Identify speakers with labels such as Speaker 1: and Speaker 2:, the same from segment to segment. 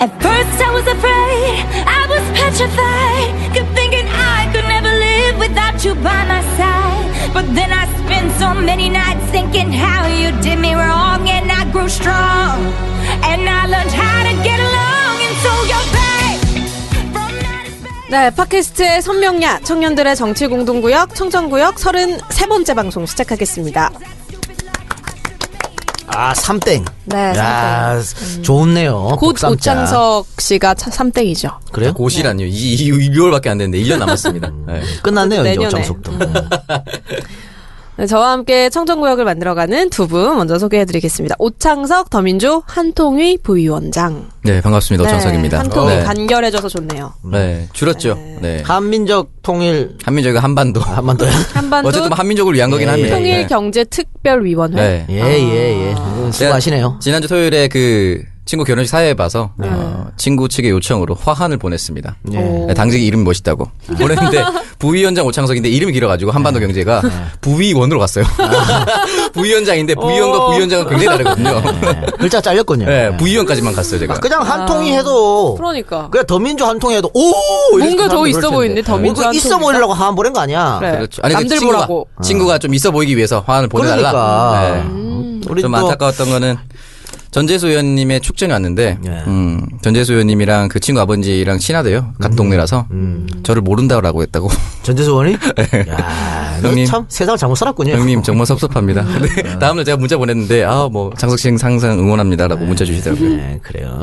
Speaker 1: At first I was afraid, I was petrified. Kept thinking I could never live without you by my side. But then I spent so many nights thinking how you did me wrong, and I grew strong. And I learned how to get along, and so you're back from outer space.
Speaker 2: 네, 팟캐스트의 선명야 청년들의 정치 공동구역 청정구역 33번째 방송 시작하겠습니다.
Speaker 3: 어,
Speaker 4: 아 삼땡.
Speaker 2: 네, 음.
Speaker 4: 야, 좋네요.
Speaker 2: 곧
Speaker 4: 복삼자.
Speaker 2: 오창석 씨가 차- 삼땡이죠.
Speaker 4: 그래요?
Speaker 3: 곧이라뇨. 이, 이, 6월밖에 안 됐는데 1년 남았습니다. 네.
Speaker 4: 끝났네요 이제
Speaker 2: 내년에. 음.
Speaker 4: 오창석도. 음.
Speaker 2: 네, 저와 함께 청정구역을 만들어가는 두 분 먼저 소개해드리겠습니다. 오창석 더민주 한통위 부위원장.
Speaker 3: 네, 반갑습니다.
Speaker 2: 네,
Speaker 3: 오창석입니다.
Speaker 2: 한통위
Speaker 3: 네.
Speaker 2: 간결해져서 좋네요.
Speaker 3: 네, 줄었죠. 네.
Speaker 4: 한민족 통일
Speaker 3: 한민족이 한반도.
Speaker 4: 한번 더요.
Speaker 2: 한반도
Speaker 3: 어쨌든 뭐 한민족을 위한 거긴
Speaker 4: 예,
Speaker 3: 합니다.
Speaker 4: 예.
Speaker 3: 네.
Speaker 2: 통일경제특별위원회.
Speaker 3: 네.
Speaker 4: 예예 예. 수고하시네요.
Speaker 3: 지난주 토요일에 그 친구 결혼식 사회에 봐서 어, 친구 측의 요청으로 화환을 보냈습니다.
Speaker 2: 오.
Speaker 3: 네, 당직이 이름 이 멋있다고 보냈는데 부위원장 오창석인데 이름이 길어가지고 한반도 경제가 부위원으로 갔어요. 부위원장인데 부위원과 부위원장은 굉장히 다르거든요.
Speaker 4: 예. 글자 잘렸군요.
Speaker 3: 네,
Speaker 4: 예.
Speaker 3: 부위원까지만 갔어요 제가.
Speaker 4: 아, 그냥 한 통이 해도
Speaker 2: 그러니까.
Speaker 4: 그냥 더민주 한 통이 해도 오 이렇게
Speaker 2: 뭔가 더
Speaker 4: 사람들
Speaker 2: 있어
Speaker 4: 그럴 텐데.
Speaker 2: 보이는데, 더민주
Speaker 4: 뭔가
Speaker 2: 한
Speaker 4: 있어
Speaker 2: 통이다?
Speaker 4: 보이려고 하한 보낸 거 아니야.
Speaker 2: 그래.
Speaker 3: 그렇죠. 아니, 그
Speaker 2: 남들
Speaker 3: 친구가,
Speaker 2: 보라고.
Speaker 3: 친구가 좀 있어 보이기 위해서 화환을 보내달라.
Speaker 4: 아. 그러니까.
Speaker 3: 네.
Speaker 4: 우리
Speaker 3: 좀
Speaker 4: 또-
Speaker 3: 안타까웠던 거는 전재수 의원님의 축전이 왔는데,
Speaker 4: 예.
Speaker 3: 음, 전재수 의원님이랑 그 친구 아버지랑 친하대요.
Speaker 4: 음.
Speaker 3: 같은 동네라서. 저를 모른다고 했다고.
Speaker 4: 전재수 의원이. 야,
Speaker 3: 형님.
Speaker 4: 참 세상을 잘못 살았군요.
Speaker 3: 형님, 정말 섭섭합니다.
Speaker 4: 아.
Speaker 3: 근데 다음날 제가 문자 보냈는데, 아, 뭐, 장석 씨 항상 응원합니다라고 문자 주시더라고요.
Speaker 4: 네, 그래요.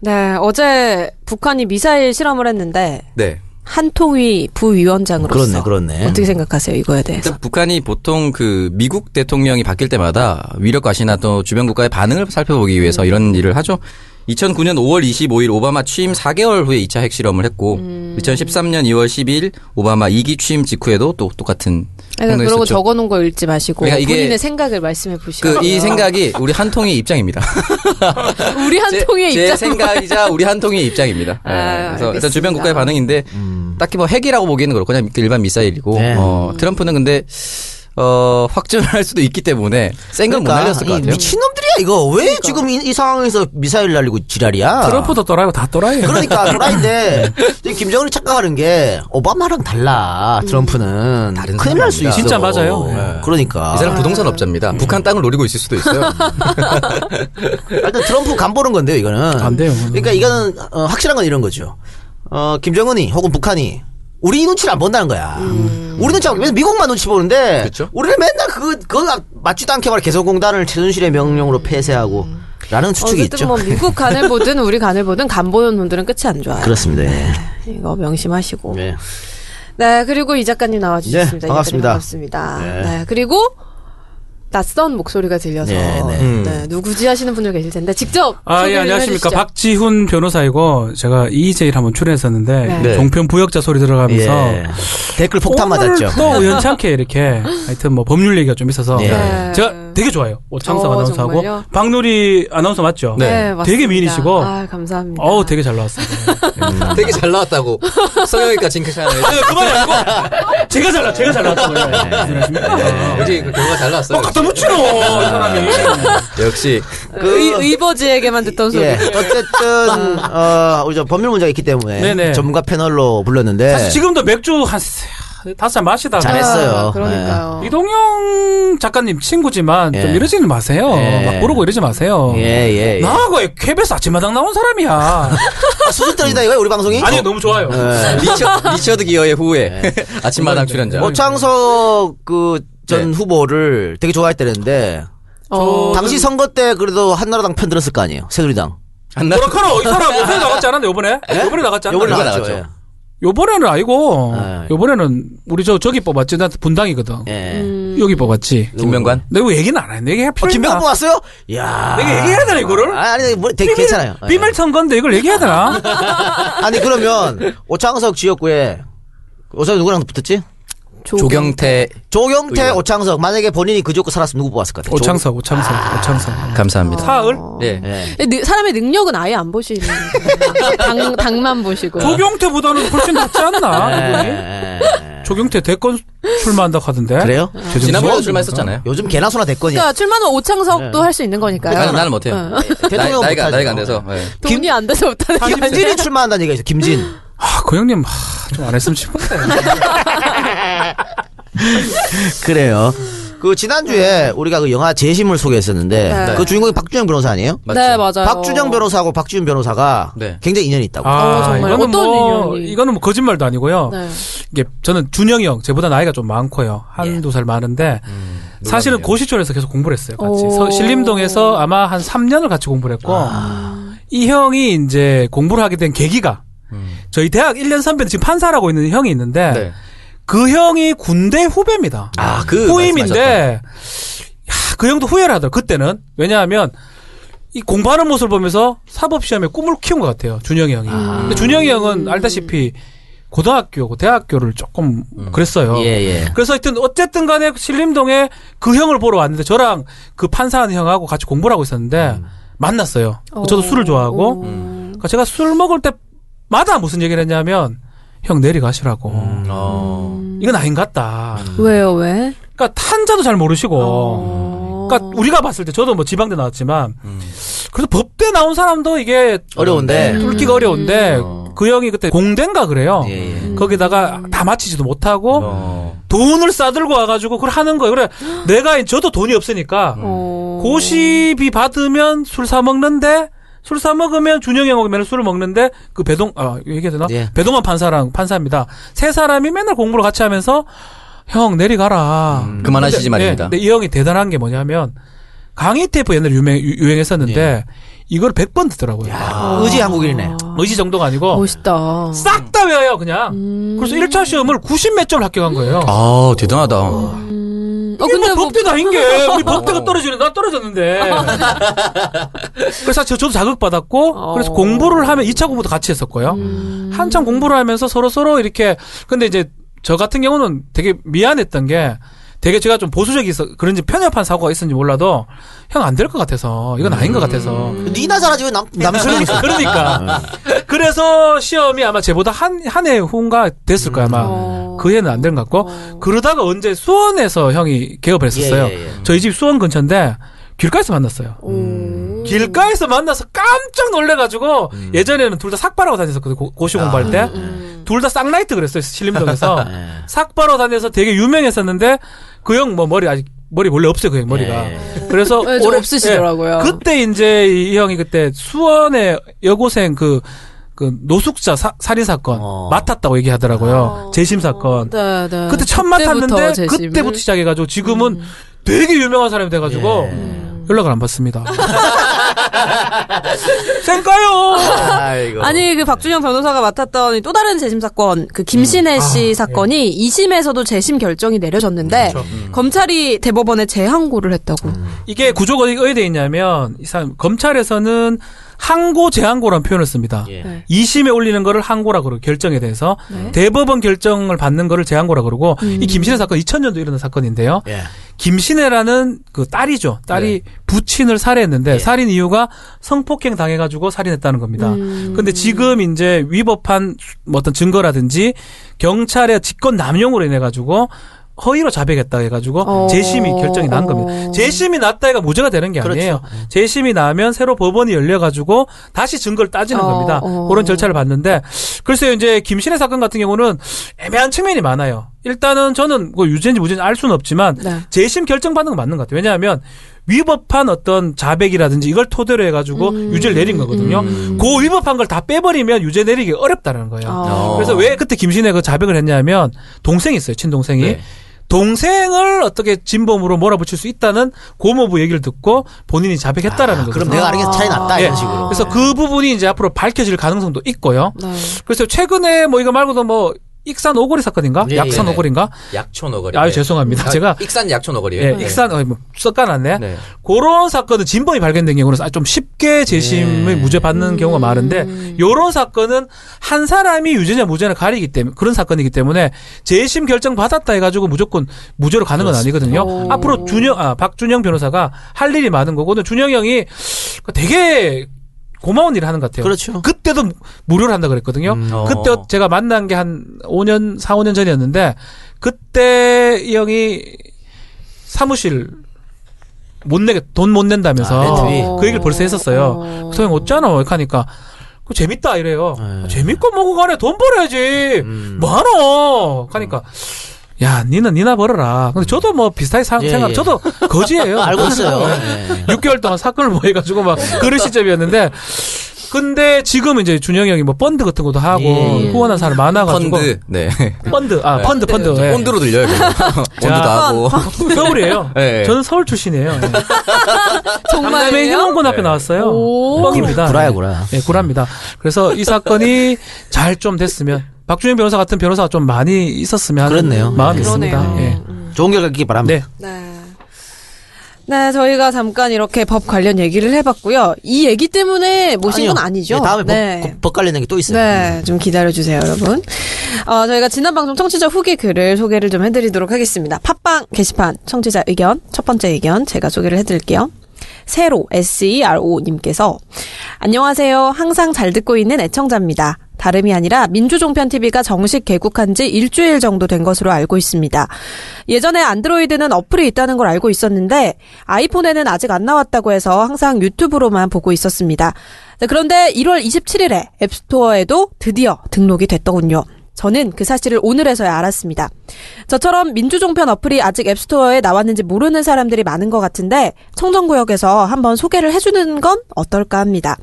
Speaker 2: 네, 어제 북한이 미사일 실험을 했는데
Speaker 3: 네.
Speaker 2: 한통위 부위원장으로서
Speaker 4: 그렇네, 그렇네.
Speaker 2: 어떻게 생각하세요 이거에 대해서?
Speaker 3: 일단 북한이 보통 그 미국 대통령이 바뀔 때마다 위력 과시나 또 주변 국가의 반응을 살펴보기 위해서 이런 일을 하죠. 2009년 5월 25일 오바마 취임 4개월 후에 2차 핵실험을 했고
Speaker 2: 음.
Speaker 3: 2013년 2월 12일 오바마 2기 취임 직후에도 또 똑같은
Speaker 2: 그러니까
Speaker 3: 행동을
Speaker 2: 그러고
Speaker 3: 했었죠.
Speaker 2: 적어놓은 거 읽지 마시고
Speaker 3: 그러니까 이게
Speaker 2: 본인의 생각을 말씀해 보시고
Speaker 3: 그
Speaker 5: 어.
Speaker 3: 이 생각이 우리 한통의 입장입니다.
Speaker 2: 우리 한통위의
Speaker 3: 제, 제
Speaker 2: 입장
Speaker 3: 생각이자 우리 한통의 입장입니다. 예,
Speaker 2: 아,
Speaker 3: 그래서
Speaker 2: 알겠습니다.
Speaker 3: 일단 주변 국가의 반응인데 딱히 뭐 핵이라고 보기에는 그렇고 그냥 일반 미사일이고
Speaker 4: 네.
Speaker 3: 어,
Speaker 2: 음.
Speaker 3: 트럼프는 근데 어, 확전할 수도 있기 때문에 센 건 못 날렸을 것
Speaker 4: 그러니까 이
Speaker 3: 같아요.
Speaker 4: 미친놈들이야 이거 왜
Speaker 3: 그러니까.
Speaker 4: 지금 이, 이 상황에서 미사일 날리고 지랄이야?
Speaker 5: 트럼프도 또라이고 다 또라이예요.
Speaker 4: 아. 그러니까 그라인데 김정은이 착각하는 게 오바마랑 달라 트럼프는
Speaker 3: 음, 다른
Speaker 4: 큰일 날 수 있어
Speaker 3: 사람입니다.
Speaker 5: 진짜 맞아요.
Speaker 4: 예.
Speaker 3: 이 사람
Speaker 4: 그러니까
Speaker 3: 부동산 업자입니다. 북한 땅을 노리고 있을 수도 있어요.
Speaker 4: 일단 트럼프 간 보는 건데요 이거는
Speaker 5: 안 돼요.
Speaker 4: 그러니까 이거는 어, 확실한 건 이런 거죠 어, 김정은이 혹은 북한이 우리 눈치를 안 본다는 거야
Speaker 3: 음.
Speaker 4: 우리 눈치 안 보면 미국만 눈치 보는데
Speaker 3: 그쵸?
Speaker 4: 우리는 맨날 그 그거 맞지도 않게 말 개성공단을 최순실의 명령으로 폐쇄하고 라는 추측이
Speaker 2: 어쨌든
Speaker 4: 있죠
Speaker 2: 뭐 미국 간을 보든 우리 간을 보든 간 보는 분들은 끝이 안 좋아요.
Speaker 4: 그렇습니다 예.
Speaker 2: 이거 명심하시고 네,
Speaker 4: 예.
Speaker 2: 그리고 이 작가님 나와주셨습니다. 이
Speaker 5: 네,
Speaker 2: 작가님
Speaker 4: 반갑습니다.
Speaker 2: 반갑습니다.
Speaker 4: 네.
Speaker 2: 네. 그리고 낯선 목소리가 들려서
Speaker 4: 네, 네.
Speaker 2: 네, 누구지 하시는 분들 계실 텐데 직접
Speaker 5: 음. 아, 예,
Speaker 2: 소개를
Speaker 5: 안녕하십니까.
Speaker 2: 해주시죠.
Speaker 5: 박지훈 변호사이고, 제가 EJ를 한번 출연했었는데,
Speaker 2: 네.
Speaker 5: 종편 부역자 소리 들어가면서,
Speaker 4: 예. 댓글 폭탄
Speaker 5: 오늘
Speaker 4: 맞았죠
Speaker 5: 또 우연찮게 이렇게, 하여튼 뭐 법률 얘기가 좀 있어서,
Speaker 4: 예.
Speaker 2: 네.
Speaker 5: 제가 되게 좋아요. 오창석
Speaker 2: 어,
Speaker 5: 아나운서하고,
Speaker 2: 정말요?
Speaker 5: 박누리 아나운서 맞죠?
Speaker 2: 네,
Speaker 5: 되게
Speaker 2: 맞습니다.
Speaker 5: 미인이시고,
Speaker 2: 아, 감사합니다.
Speaker 5: 어우, 되게 잘 나왔습니다.
Speaker 3: 되게 잘 나왔다고. 성형외과 징크샤는
Speaker 5: 그만이 아니고, 제가 잘 나, 제가 잘 나왔어요.
Speaker 3: 역시 그 결과 잘
Speaker 4: 네.
Speaker 3: 나왔어요.
Speaker 5: 막 갖다 붙이노, 이 사람이.
Speaker 3: 역시
Speaker 2: 그 의, 의버지에게만 듣던 소리.
Speaker 4: 예. 어쨌든 어, 우리 저 법률 문제가 있기 때문에
Speaker 5: 네네.
Speaker 4: 전문가 패널로 불렀는데
Speaker 5: 사실 지금도 맥주 한, 세- 다섯 잔 마시다가.
Speaker 4: 잘했어요.
Speaker 2: 아, 그러니까요.
Speaker 5: 네. 이동영 작가님 친구지만
Speaker 4: 예.
Speaker 5: 좀 이러지는 마세요.
Speaker 4: 예.
Speaker 5: 막 모르고 이러지 마세요.
Speaker 4: 예예. 아,
Speaker 5: 나하고 KBS 아침마당 나온 사람이야.
Speaker 4: 수준 떨어진다 이거야 우리 방송이?
Speaker 5: 아니 너무 좋아요.
Speaker 4: 예.
Speaker 3: 어, 리처, 리처드 기어의 후예 아침마당 출연자.
Speaker 4: 뭐, 오창석 그 전
Speaker 3: 네.
Speaker 4: 후보를 되게 좋아했다는데
Speaker 2: 어,
Speaker 5: 그
Speaker 4: 당시 선거 때 그래도 한나라당 편 들었을 거 아니에요? 새누리당.
Speaker 3: 안 나.
Speaker 5: 뭐라카노 이 사람 요번에 나갔지 않았나 요번에? 요번에 나갔지
Speaker 4: 예?
Speaker 5: 않았나?
Speaker 4: 요번에
Speaker 3: 누가
Speaker 4: 나갔죠.
Speaker 3: 나갔죠?
Speaker 5: 요번에는 아니고
Speaker 4: 네.
Speaker 5: 요번에는 우리 저 저기 뽑았지. 나 분당이거든.
Speaker 4: 예. 예.
Speaker 5: 여기 뽑았지.
Speaker 3: 김명관.
Speaker 5: 근데 이거 얘기는 안 해. 내가
Speaker 4: 어,
Speaker 5: 필요
Speaker 4: 김병호 왔어요? 야.
Speaker 5: 내가 얘기해야 그러니까. 되나 이거를?
Speaker 4: 아, 아니 뭐 되게 괜찮아요. 예.
Speaker 5: 비밀 선거인데 이걸 얘기해야 되나?
Speaker 4: 아니 그러면 오창석 지역구에 오창석 누구랑 붙었지?
Speaker 3: 조경태
Speaker 4: 조경태,
Speaker 3: 의원.
Speaker 4: 오창석 만약에 본인이 그 지역구 살았으면 누구 뽑았을 것 같아요? 조-
Speaker 5: 오창석, 오창석, 오창석.
Speaker 3: 감사합니다.
Speaker 5: 사흘.
Speaker 3: 예.
Speaker 4: 예.
Speaker 2: 느- 사람의 능력은 아예 안 보시는. 거예요. 당, 당만 보시고. 아,
Speaker 5: 조경태보다는 훨씬 낫지 않나?
Speaker 4: 예.
Speaker 5: 조경태 대권 출마한다 고 하던데. 아,
Speaker 4: 그래요?
Speaker 3: 지난번에
Speaker 4: 요즘-
Speaker 3: 출마했었잖아요.
Speaker 4: 요즘 개나 소나 됐거니.
Speaker 2: 그러니까 출마는 오창석도
Speaker 4: 네.
Speaker 2: 할 수 있는 거니까요.
Speaker 4: 그러니까
Speaker 3: 나는 나는 못해요.
Speaker 2: 응.
Speaker 3: 나이,
Speaker 4: 대통령
Speaker 3: 나이가 나이가 안 돼서. 예.
Speaker 2: 돈이 안 돼서 못하는 게 아니라
Speaker 4: 김진이 출마한다는 얘기가 있어. 김진.
Speaker 5: 아, 그 형님 좀 안 했으면 싶은데.
Speaker 4: 그래요. 그 지난주에 우리가 그 영화 재심을 소개했었는데
Speaker 2: 네.
Speaker 4: 그 주인공이 박준영 변호사아니에요
Speaker 3: 맞죠?
Speaker 2: 네 맞아요.
Speaker 4: 박준영 변호사하고 박지훈 변호사가
Speaker 3: 네.
Speaker 4: 굉장히 인연이 있다고.
Speaker 5: 아,
Speaker 2: 어, 정말.
Speaker 5: 이거는
Speaker 2: 어떤
Speaker 5: 뭐
Speaker 2: 인연이?
Speaker 5: 이거는 뭐 거짓말도 아니고요.
Speaker 2: 네.
Speaker 5: 이게 저는 준영이 형, 제보다 나이가 좀 많고요. 한두 살 많은데
Speaker 3: 음,
Speaker 5: 사실은 고시촌에서 계속 공부를 했어요. 같이
Speaker 2: 오.
Speaker 5: 서- 신림동에서 아마 한 3년을 같이 공부를 했고
Speaker 3: 아.
Speaker 5: 이 형이 이제 공부를 하게 된 계기가 저희 대학 1년 선배인 지금 판사라고 있는 형이 있는데
Speaker 3: 음. 네.
Speaker 5: 그 형이 군대 후배입니다.
Speaker 3: 아, 그
Speaker 5: 후임인데 야, 그 형도 후회를 하더라고요. 그때는 왜냐하면 이 공부하는 모습을 보면서 사법 시험에 꿈을 키운 것 같아요. 준영이 형이. 근데 준영이 형은 알다시피 고등학교고 대학교를 조금 그랬어요.
Speaker 4: 예, 예.
Speaker 5: 그래서 하여튼 어쨌든 간에 신림동에 그 형을 보러 왔는데 저랑 그 판사하는 형하고 같이 공부를 하고 있었는데 만났어요. 저도 술을 좋아하고
Speaker 2: 어. 음.
Speaker 5: 그러니까 제가 술 먹을 때마다 무슨 얘기를 했냐면 형 내리가시라고
Speaker 3: 어.
Speaker 5: 이건 아닌 것 같다.
Speaker 2: 왜요 왜?
Speaker 4: 음.
Speaker 5: 그러니까 탄자도 잘 모르시고 그러니까 우리가 봤을 때 저도 뭐 지방대 나왔지만 그래서 법대 나온 사람도 이게
Speaker 4: 어려운데.
Speaker 5: 뚫기가 어려운데 그 형이 그때 공대인가 그래요.
Speaker 4: 네. 예, 예.
Speaker 5: 거기다가 다 마치지도 못하고
Speaker 3: 어.
Speaker 5: 돈을 싸들고 와가지고 그걸 하는 거예요. 그래 내가 저도 돈이 없으니까
Speaker 2: 어.
Speaker 5: 고시비 받으면 술 사 먹는데 술 사 먹으면 준영이 형하고 맨날 술을 먹는데 그 배동 아 얘기해도 되나
Speaker 4: 예.
Speaker 5: 배동환 판사랑 판사입니다. 세 사람이 맨날 공부를 같이 하면서 형 내리가라.
Speaker 3: 음, 그만하시지 말입니다.
Speaker 5: 근데 이 형이 대단한 게 뭐냐면 강의 테이프 옛날에 유명, 유- 유행했었는데
Speaker 3: 예.
Speaker 5: 이걸 100번 듣더라고요.
Speaker 4: 아, 의지 한국인이네.
Speaker 5: 의지 정도가 아니고
Speaker 2: 멋있다. 음.
Speaker 5: 싹 다 외워요 그냥. 그래서 1차 시험을 90몇 점을 합격한 거예요.
Speaker 3: 아, 대단하다.
Speaker 2: 음.
Speaker 5: 이게 뭐 아, 법대도 아닌 게
Speaker 2: 네,
Speaker 5: 우리 법대가 떨어지는 난 떨어졌는데. 그래서 저, 저도 자극받았고
Speaker 2: 어.
Speaker 5: 그래서 공부를 하면 2차 공부도 같이 했었고요. 한참 공부를 하면서 서로 서로 이렇게 근데 이제 저 같은 경우는 되게 미안했던 게 되게 제가 좀 보수적이 있어 그런지 편협한 사고가 있었는지 몰라도 형 안 될 것 같아서 이건 아닌 것 같아서
Speaker 4: 니나 잘하지 왜남 남수는 있어.
Speaker 5: 그러니까
Speaker 4: 네.
Speaker 5: 그래서 시험이 아마 쟤보다 한 한 해 후인가 됐을 거야 아마
Speaker 2: 어.
Speaker 5: 그 해는 안 된 것 같고 그러다가 언제 수원에서 형이 개업을 했었어요
Speaker 4: 예, 예, 예.
Speaker 5: 저희 집 수원 근처인데 길가에서 만났어요 음. 길가에서 만나서 깜짝 놀래가지고
Speaker 4: 음.
Speaker 5: 예전에는 둘 다 삭발하고 다녔었거든요 고- 고시
Speaker 4: 아.
Speaker 5: 공부할 때
Speaker 2: 음,
Speaker 5: 둘 다 쌍라이트 그랬어요 신림동에서
Speaker 4: 예. 아.
Speaker 5: 삭발하고 다녀서 되게 유명했었는데 그 형 뭐 머리 아직 머리 원래 없어요 그 형 머리가
Speaker 4: 예.
Speaker 5: 그래서
Speaker 2: 네, 좀 없으시더라고요.
Speaker 5: 예. 그때 이제 이 형이 그때 수원의 여고생 그, 그 노숙자 사- 살인 사건
Speaker 4: 어.
Speaker 5: 맡았다고 얘기하더라고요. 재심 사건.
Speaker 2: 어. 네, 네.
Speaker 5: 그때 처음
Speaker 2: 그때부터
Speaker 5: 맡았는데
Speaker 2: 재심을. 음.
Speaker 5: 그때부터 시작해가지고 지금은 되게 유명한 사람이 돼가지고
Speaker 4: 예.
Speaker 5: 연락을 안 받습니다. 쌩까요.
Speaker 4: 아이고.
Speaker 2: 아니 그 박준영 변호사가 맡았던 또 다른 재심 사건 그
Speaker 4: 음.
Speaker 2: 김신혜
Speaker 4: 아,
Speaker 2: 씨
Speaker 4: 예.
Speaker 2: 사건이 2심에서도 재심 결정이 내려졌는데
Speaker 4: 그렇죠. 음.
Speaker 2: 검찰이 대법원에 재항고를 했다고.
Speaker 5: 이게 구조가 어디에 돼 있냐면 이 사람, 검찰에서는 항고 재항고라는 표현을 씁니다.
Speaker 4: 예.
Speaker 2: 네.
Speaker 5: 2심에 올리는 거를 항고라 그러고 결정에 대해서 대법원 결정을 받는 거를 재항고라 그러고 이 김신혜 사건 2000년도 일어난 사건인데요.
Speaker 4: 예.
Speaker 5: 김신혜라는 그 딸이죠. 딸이
Speaker 2: 네.
Speaker 5: 부친을 살해했는데
Speaker 2: 예.
Speaker 5: 살인 이유가 성폭행 당해가지고 살인했다는 겁니다.
Speaker 2: 음.
Speaker 5: 근데 지금 이제 위법한 뭐 어떤 증거라든지 경찰의 직권 남용으로 인해가지고 허위로 자백했다 해가지고
Speaker 2: 어.
Speaker 5: 재심이 결정이 난 겁니다. 재심이 났다 해가 무죄가 되는 게
Speaker 2: 그렇죠.
Speaker 5: 아니에요.
Speaker 2: 네.
Speaker 5: 재심이 나면 새로 법원이 열려가지고 다시 증거를 따지는
Speaker 2: 어,
Speaker 5: 겁니다.
Speaker 2: 어.
Speaker 5: 그런 절차를 봤는데 글쎄요 이제 김신혜 사건 같은 경우는 애매한 측면이 많아요. 일단은 저는 그 유죄인지 무죄인지 알 수는 없지만
Speaker 2: 네.
Speaker 5: 재심 결정받는 건 맞는 것 같아요. 왜냐하면 위법한 어떤 자백이라든지 이걸 토대로 해가지고 유죄를 내린 거거든요. 그 위법한 걸 다 빼버리면 유죄 내리기 어렵다는 거예요.
Speaker 2: 어.
Speaker 5: 그래서 왜 그때 김신혜 그 자백을 했냐면 동생이 있어요. 친동생이.
Speaker 3: 네.
Speaker 5: 동생을 어떻게 진범으로 몰아붙일 수 있다는 고모부 얘기를 듣고 본인이 자백했다라는 거죠.
Speaker 4: 그럼 내가 아는 게 차이 났다
Speaker 5: 예.
Speaker 4: 이런 식으로. 네.
Speaker 5: 그래서 그 부분이 이제 앞으로 밝혀질 가능성도 있고요.
Speaker 2: 네.
Speaker 5: 그래서 최근에 뭐 이거 말고도 뭐 익산 오거리 사건인가?
Speaker 4: 예,
Speaker 5: 약산
Speaker 3: 예, 네.
Speaker 5: 오거리인가?
Speaker 3: 약초 너거리.
Speaker 5: 아유, 죄송합니다.
Speaker 3: 아,
Speaker 5: 제가-
Speaker 3: 익산 약초 너거리예요.
Speaker 5: 예,
Speaker 3: 네.
Speaker 5: 익산 어, 뭐 썩까놨네.
Speaker 3: 네.
Speaker 5: 그런 사건은 진범이 발견된 경우는 아, 좀 쉽게
Speaker 4: 네.
Speaker 5: 재심을 무죄 받는 경우가 많은데 요런 사건은 한 사람이 유죄냐 무죄냐 가리기 때문에 그런 사건이기 때문에 재심 결정 받았다 해가지고 무조건 무죄로 가는 건 아니거든요. 앞으로 준영 아 박준영 변호사가 할 일이 많은 거고 근데 준영 형이 되게 고마운 일을 하는 것 같아요.
Speaker 4: 그렇죠.
Speaker 5: 그때도 무료로 한다 그랬거든요.
Speaker 4: 음, 어.
Speaker 5: 그때 제가 만난 게 한 5년, 4, 5년 전이었는데 그때 이 형이 사무실 못 내게 돈 못
Speaker 4: 아,
Speaker 5: 낸다면서
Speaker 4: 렌트비.
Speaker 5: 그 얘기를 벌써 했었어요.
Speaker 2: 어.
Speaker 5: 소형 어쩌나 이렇게 하니까 그 재밌다 이래요. 아,
Speaker 4: 네. 음.
Speaker 5: 재밌고 뭐고 간에 돈 벌어야지. 뭐하노? 하니까 야, 니는 니나 벌어라. 근데 저도 뭐 비슷하게 사-
Speaker 4: 예,
Speaker 5: 생각,
Speaker 4: 예.
Speaker 5: 저도 거지예요.
Speaker 4: 아, 알고 있어요. 네.
Speaker 5: 6개월 동안 사건을 뭐 해가지고 막 그런 시점이었는데 근데 지금 이제 준영이 형이 뭐 펀드 같은 것도 하고
Speaker 4: 예, 예.
Speaker 5: 후원한 사람 많아가지고
Speaker 3: 펀드. 네.
Speaker 5: 펀드 아
Speaker 3: 네.
Speaker 5: 펀드 펀드 예.
Speaker 3: 펀드로 들려요. 그거. 펀드도
Speaker 5: 자.
Speaker 3: 하고.
Speaker 5: 서울이에요.
Speaker 3: 예, 예.
Speaker 5: 저는 서울 출신이에요. 예. 강남의
Speaker 2: 정말요?
Speaker 5: 해운권 앞에 나왔어요.
Speaker 2: 오.
Speaker 5: 뻥입니다.
Speaker 4: 네. 구라야,
Speaker 5: 예.
Speaker 4: 구라.
Speaker 5: 예, 구라입니다. 그래서 이 사건이 잘 좀 됐으면 박준영 변호사 같은 변호사가 좀 많이 있었으면 하는
Speaker 4: 그렇네요.
Speaker 5: 마음이
Speaker 2: 그러네요.
Speaker 5: 있습니다. 예.
Speaker 4: 좋은 결과 있기 바랍니다.
Speaker 5: 네.
Speaker 2: 네. 네, 저희가 잠깐 이렇게 법 관련 얘기를 해봤고요. 이 얘기 때문에 모신 건
Speaker 4: 아니요.
Speaker 2: 아니죠?
Speaker 4: 네, 다음에
Speaker 2: 네.
Speaker 4: 법, 법 관련된 게 또 있어요.
Speaker 2: 네, 좀 기다려주세요, 여러분. 어, 저희가 지난 방송 청취자 후기 글을 소개를 좀 해드리도록 하겠습니다. 팟빵 게시판 청취자 의견, 첫 번째 의견 제가 소개를 해드릴게요. 세로, S-E-R-O님께서 안녕하세요. 항상 잘 듣고 있는 애청자입니다. 다름이 아니라 민주종편TV가 정식 개국한 지 일주일 정도 된 것으로 알고 있습니다. 예전에 안드로이드는 어플이 있다는 걸 알고 있었는데 아이폰에는 아직 안 나왔다고 해서 항상 유튜브로만 보고 있었습니다. 자, 네, 그런데 1월 27일에 앱스토어에도 드디어 등록이 됐더군요. 저는 그 사실을 오늘에서야 알았습니다. 저처럼 민주종편 어플이 아직 앱스토어에 나왔는지 모르는 사람들이 많은 것 같은데 청정구역에서 한번 소개를 해주는 건 어떨까 합니다.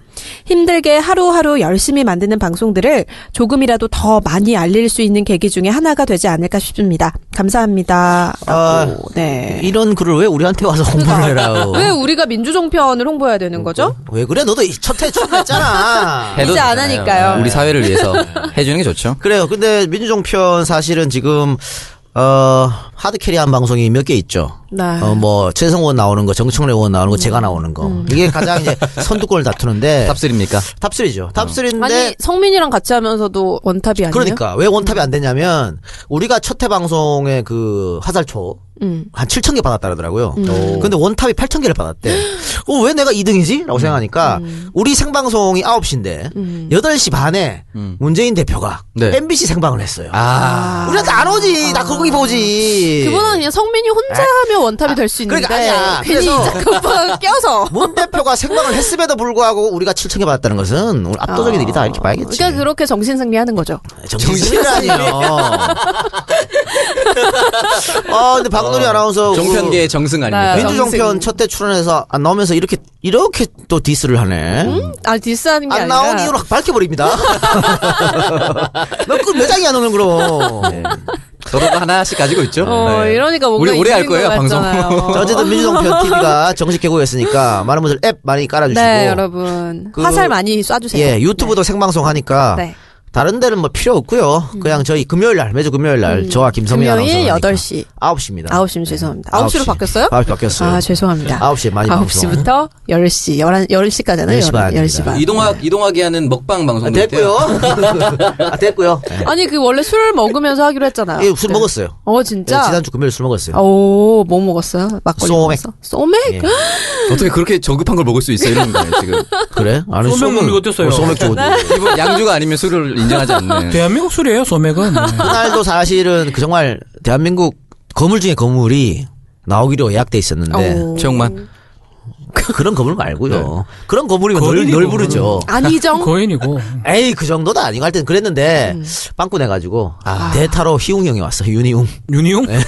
Speaker 2: 힘들게 하루하루 열심히 만드는 방송들을 조금이라도 더 많이 알릴 수 있는 계기 중에 하나가 되지 않을까 싶습니다. 감사합니다.
Speaker 4: 아,
Speaker 5: 어,
Speaker 2: 라고,
Speaker 5: 예.
Speaker 2: 네.
Speaker 4: 이런 글을 왜 우리한테 와서 공부를
Speaker 5: 그러니까.
Speaker 4: 해라고.
Speaker 2: 왜 우리가 민주종편을 홍보해야 되는 거죠?
Speaker 4: 왜 그래? 너도 첫해 출연했잖아.
Speaker 3: 해도
Speaker 2: 이제 안
Speaker 3: 되잖아요. 네.
Speaker 2: 하니까요. 네.
Speaker 3: 우리 사회를 위해서 해주는 게 좋죠.
Speaker 4: 그래요. 근데 민주정편 사실은 지금 어 하드캐리한 방송이 몇 개 있죠.
Speaker 2: 네.
Speaker 5: 아.
Speaker 4: 어뭐 최성원 나오는 거, 정청래 의원 나오는 거, 제가
Speaker 5: 음.
Speaker 4: 나오는 거 이게 가장 이제 선두권을 다투는데
Speaker 3: 탑슬입니까?
Speaker 4: 탑3죠.
Speaker 3: 음.
Speaker 4: 탑3인데
Speaker 2: 아니 성민이랑 같이 하면서도 원탑이 아니에요?
Speaker 4: 그러니까 왜 원탑이
Speaker 2: 음.
Speaker 4: 안 됐냐면 우리가 첫해 방송에 그 화살초
Speaker 2: 음.
Speaker 4: 한 7천 개 받았다 그러더라고요. 근데 원탑이 8천 개를 받았대. 어, 왜 내가 2등이지?
Speaker 3: 음.
Speaker 4: 라고 생각하니까
Speaker 2: 음.
Speaker 4: 우리 생방송이 9시인데 8시 반에 문재인 대표가
Speaker 3: 음. 네.
Speaker 4: MBC 생방을 했어요.
Speaker 3: 아.
Speaker 4: 우리한테 안 오지. 나 거기 보지.
Speaker 2: 그분은 그냥 성민이 혼자 하면 원탑이 될 수 있는데
Speaker 4: 아, 그러니까 아니야.
Speaker 2: 괜히
Speaker 4: 그래서-
Speaker 2: 자꾸 오빠 껴서
Speaker 4: 문 대표가 생방을 했음에도 불구하고 우리가 7천 개 받았다는 것은 오늘 압도적인
Speaker 2: 어.
Speaker 4: 일이다. 이렇게 봐야겠지.
Speaker 2: 그러니까 그렇게 정신승리하는 거죠.
Speaker 4: 정신이라니요. 아, 근데 박노리 아나운서.
Speaker 3: 어.
Speaker 4: 그
Speaker 3: 종편계의 정승 아닙니까?
Speaker 2: 네.
Speaker 4: 민주정편
Speaker 2: 정승.
Speaker 4: 첫 때 출연해서 안 나오면서 이렇게 이렇게 또 디스를 하네.
Speaker 2: 아 디스하는 게
Speaker 4: 음. 안
Speaker 2: 아니라
Speaker 4: 나온 이유를 확 밝혀버립니다. 너그몇 장이 안 오는 그럼.
Speaker 2: 네.
Speaker 3: 서로가 하나씩 가지고 있죠.
Speaker 2: 어
Speaker 3: 네.
Speaker 2: 이러니까 뭔가
Speaker 3: 우리 오래 할
Speaker 2: 있는 것
Speaker 3: 거예요 방송.
Speaker 2: 같잖아요.
Speaker 4: 자, 어쨌든 민주정편 TV가 정식 개국했으니까 많은 분들 앱 많이 깔아주시고.
Speaker 2: 네 여러분
Speaker 4: 그-
Speaker 2: 화살 많이 쏴주세요.
Speaker 4: 예, 유튜브도 생방송 하니까
Speaker 2: 네. 음.
Speaker 4: 다른 데는 뭐 필요 없고요. 그냥 저희 금요일 날 매주 금요일 날 저와 김성민
Speaker 2: 금요일
Speaker 4: 아나운서
Speaker 2: 8시
Speaker 4: 9시입니다.
Speaker 2: 9시면 죄송합니다. 9시로 바뀌었어요?
Speaker 4: 네. 9시 바뀌었어요.
Speaker 2: 아 죄송합니다.
Speaker 4: 9시 에 많이
Speaker 2: 9시부터 10시 11, 10시까지잖아요.
Speaker 4: 10시 반입니다.
Speaker 2: 10시 반.
Speaker 3: 이동학 이동학이 하는 먹방
Speaker 4: 아,
Speaker 3: 방송
Speaker 4: 됐고요.
Speaker 2: 네.
Speaker 4: 아, 됐고요.
Speaker 2: 아니 그 원래 술 먹으면서 하기로 했잖아요.
Speaker 4: 예, 술
Speaker 2: 그때.
Speaker 4: 먹었어요.
Speaker 2: 어
Speaker 4: 예,
Speaker 2: 진짜?
Speaker 4: 지난주 금요일 술 먹었어요.
Speaker 2: 오, 뭐 먹었어요? 막걸리
Speaker 4: 소맥.
Speaker 2: 먹었어? 소맥?
Speaker 4: 예.
Speaker 3: 어떻게 그렇게 저급한 걸 먹을 수 있어 이런 거예요 지금.
Speaker 4: 그래? 아니,
Speaker 5: 소맥
Speaker 4: 소맥-
Speaker 5: 먹는 거 어땠어요?
Speaker 4: 어, 소맥 좋은.
Speaker 3: 이분 양주가 아니면 술을 인정하지
Speaker 4: 네.
Speaker 3: 않는.
Speaker 5: 대한민국 술이에요, 소맥은.
Speaker 2: 네.
Speaker 4: 그날도 사실은 그 정말 대한민국 건물 중에 건물이 나오기로 예약돼 있었는데
Speaker 2: 오.
Speaker 3: 최영만.
Speaker 4: 그런 건물 말고요. 그런 건물이면 널,
Speaker 5: 거리고
Speaker 4: 널 부르죠.
Speaker 2: 안희정?
Speaker 5: 네. 거인이고.
Speaker 4: 에이 그 정도는 아니고 할 땐 그랬는데 빵꾸 내가지고 아, 대타로 희웅 형이 왔어 윤희웅.
Speaker 5: 윤희용?
Speaker 4: 네.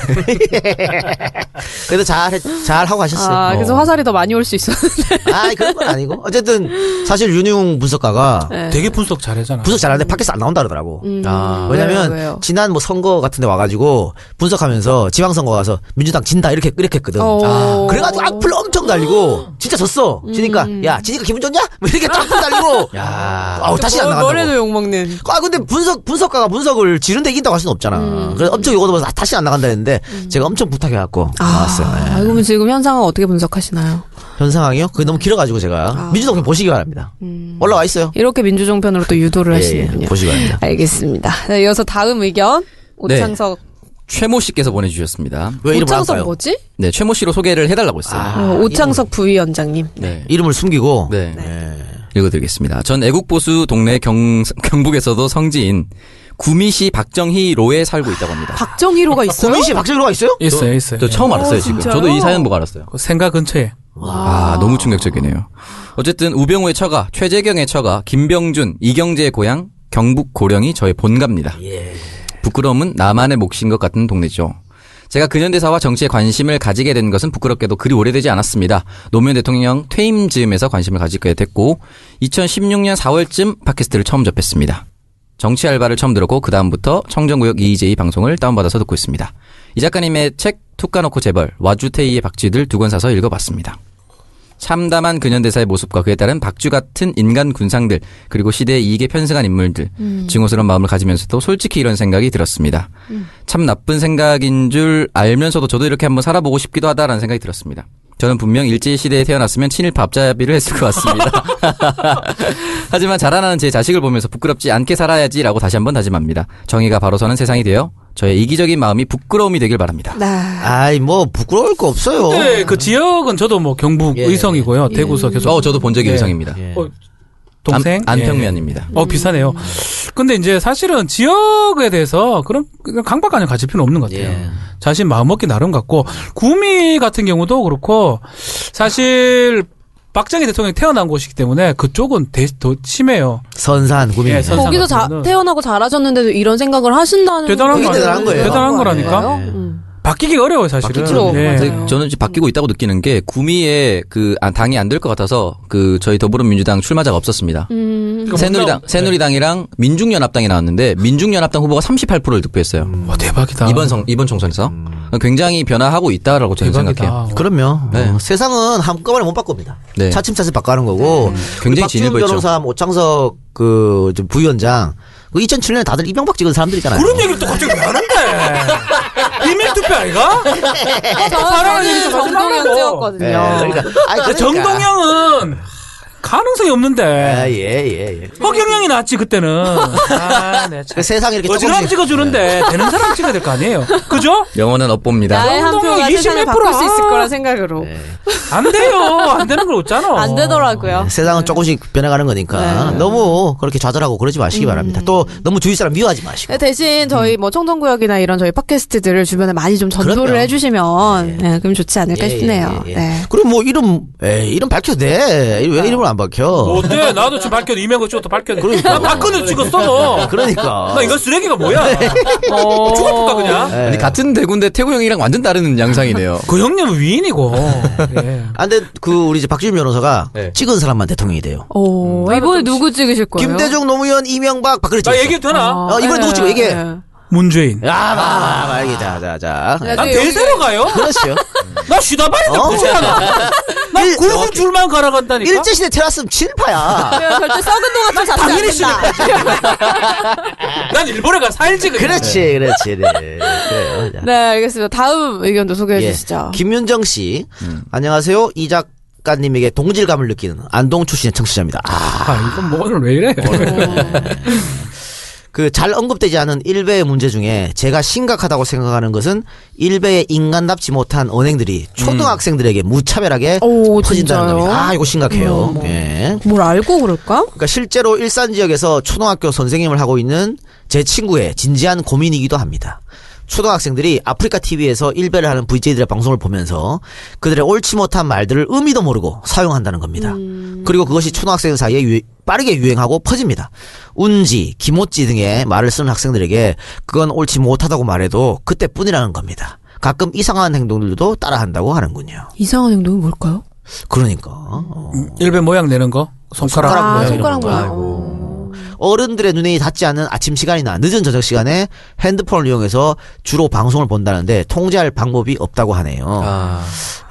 Speaker 4: 그래도 잘잘 하고 가셨어요.
Speaker 5: 뭐.
Speaker 2: 아, 그래서 화살이 더 많이 올 수 있었는데.
Speaker 4: 아 그런 건 아니고 어쨌든 사실 윤희웅 분석가가
Speaker 5: 되게 분석 잘하잖아.
Speaker 4: 분석 잘하는데 팟캐스트 안 나온다 그러더라고.
Speaker 3: 아.
Speaker 4: 왜냐면
Speaker 2: 왜요, 왜요?
Speaker 4: 지난 뭐 선거 같은 데 와가지고 분석하면서 지방선거 가서 민주당 진다 이렇게 이렇게 했거든. 아.
Speaker 2: 오.
Speaker 4: 그래가지고 악플 엄청 달리고 진짜 졌어. 지니까 야 지니까 기분 좋냐? 뭐 이렇게 딱 악플 달리고 아우 어, 다시 안 나간다고.
Speaker 2: 욕먹는.
Speaker 4: 아 근데 분석 분석가가 분석을 지른데 이긴다고 할 수는 없잖아. 그래서 엄청 요거도 봐서 아, 다시 안 나간다 했는데 제가 엄청 부탁해갖고 나왔어요. 예.
Speaker 2: 아, 이고 지금 현상은 어떻게 분석하시나요?
Speaker 4: 현 상황이요? 그게 너무 길어가지고 제가 민주당 좀 보시기 바랍니다. 올라와 있어요.
Speaker 2: 이렇게 민주종편으로 또 유도를
Speaker 4: 예,
Speaker 2: 하시는군요.
Speaker 4: 예. 보시기 네. 바랍니다.
Speaker 2: 알겠습니다. 네, 이어서 다음 의견. 오창석.
Speaker 3: 최모 씨께서 보내주셨습니다.
Speaker 4: 왜그 이름 안
Speaker 2: 오창석
Speaker 4: 까요? 아,
Speaker 2: 뭐지?
Speaker 3: 네, 최모 씨로 소개를 해달라고 했어요.
Speaker 2: 어, 오창석 부위원장님.
Speaker 3: 아, 네.
Speaker 4: 이름을 숨기고
Speaker 3: 네.
Speaker 4: 예.
Speaker 3: 읽어드리겠습니다. 전 애국보수 동네 경, 경북에서도 성지인 구미시 박정희로에 네. 살고 있다고 합니다.
Speaker 2: 박정희로가 있어요?
Speaker 4: 구민 씨 박정희로가 있어요?
Speaker 5: 있어요, 있어요.
Speaker 3: 저 처음 알았어요, 지금.
Speaker 2: 진짜요?
Speaker 3: 저도 이 사연 보고 알았어요.
Speaker 5: 그 생가 근처에.
Speaker 3: 아, 너무 충격적이네요. 어쨌든 우병우의 처가, 최재경의 처가, 김병준, 이경재의 고향, 경북 고령이 저의 본가입니다. 부끄러움은 나만의 몫인 것 같은 동네죠. 제가 근현대사와 정치에 관심을 가지게 된 것은 부끄럽게도 그리 오래되지 않았습니다. 노무현 대통령 퇴임 즈음에서 관심을 가지게 됐고 2016년 4월쯤 팟캐스트를 처음 접했습니다. 정치 알바를 처음 들었고 그 다음부터 청정구역 EJ 방송을 다운받아서 듣고 있습니다. 이 작가님의 책 툭까놓고 재벌 와주테이의 박쥐들 두 권 사서 읽어봤습니다. 참담한 근현대사의 모습과 그에 따른 박쥐 같은 인간 군상들 그리고 시대의 이익에 편승한 인물들 증오스러운 마음을 가지면서도 솔직히 이런 생각이 들었습니다. 참 나쁜 생각인 줄 알면서도 저도 이렇게 한번 살아보고 싶기도 하다라는 생각이 들었습니다. 저는 분명 일제 시대에 태어났으면 친일파 앞잡이를 했을 것 같습니다. 하지만 자라나는 제 자식을 보면서 부끄럽지 않게 살아야지라고 다시 한번 다짐합니다. 정의가 바로 서는 세상이 되어 저의 이기적인 마음이 부끄러움이 되길 바랍니다.
Speaker 2: 나.
Speaker 4: 아이 뭐 부끄러울 거 없어요.
Speaker 5: 네, 그 지역은 저도 뭐 경북
Speaker 4: 예.
Speaker 5: 의성이고요. 대구서
Speaker 2: 음.
Speaker 5: 계속.
Speaker 3: 어, 저도 본 적이
Speaker 5: 예.
Speaker 3: 의성입니다. 예.
Speaker 4: 예.
Speaker 5: 어, 동생?
Speaker 3: 안, 평
Speaker 5: 면
Speaker 3: 면입니다
Speaker 5: 어, 비슷하네요.
Speaker 4: 음.
Speaker 5: 근데 이제 사실은 지역에 대해서 그런 그냥 강박관념 가질 필요는 없는 것 같아요.
Speaker 4: 예.
Speaker 5: 자신 마음 먹기 나름 같고, 구미 같은 경우도 그렇고, 사실 박정희 대통령이 태어난 곳이기 때문에 그쪽은 대, 더 심해요.
Speaker 4: 선산 구민.
Speaker 5: 예, 선산.
Speaker 2: 거기서 자,
Speaker 5: 같으면은-
Speaker 2: 태어나고 자라졌는데도 이런 생각을 하신다는
Speaker 5: 대단한
Speaker 2: 게
Speaker 4: 거 아니에요? 어, 대단한 거예요.
Speaker 5: 대단한 거라니까?
Speaker 2: 아니에요? 음.
Speaker 5: 바뀌기 어려워요, 사실은.
Speaker 4: 바뀌죠.
Speaker 5: 예.
Speaker 2: 맞아요.
Speaker 3: 근데 저는 지금 바뀌고 있다고 느끼는 게 구미에 그 아, 당이 안 될 것 같아서 그 저희 더불어민주당 출마자가 없었습니다.
Speaker 5: 그러니까
Speaker 3: 새누리당
Speaker 5: 뭔가-
Speaker 3: 새누리당이랑 민중연합당이 나왔는데 민중연합당 후보가 38%를 득표했어요.
Speaker 5: 와, 대박이다.
Speaker 3: 이번 성 이번 총선에서 굉장히 변화하고 있다라고 저는 생각해요.
Speaker 5: 대박이다.
Speaker 4: 그럼요.
Speaker 3: 네.
Speaker 4: 어, 세상은 한꺼번에 못 바꿉니다.
Speaker 3: 네.
Speaker 4: 차츰차츰 바꿔가는 거고.
Speaker 3: 굉장히
Speaker 4: 박지훈
Speaker 3: 진일보했죠.
Speaker 4: 변호사, 뭐 오창석 그 이제 부위원장. 그 2007년에 다들 이명박 찍은 사람들이잖아요.
Speaker 5: 그런 얘기를 또 갑자기 왜 하는데? 비밀투표 아이가? 사랑하는 얘기
Speaker 2: 저는
Speaker 5: 좀 하지 말라고.
Speaker 2: 정동현 찍었거든요.
Speaker 4: 예, 그러니까. 아니, 그러니까.
Speaker 5: 정동영은 가능성이 없는데.
Speaker 4: 아, 예, 예, 예.
Speaker 5: 허경영이 낫지 그때는. 아, 네.
Speaker 4: 그
Speaker 5: 참.
Speaker 4: 세상 이렇게
Speaker 5: 어지간하면
Speaker 4: 조금씩-
Speaker 5: 찍어주는데 되는 사람 찍어야 될 거 아니에요. 그죠?
Speaker 3: 영어는 엇봅니다.
Speaker 2: 나의 한
Speaker 5: 정동현
Speaker 2: 표가 세상을
Speaker 5: 20몇
Speaker 2: 바꿀 수 있을
Speaker 5: 프로.
Speaker 2: 거라 생각으로 네.
Speaker 5: 안 돼요. 안 되는 걸 없잖아.
Speaker 2: 안 되더라고요.
Speaker 4: 네, 예, 세상은 조금씩 변해가는 거니까 너무 그렇게 좌절하고 그러지 마시기 바랍니다. 또 너무 주위 사람 미워하지 마시고.
Speaker 2: 네, 대신 저희 뭐 청정구역이나 이런 저희 팟캐스트들을 주변에 많이 좀 전도를
Speaker 4: 그럼요.
Speaker 2: 해주시면 네, 그럼 좋지 않을까
Speaker 4: 예,
Speaker 2: 싶네요.
Speaker 4: 예, 예.
Speaker 2: 네.
Speaker 4: 그리고 뭐 이름, 에이, 이름 밝혀도 돼. 왜 이름을 안 밝혀?
Speaker 5: 어때? 나도 지금 밝혀도 이명박 찍었다 밝혀도.
Speaker 4: 그러니까.
Speaker 5: 나 박근혜 찍었어, 너.
Speaker 4: 그러니까. 예.
Speaker 5: 나 이건 쓰레기가 뭐야. 죽을 뻔다
Speaker 4: 네.
Speaker 5: 그냥.
Speaker 3: 아니, 같은 대군데 태구 형이랑 완전 다른 양상이네요.
Speaker 5: 그 형님은 위인이고. 예.
Speaker 4: 아, 근데 그 우리 이제 박지훈 변호사가
Speaker 3: 네.
Speaker 4: 찍은 사람만 대통령이 돼요.
Speaker 2: 오, 이번에 누구 찍으실 거예요? 네,
Speaker 4: 음. 김대중, 노무현, 이명박, 박근혜
Speaker 5: 나
Speaker 4: 찍었어.
Speaker 5: 아, 얘기해도
Speaker 2: 아.
Speaker 5: 되나?
Speaker 4: 어, 이번에 누구 찍어, 이게?
Speaker 5: 문재인.
Speaker 4: 아, 봐, 봐, 이게 자, 자, 자.
Speaker 2: 네,
Speaker 5: 난 대세로 가요?
Speaker 4: 그렇죠.
Speaker 5: 나 쉬다 말인데
Speaker 4: 어.
Speaker 5: 보잖아.
Speaker 4: 일-
Speaker 5: 난 굵은 줄만 갈아 간다니까.
Speaker 4: 일제시대 테라스는 친일파야.
Speaker 2: 절대 썩은 동안 좀
Speaker 5: 당연히 난 일본에 가 살지 그냥.
Speaker 4: 그렇지, 그렇지. 네. 그래요. 자.
Speaker 2: 네, 알겠습니다. 다음 의견도 소개해
Speaker 4: 예.
Speaker 2: 주시죠.
Speaker 4: 김윤정 씨.
Speaker 5: 음.
Speaker 4: 안녕하세요. 이 작가님에게 동질감을 느끼는 안동 출신의 청취자입니다. 아,
Speaker 5: 아, 이건 뭐 오늘 왜 이래?
Speaker 4: 그 잘 언급되지 않은 일베의 문제 중에 제가 심각하다고 생각하는 것은 일베의 인간답지 못한 언행들이 초등학생들에게 무차별하게
Speaker 2: 음. 오,
Speaker 4: 퍼진다는
Speaker 2: 진짜요? 음.
Speaker 4: 겁니다. 아, 이거 심각해요. 예.
Speaker 2: 뭘 알고 그럴까?
Speaker 4: 그러니까 실제로 일산 지역에서 초등학교 선생님을 하고 있는 제 친구의 진지한 고민이기도 합니다. 초등학생들이 아프리카 TV에서 일배를 하는 VJ들의 방송을 보면서 그들의 옳지 못한 말들을 의미도 모르고 사용한다는 겁니다. 그리고 그것이 초등학생 사이에 유- 빠르게 유행하고 퍼집니다. 운지, 기모찌 등의 말을 쓰는 학생들에게 그건 옳지 못하다고 말해도 그때뿐이라는 겁니다. 가끔 이상한 행동들도 따라한다고 하는군요.
Speaker 2: 이상한 행동이 뭘까요?
Speaker 4: 그러니까 어.
Speaker 5: 일베 모양 내는 거? 손가락.
Speaker 4: 손가락
Speaker 2: 아,
Speaker 4: 모양.
Speaker 2: 손가락
Speaker 4: 이런 거.
Speaker 2: 모양.
Speaker 4: 네. 아이고. 어른들의 눈에 닿지 않는 아침 시간이나 늦은 저녁 시간에 핸드폰을 이용해서 주로 방송을 본다는데 통제할 방법이 없다고 하네요.
Speaker 3: 아,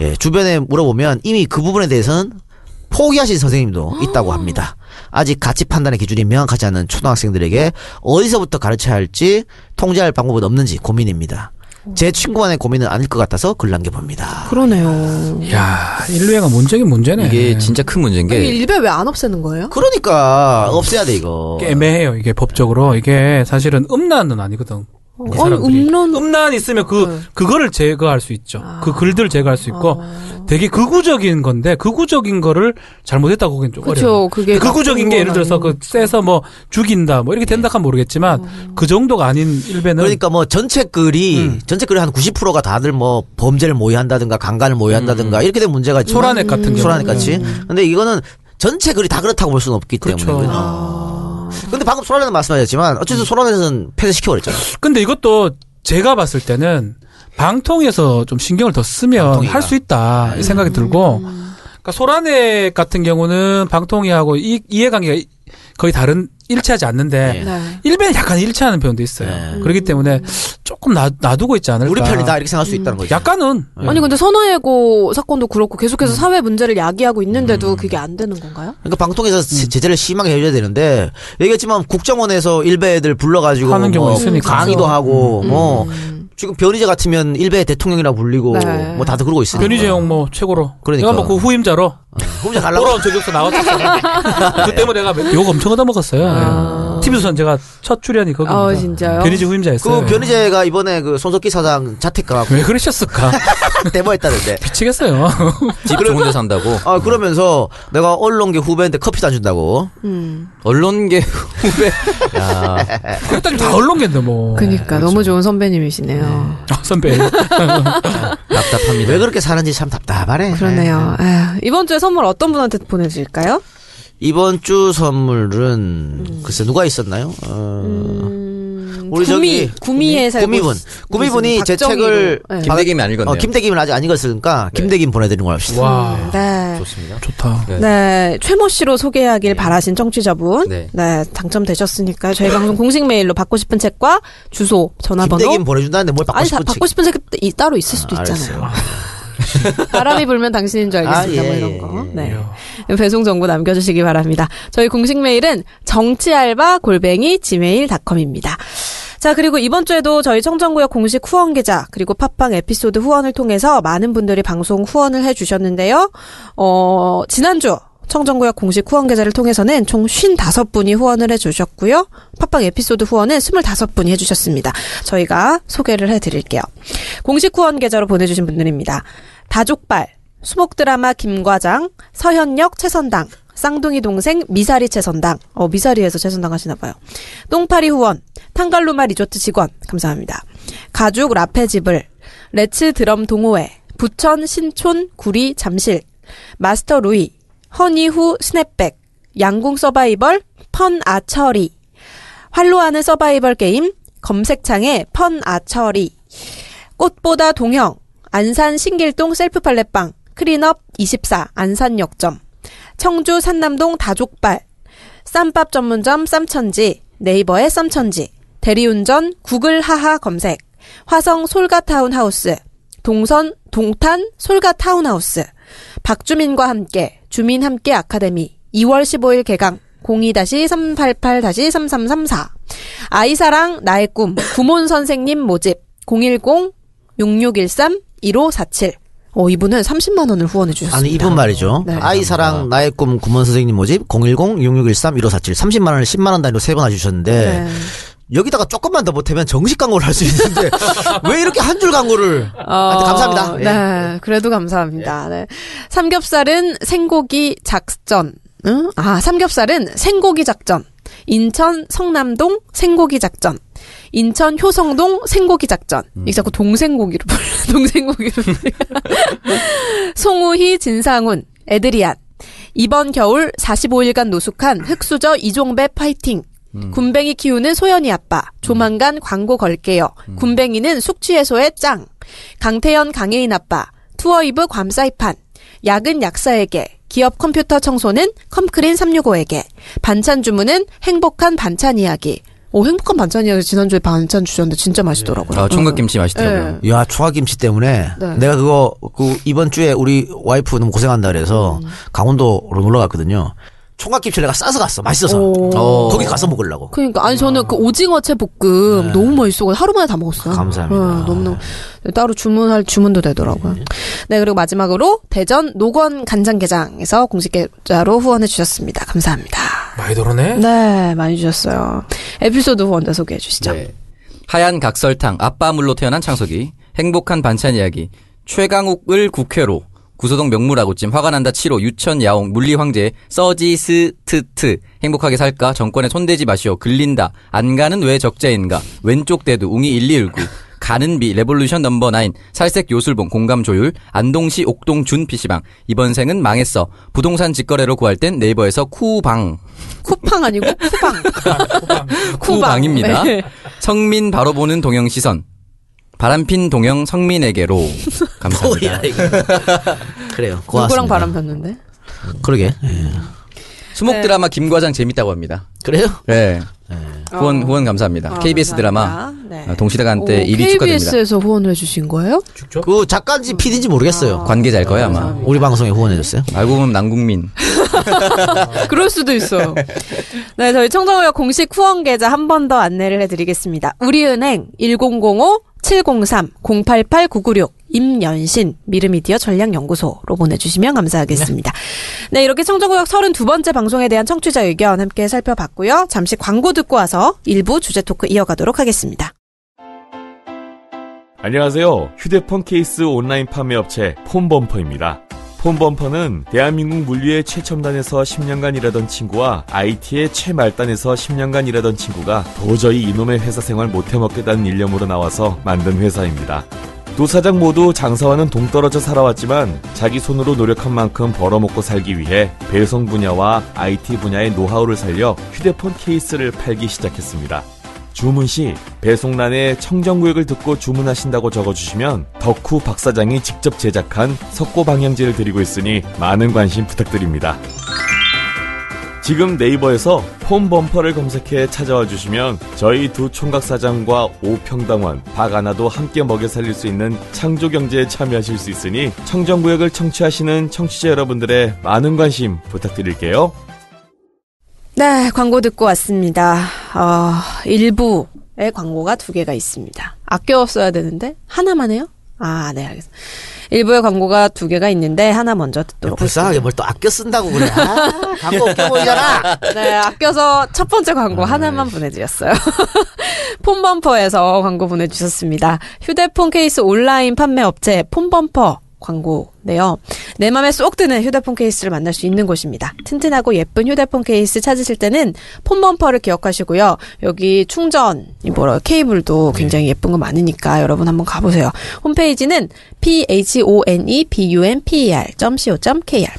Speaker 4: 예, 주변에 물어보면 이미 그 부분에 대해서는 포기하신 선생님도 있다고 합니다. 아직 가치 판단의 기준이 명확하지 않은 초등학생들에게 어디서부터 가르쳐야 할지 통제할 방법은 없는지 고민입니다. 제 친구만의 고민은 아닐 것 같아서 글 남겨봅니다.
Speaker 2: 그러네요.
Speaker 5: 야, 일베가 문제긴 문제네.
Speaker 3: 이게 진짜 큰 문제인
Speaker 2: 이게
Speaker 3: 게
Speaker 2: 일배 왜 안 없애는 거예요?
Speaker 4: 그러니까 없애야 돼 이거.
Speaker 5: 이게 애매해요. 이게 법적으로 이게 사실은 음란은 아니거든. 이
Speaker 2: 아니,
Speaker 5: 사람들이.
Speaker 2: 어, 음란-
Speaker 5: 음란 있으면 그
Speaker 2: 네. 아.
Speaker 5: 그거를 제거할 수 있죠. 그 글들 제거할 수 있고
Speaker 2: 어.
Speaker 5: 되게 극우적인 건데 극우적인 거를 잘못했다고 보기엔 좀 어려워.
Speaker 2: 그렇죠. 그게
Speaker 5: 극우적인
Speaker 2: 나쁜
Speaker 5: 게
Speaker 2: 건
Speaker 5: 예를 들어서 그
Speaker 2: 아니고. 네. 어.
Speaker 5: 쎄서 뭐 죽인다 뭐 이렇게 된다 하면 모르겠지만 그 정도가 아닌 일베는
Speaker 4: 그러니까 뭐 전체 글이
Speaker 5: 음.
Speaker 4: 전체 글이 한 90%가 다들 뭐 범죄를 모의한다든가 강간을 모의한다든가 이렇게 된 문제가 있지만
Speaker 5: 음. 소라넷 같은 경우 음.
Speaker 4: 소라넷 같이. 근데 이거는 전체 글이 다 그렇다고 볼 수는 없기
Speaker 5: 그렇죠.
Speaker 4: 때문에. 그죠?
Speaker 2: 아,
Speaker 4: 근데 방금 소라넷은 말씀하셨지만
Speaker 5: 음.
Speaker 4: 어쨌든 소라넷은 폐쇄시켜버렸잖아요.
Speaker 5: 근데 이것도 제가 봤을 때는 방통에서 좀 신경을 더 쓰면
Speaker 4: 방통위가. 음.
Speaker 5: 할 수 있다 이 생각이 들고 그러니까 소란에 같은 경우는 방통위하고 이, 이해관계가 이- 거의 다른 일치하지 않는데
Speaker 2: 네.
Speaker 5: 일베는 약간 일치하는 표현도 있어요.
Speaker 4: 네.
Speaker 5: 그렇기 때문에 조금 놔, 두고 있지 않을까. 음.
Speaker 4: 우리 편이다 이렇게 생각할 수 있다는 예. 거죠.
Speaker 5: 그러니까. 약간은
Speaker 2: 아니 그 근데 선호예고 사건도 그렇고 계속해서 사회 문제를 야기하고 있는데도 그게 안 되는 건가요?
Speaker 4: 그러니까 방통에서
Speaker 5: 음.
Speaker 4: 제- 제재를 심하게 해줘야 되는데 얘기했지만 국정원에서 일베 애들 불러가지고
Speaker 5: 하는 경우
Speaker 4: 뭐
Speaker 5: 있으니까. 그렇죠.
Speaker 4: 강의도 하고 뭐
Speaker 2: 음.
Speaker 4: 지금 변희재 같으면 일베 대통령이라 불리고
Speaker 2: 네.
Speaker 4: 뭐 다들 그러고 있으니까
Speaker 5: 변희재형 뭐 최고로.
Speaker 4: 그러니까.
Speaker 5: 내가 뭐 그 후임자로
Speaker 4: 혼자 갈라고
Speaker 5: 돌아온 저격수 나왔었어요. 그 때문에 내가 욕 엄청 얻어먹었어요. 네.
Speaker 2: 아.
Speaker 5: TV조선 제가 첫 출연이 거기.
Speaker 2: 아 진짜요?
Speaker 5: 변희재 후임자였어요.
Speaker 3: 네.
Speaker 5: 네.
Speaker 4: 그 변희재가 이번에 그 손석희 사장 자택 가갖고
Speaker 5: 왜 그러셨을까?
Speaker 4: 대모했다는데
Speaker 5: 미치겠어요.
Speaker 3: 집 좋은 데 산다고.
Speaker 4: 아 그러면서 내가 언론계 후배인데 커피도 안 준다고
Speaker 2: 음.
Speaker 3: 언론계 후배. 야,
Speaker 5: 일단 다 언론계인데 뭐.
Speaker 2: 그니까 너무 좋은 선배님이시네요.
Speaker 5: 아, 선배.
Speaker 3: 답답합니다.
Speaker 4: 왜 그렇게 사는지 참 답답하네
Speaker 2: 그러네요. 아휴, 이번 주에 선물 어떤 분한테 보내드릴까요?
Speaker 4: 이번 주 선물은 글쎄 누가 있었나요? 어, 우리
Speaker 2: 음, 구미,
Speaker 4: 저기
Speaker 2: 구미에 살고
Speaker 4: 구미분 구미분이 제
Speaker 2: 박정희로.
Speaker 4: 책을
Speaker 2: 네.
Speaker 3: 김대김이 안 읽었네요. 네.
Speaker 4: 어, 김대김은 아직 안 읽었으니까 김대김 보내드리는 걸 합시다.
Speaker 5: 와.
Speaker 2: 네.
Speaker 3: 좋습니다.
Speaker 5: 좋다.
Speaker 3: 네.
Speaker 2: 네, 최모 씨로 소개하길 바라신 청취자분. 네.
Speaker 3: 네.
Speaker 2: 당첨되셨으니까 저희 방송 공식 메일로 받고 싶은 책과 주소, 전화번호.
Speaker 4: 김대김 보내준다는데 뭘 받고
Speaker 2: 뭐 아니, 다
Speaker 4: 싶은
Speaker 2: 받고 싶은 책 이- 따로 있을 수도 있잖아요. 바람이 불면 당신인 줄 알겠습니다.
Speaker 4: 아, 예,
Speaker 2: 뭐 이런
Speaker 4: 예,
Speaker 2: 거.
Speaker 4: 예.
Speaker 2: 네. 배송 정보 남겨주시기 바랍니다. 저희 공식 메일은 정치알바 골뱅이 gmail.com입니다. 자, 그리고 이번 주에도 저희 청정구역 공식 후원 계좌, 그리고 팟빵 에피소드 후원을 통해서 많은 분들이 방송 후원을 해주셨는데요. 어, 지난주 청정구역 공식 후원 계좌를 통해서는 총 55분이 후원을 해주셨고요. 팟빵 에피소드 후원은 25분이 해주셨습니다. 저희가 소개를 해드릴게요. 공식 후원 계좌로 보내주신 분들입니다. 다족발, 수목 드라마 김과장, 서현역 최선당, 쌍둥이 동생 미사리 최선당, 어, 미사리에서 최선당 하시나봐요. 똥파리 후원, 탄갈루마 리조트 직원, 감사합니다. 가죽 라페지블, 레츠 드럼 동호회, 부천 신촌 구리 잠실, 마스터 루이, 허니후 스냅백, 양궁 서바이벌, 펀 아처리, 활로하는 서바이벌 게임, 검색창에 펀 아처리, 꽃보다 동형, 안산 신길동 셀프 팔레빵, 크린업 24, 안산역점, 청주 산남동 다족발, 쌈밥 전문점 쌈천지, 네이버의 쌈천지, 대리운전 구글 하하 검색, 화성 솔가 타운하우스, 동선 동탄 솔가 타운하우스, 박주민과 함께 주민 함께 아카데미 2월 15일 개강 02-388-3334 아이사랑 나의 꿈 구몬 선생님 모집 010-6613-1547 어, 이분은 30만원을 후원해주셨습니다.
Speaker 4: 아니 이분 말이죠.
Speaker 2: 네.
Speaker 4: 아이 사랑 나의 꿈 구먼 선생님 모집 010-6613-1547 30만 원을 10만 원 단위로 세 번 해주셨는데
Speaker 2: 네.
Speaker 4: 여기다가 조금만 더 보태면 정식 광고를 할 수 있는데 왜 이렇게 한 줄 광고를? 하여튼 감사합니다. 예.
Speaker 2: 어, 네, 그래도 감사합니다. 네. 삼겹살은 생고기 작전. 응? 아, 삼겹살은 생고기 작전. 인천 성남동 생고기 작전. 인천 효성동 생고기 작전.
Speaker 4: 음.
Speaker 2: 이게 자꾸 동생고기로 불러. 동생고기로 불러. 송우희 진상훈 에드리안. 이번 겨울 45일간 노숙한 흑수저 이종배 파이팅.
Speaker 3: 음.
Speaker 2: 군뱅이 키우는 소연이 아빠. 조만간 광고 걸게요.
Speaker 3: 음.
Speaker 2: 군뱅이는 숙취해소에 짱. 강태현 강혜인 아빠. 투어이브 괌사이판. 약은 약사에게. 기업 컴퓨터 청소는 컴크린 365에게. 반찬 주문은 행복한 반찬 이야기. 오, 행복한 반찬 이야기 지난주에 반찬 주셨는데 진짜 맛있더라고요.
Speaker 3: 아, 총각김치
Speaker 5: 네.
Speaker 3: 맛있더라고요.
Speaker 4: 야 초아김치 때문에
Speaker 2: 네.
Speaker 4: 내가 그거 그 이번 주에 우리 와이프 너무 고생한다 그래서
Speaker 2: 음.
Speaker 4: 강원도로 놀러 갔거든요. 총각김치 를 내가 싸서 갔어. 맛있어서.
Speaker 3: 어.
Speaker 4: 거기 가서 먹으려고.
Speaker 2: 그러니까 아니 저는 그 오징어채 볶음 너무 맛있어서 하루 만에 다 먹었어요.
Speaker 4: 감사합니다.
Speaker 2: 너무 너무 따로 주문할 주문도 되더라고요. 네 그리고 마지막으로 대전 노건 간장게장에서 공식 계좌로 후원해 주셨습니다. 감사합니다.
Speaker 5: 많이 도르네.
Speaker 2: 네 많이 주셨어요. 에피소드 후원자 소개해 주시죠.
Speaker 3: 네. 하얀 각설탕, 아빠물로 태어난 창석이, 행복한 반찬 이야기, 최강욱을 국회로, 구소동 명물아구찜, 화가 난다 7호, 유천 야옹, 물리황제, 서지스트트, 행복하게 살까, 정권에 손대지 마시오, 글린다, 안 가는 왜 적재인가, 왼쪽 대두, 웅이 1219, 가는 비, 레볼루션 넘버 9, 살색 요술봉, 공감 조율, 안동시 옥동 준 PC방, 이번 생은 망했어, 부동산 직거래로 구할 땐 네이버에서 쿠방,
Speaker 2: 쿠팡 아니고 쿠팡.
Speaker 3: 쿠방입니다.
Speaker 2: 네.
Speaker 3: 성민 바로 보는 동영 시선. 바람핀 동영 성민에게로
Speaker 4: 뭐야
Speaker 3: 감사합니다.
Speaker 4: 이거. 그래요. 고맙습니다.
Speaker 2: 누구랑 바람 네. 폈는데?
Speaker 4: 그러게. 예.
Speaker 3: 수목
Speaker 2: 네.
Speaker 3: 드라마 김과장 재밌다고 합니다.
Speaker 4: 그래요?
Speaker 3: 예. 후원
Speaker 2: 어.
Speaker 3: 후원 감사합니다.
Speaker 2: 아,
Speaker 3: KBS 드라마
Speaker 2: 감사합니다. 네.
Speaker 3: 어, 동시다간때
Speaker 2: 오,
Speaker 3: 1위 축하드립니다.
Speaker 2: KBS에서 후원을 해주신 거예요?
Speaker 5: 죽죠?
Speaker 4: 그 작가인지 PD인지 모르겠어요.
Speaker 3: 관계자일 거예요 아마.
Speaker 2: 아. 감사합니다.
Speaker 4: 우리 방송에 후원해줬어요.
Speaker 3: 알고 보면 남국민.
Speaker 2: 그럴 수도 있어요. 네, 저희 청정구역 공식 후원 계좌 한 번 더 안내를 해드리겠습니다. 우리은행 1005-703-088996 임연신 미르미디어 전략연구소로 보내주시면 감사하겠습니다. 네, 이렇게 청정구역 32번째 방송에 대한 청취자 의견 함께 살펴봤고요. 잠시 광고 듣고 와서 일부 주제 토크 이어가도록 하겠습니다.
Speaker 6: 안녕하세요. 휴대폰 케이스 온라인 판매 업체 폰범퍼입니다. 폰범퍼는 대한민국 물류의 최첨단에서 10년간 일하던 친구와 IT의 최말단에서 10년간 일하던 친구가 도저히 이놈의 회사 생활 못해먹겠다는 일념으로 나와서 만든 회사입니다. 두 사장 모두 장사와는 동떨어져 살아왔지만 자기 손으로 노력한 만큼 벌어먹고 살기 위해 배송 분야와 IT 분야의 노하우를 살려 휴대폰 케이스를 팔기 시작했습니다. 주문 시 배송란에 청정구역을 듣고 주문하신다고 적어주시면 덕후 박 사장이 직접 제작한 석고 방향제를 드리고 있으니 많은 관심 부탁드립니다. 지금 네이버에서 폼 범퍼를 검색해 찾아와 주시면 저희 두 총각 사장과 오평당원 박 하나도 함께 먹여 살릴 수 있는 창조 경제에 참여하실 수 있으니 청정구역을 청취하시는 청취자 여러분들의 많은 관심 부탁드릴게요.
Speaker 2: 네, 광고 듣고 왔습니다. 어, 일부에 광고가 두 개가 있습니다. 아껴 써야 되는데 하나만 해요? 아, 네, 알겠습니다. 일부의 광고가 두 개가 있는데 하나 먼저 듣도록
Speaker 4: 불쌍하게 뭘 또 아껴 쓴다고 그래. 아, 광고 웃겨보이잖아.
Speaker 2: 네, 아껴서 첫 번째 광고 하나만 보내드렸어요. 폰범퍼에서 광고 보내주셨습니다. 휴대폰 케이스 온라인 판매 업체 폰범퍼 광고네요. 내 맘에 쏙 드는 휴대폰 케이스를 만날 수 있는 곳입니다. 튼튼하고 예쁜 휴대폰 케이스 찾으실 때는 폰범퍼를 기억하시고요. 여기 충전, 이 뭐라 케이블도 굉장히 예쁜 거 많으니까 여러분 한번 가보세요. 홈페이지는 e phonebumper.co.kr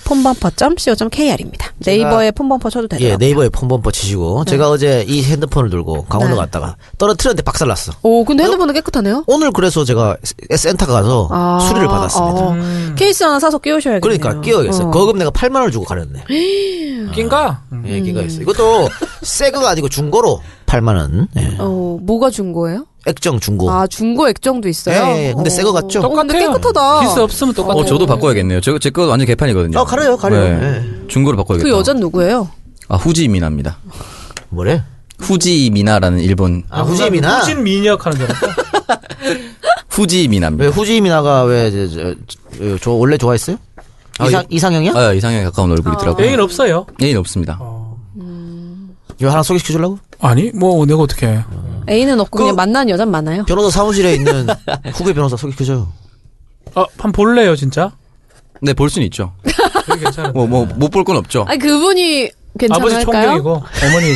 Speaker 2: 폰범퍼.co.kr입니다. 네이버에 폰범퍼 쳐도 되요
Speaker 4: 예, 네이버에 폰범퍼 치시고 제가 어제 이 핸드폰을 들고 강원도
Speaker 2: 네.
Speaker 4: 갔다가 떨어뜨렸는데 박살났어.
Speaker 2: 오, 근데 핸드폰은 깨끗하네요.
Speaker 4: 오늘 그래서 제가 세- 센터 가서
Speaker 2: 아,
Speaker 4: 수리를 받았습니다.
Speaker 2: 어. 케이스 하나 사서 끼우셔야겠네요.
Speaker 4: 그러니까 끼워야겠어요. 음. 거금 내가 8만 원을 주고 가렸네.
Speaker 5: 낀가? 음.
Speaker 4: 예, 기가 있어. 이것도 새 거가 아니고 중고로 8만 원. 예.
Speaker 2: 어, 뭐가 중고예요?
Speaker 4: 액정 중고.
Speaker 2: 아, 중고 액정도 있어요.
Speaker 4: 뭐? 예, 예. 근데 새거 같죠?
Speaker 2: 어, 근데 깨끗하다. 그
Speaker 5: 기스 없으면 똑같아.
Speaker 3: 어 저도 바꿔야겠네요. 저제 거 완전 개판이거든요. 네.
Speaker 4: 아, 가려요, 가려요.
Speaker 3: 중고로 바꿔야겠다.
Speaker 2: 그
Speaker 4: 그러니까.
Speaker 2: 여잔 누구예요?
Speaker 3: 아 후지 미나입니다.
Speaker 4: 뭐래?
Speaker 3: 후지 미나라는 일본
Speaker 4: 아, 후지미나.
Speaker 5: 후진 미니역 하는 줄 알았어.
Speaker 3: 후지
Speaker 4: 왜
Speaker 3: 미나입니다.
Speaker 4: 후지미나가 왜 저 원래 좋아했어요?
Speaker 3: 아,
Speaker 4: 이상,
Speaker 3: 예.
Speaker 4: 이상형이야?
Speaker 3: 아 이상형에 가까운 얼굴이더라고요.
Speaker 5: 애인 아, 없어요.
Speaker 3: 예인 없습니다.
Speaker 4: 이거 하나 소개시켜 주려고?
Speaker 2: 어.
Speaker 5: 아니, 뭐, 내가 어떻게 해.
Speaker 2: 애인은 없고
Speaker 4: 그-
Speaker 2: 그냥 만나는 여잔 많아요.
Speaker 4: 변호사 사무실에 있는 후배 변호사 소개시켜 줘요.
Speaker 5: 아, 한 볼래요, 진짜?
Speaker 3: 네 볼 순 있죠.
Speaker 5: 되게 괜찮은데.
Speaker 3: 뭐 뭐 못 볼 건 없죠.
Speaker 2: 아니, 그분이
Speaker 5: 아버지
Speaker 2: 괜찮을까요?
Speaker 5: 총경이고, 어머니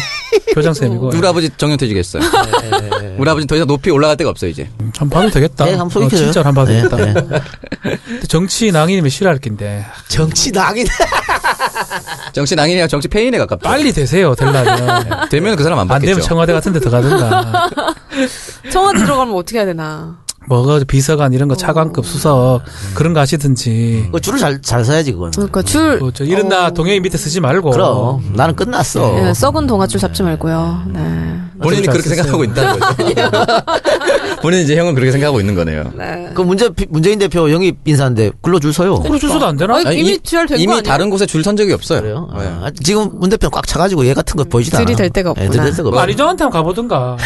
Speaker 5: 교장쌤이고.
Speaker 3: 우리 아버지 정년퇴직했어요. 우리 아버지 는더 이상 높이 올라갈 데가 없어요 이제.
Speaker 5: 음, 한 봐도 되겠다.
Speaker 4: 네, 한번
Speaker 5: 어,
Speaker 4: 소개시켜 줘요.
Speaker 5: 진짜로 한 봐도 되겠다. 근데 정치 낭인이면 싫어할 낀데.
Speaker 4: 정치 낙인.
Speaker 3: 정치 낭인이랑 정치 폐인에 가깝죠.
Speaker 5: 빨리 되세요, 될라면.
Speaker 3: 되면 그 사람 안
Speaker 5: 안
Speaker 3: 받겠죠.
Speaker 5: 되면 청와대 같은 데 들어가든가.
Speaker 2: 청와대 들어가면 어떻게 해야 되나.
Speaker 5: 뭐가 그 비서관 이런 거 차관급 수석
Speaker 4: 음.
Speaker 5: 그런 거 하시든지.
Speaker 4: 그 줄을 잘, 잘 서야지, 그건.
Speaker 2: 그러니까 줄.
Speaker 4: 어.
Speaker 5: 뭐저 이런 나 동영이 밑에 쓰지 말고.
Speaker 4: 그럼. 나는 끝났어.
Speaker 2: 예, 썩은 동아줄 잡지 말고요. 네.
Speaker 3: 본인이
Speaker 5: 어쩜
Speaker 3: 그렇게
Speaker 5: 잘
Speaker 3: 생각하고 있다는 거죠. 본인 이제 형은 그렇게 생각하고 있는 거네요.
Speaker 4: 그 문재, 문재인 대표 영입 인사인데 글로 줄 서요.
Speaker 5: 그래 주소도 안 되나?
Speaker 2: 아니, 이미 지혈된
Speaker 3: 이미
Speaker 2: 거 아니에요?
Speaker 3: 다른 곳에 줄 선 적이 없어요.
Speaker 4: 그래요? 아,
Speaker 3: 네.
Speaker 4: 아, 지금 문 대표는 꽉 차가지고 얘 같은 거 보이지도 않아.
Speaker 2: 들이 될 데가
Speaker 4: 예,
Speaker 2: 없구나.
Speaker 4: 들이 될 데가 없어.
Speaker 5: 아리조한테 가보든가.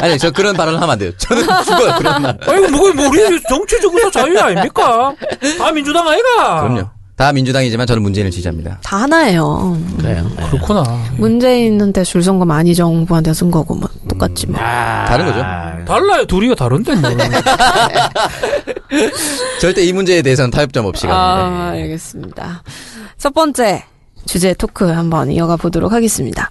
Speaker 3: 아니 저 그런 발언을 하면 안 돼요. 저는 죽어요 그런 날.
Speaker 5: 아이고, 뭐, 뭐, 우리 정치적 의사 자유 아닙니까? 아, 민주당 아이가?
Speaker 3: 그럼요. 다 민주당이지만 저는 문재인을 지지합니다.
Speaker 2: 다 하나예요.
Speaker 4: 그래요. 네.
Speaker 5: 그렇구나.
Speaker 2: 문재인한테 줄 선거 많이 정부한테 쓴 거고 뭐 똑같지 뭐.
Speaker 3: 다른 거죠.
Speaker 5: 달라요. 둘이가 다른데 뭐.
Speaker 3: 절대 이 문제에 대해서는 타협점 없이 갑니다. 예,
Speaker 2: 아, 알겠습니다. 첫 번째 주제 토크 한번 이어가 보도록 하겠습니다.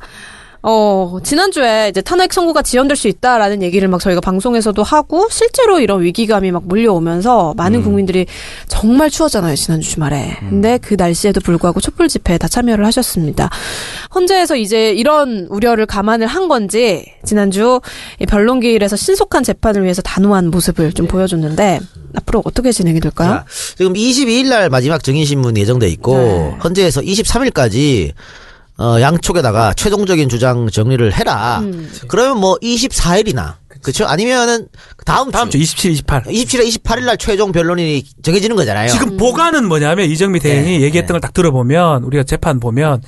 Speaker 2: 어, 지난주에 이제 탄핵 선고가 지연될 수 있다라는 얘기를 막 저희가 방송에서도 하고 실제로 이런 위기감이 막 몰려오면서
Speaker 3: 음.
Speaker 2: 많은 국민들이 정말 추웠잖아요, 지난주 주말에. 근데 그 날씨에도 불구하고 촛불 집회에 다 참여를 하셨습니다. 헌재에서 이제 이런 우려를 감안을 한 건지 지난주 이 변론기일에서 신속한 재판을 위해서 단호한 모습을
Speaker 3: 네.
Speaker 2: 좀 보여줬는데 앞으로 어떻게 진행이 될까요?
Speaker 4: 자, 지금 22일 날 마지막 증인신문 예정돼 있고
Speaker 2: 네.
Speaker 4: 현재에서 23일까지 어, 양쪽에다가 최종적인 주장 정리를 해라. 그러면 뭐 24일이나 그렇죠? 아니면은 다음
Speaker 5: 다음 주 27, 28.
Speaker 4: 27일, 28일 날 최종 변론이 정해지는 거잖아요.
Speaker 5: 지금 보관은 뭐냐면 이정미 대행이 얘기했던 걸 딱 들어보면 우리가 재판 보면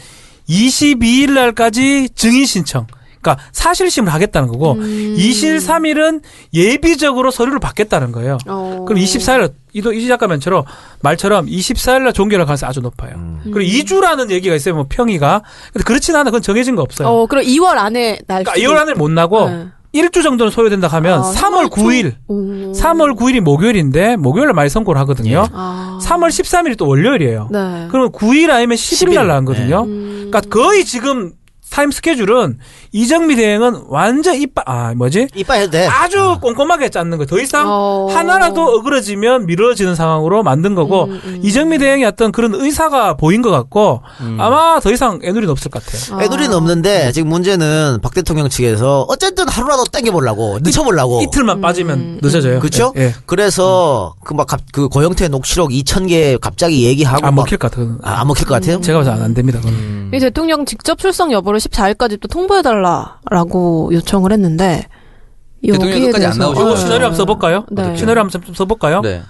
Speaker 5: 22일 날까지 증인 신청. 그러니까 사실심을 하겠다는 거고 23일은 예비적으로 서류를 받겠다는 거예요.
Speaker 2: 어.
Speaker 5: 그럼 24일 이도 이 작가면처럼 말처럼 24일 날 종결할 가능성이 아주 높아요. 그리고 2주라는 얘기가 있어요. 뭐 평의가. 근데 그렇진 않아. 그건 정해진 거 없어요.
Speaker 2: 어, 그럼 2월 안에 날.
Speaker 5: 그러니까 2월 안에 못 나고
Speaker 2: 네.
Speaker 5: 1주 정도는 소요된다 하면
Speaker 2: 아, 음.
Speaker 5: 3월 9일,
Speaker 2: 오.
Speaker 5: 3월 9일이 목요일인데 목요일에 많이 선고를 하거든요.
Speaker 2: 아.
Speaker 5: 3월 13일이 또 월요일이에요.
Speaker 2: 네. 음.
Speaker 5: 그러면 9일 아니면 10일 날 나왔거든요.
Speaker 4: 네.
Speaker 5: 그러니까 거의 지금 타임 스케줄은 이정미 대행은 완전 이빠 아 뭐지?
Speaker 4: 이빨 해도 돼.
Speaker 5: 아주 꼼꼼하게 짰는 거예요. 더 이상
Speaker 2: 네. 어.
Speaker 5: 하나라도 어그러지면 미뤄지는 상황으로 만든 거고
Speaker 2: 음,
Speaker 5: 이정미 대행의 어떤 그런 의사가 보인 것 같고
Speaker 4: 음.
Speaker 5: 아마 더 이상 애누리는 없을 것 같아요.
Speaker 4: 애들이는
Speaker 5: 음.
Speaker 4: 없는데 지금 문제는 박 대통령 측에서 어쨌든 하루라도 땡겨보려고 늦춰보려고
Speaker 5: 이틀만
Speaker 2: 음,
Speaker 5: 빠지면 늦어져요.
Speaker 4: 어. 그렇죠?
Speaker 5: 예. 예.
Speaker 4: 그래서 그막그 고영태 녹취록 2,000개 갑자기 얘기하고
Speaker 5: 안
Speaker 4: 막- 음.
Speaker 5: 먹힐 것 같아요.
Speaker 4: 아, 안 먹힐 것 같아요?
Speaker 5: 제가 봐서 안 됩니다. 그건.
Speaker 2: 이 대통령 직접 출석 여부를 14일까지 또 통보해달라고 요청을 했는데
Speaker 3: 대통령
Speaker 2: 여기에
Speaker 3: 끝까지 안
Speaker 2: 대해서-
Speaker 3: 나오시고
Speaker 5: 요거
Speaker 2: 네.
Speaker 5: 어, 시나리오 한번 써볼까요?
Speaker 2: 네.
Speaker 5: 시나리오 한번 좀 써볼까요?
Speaker 3: 네.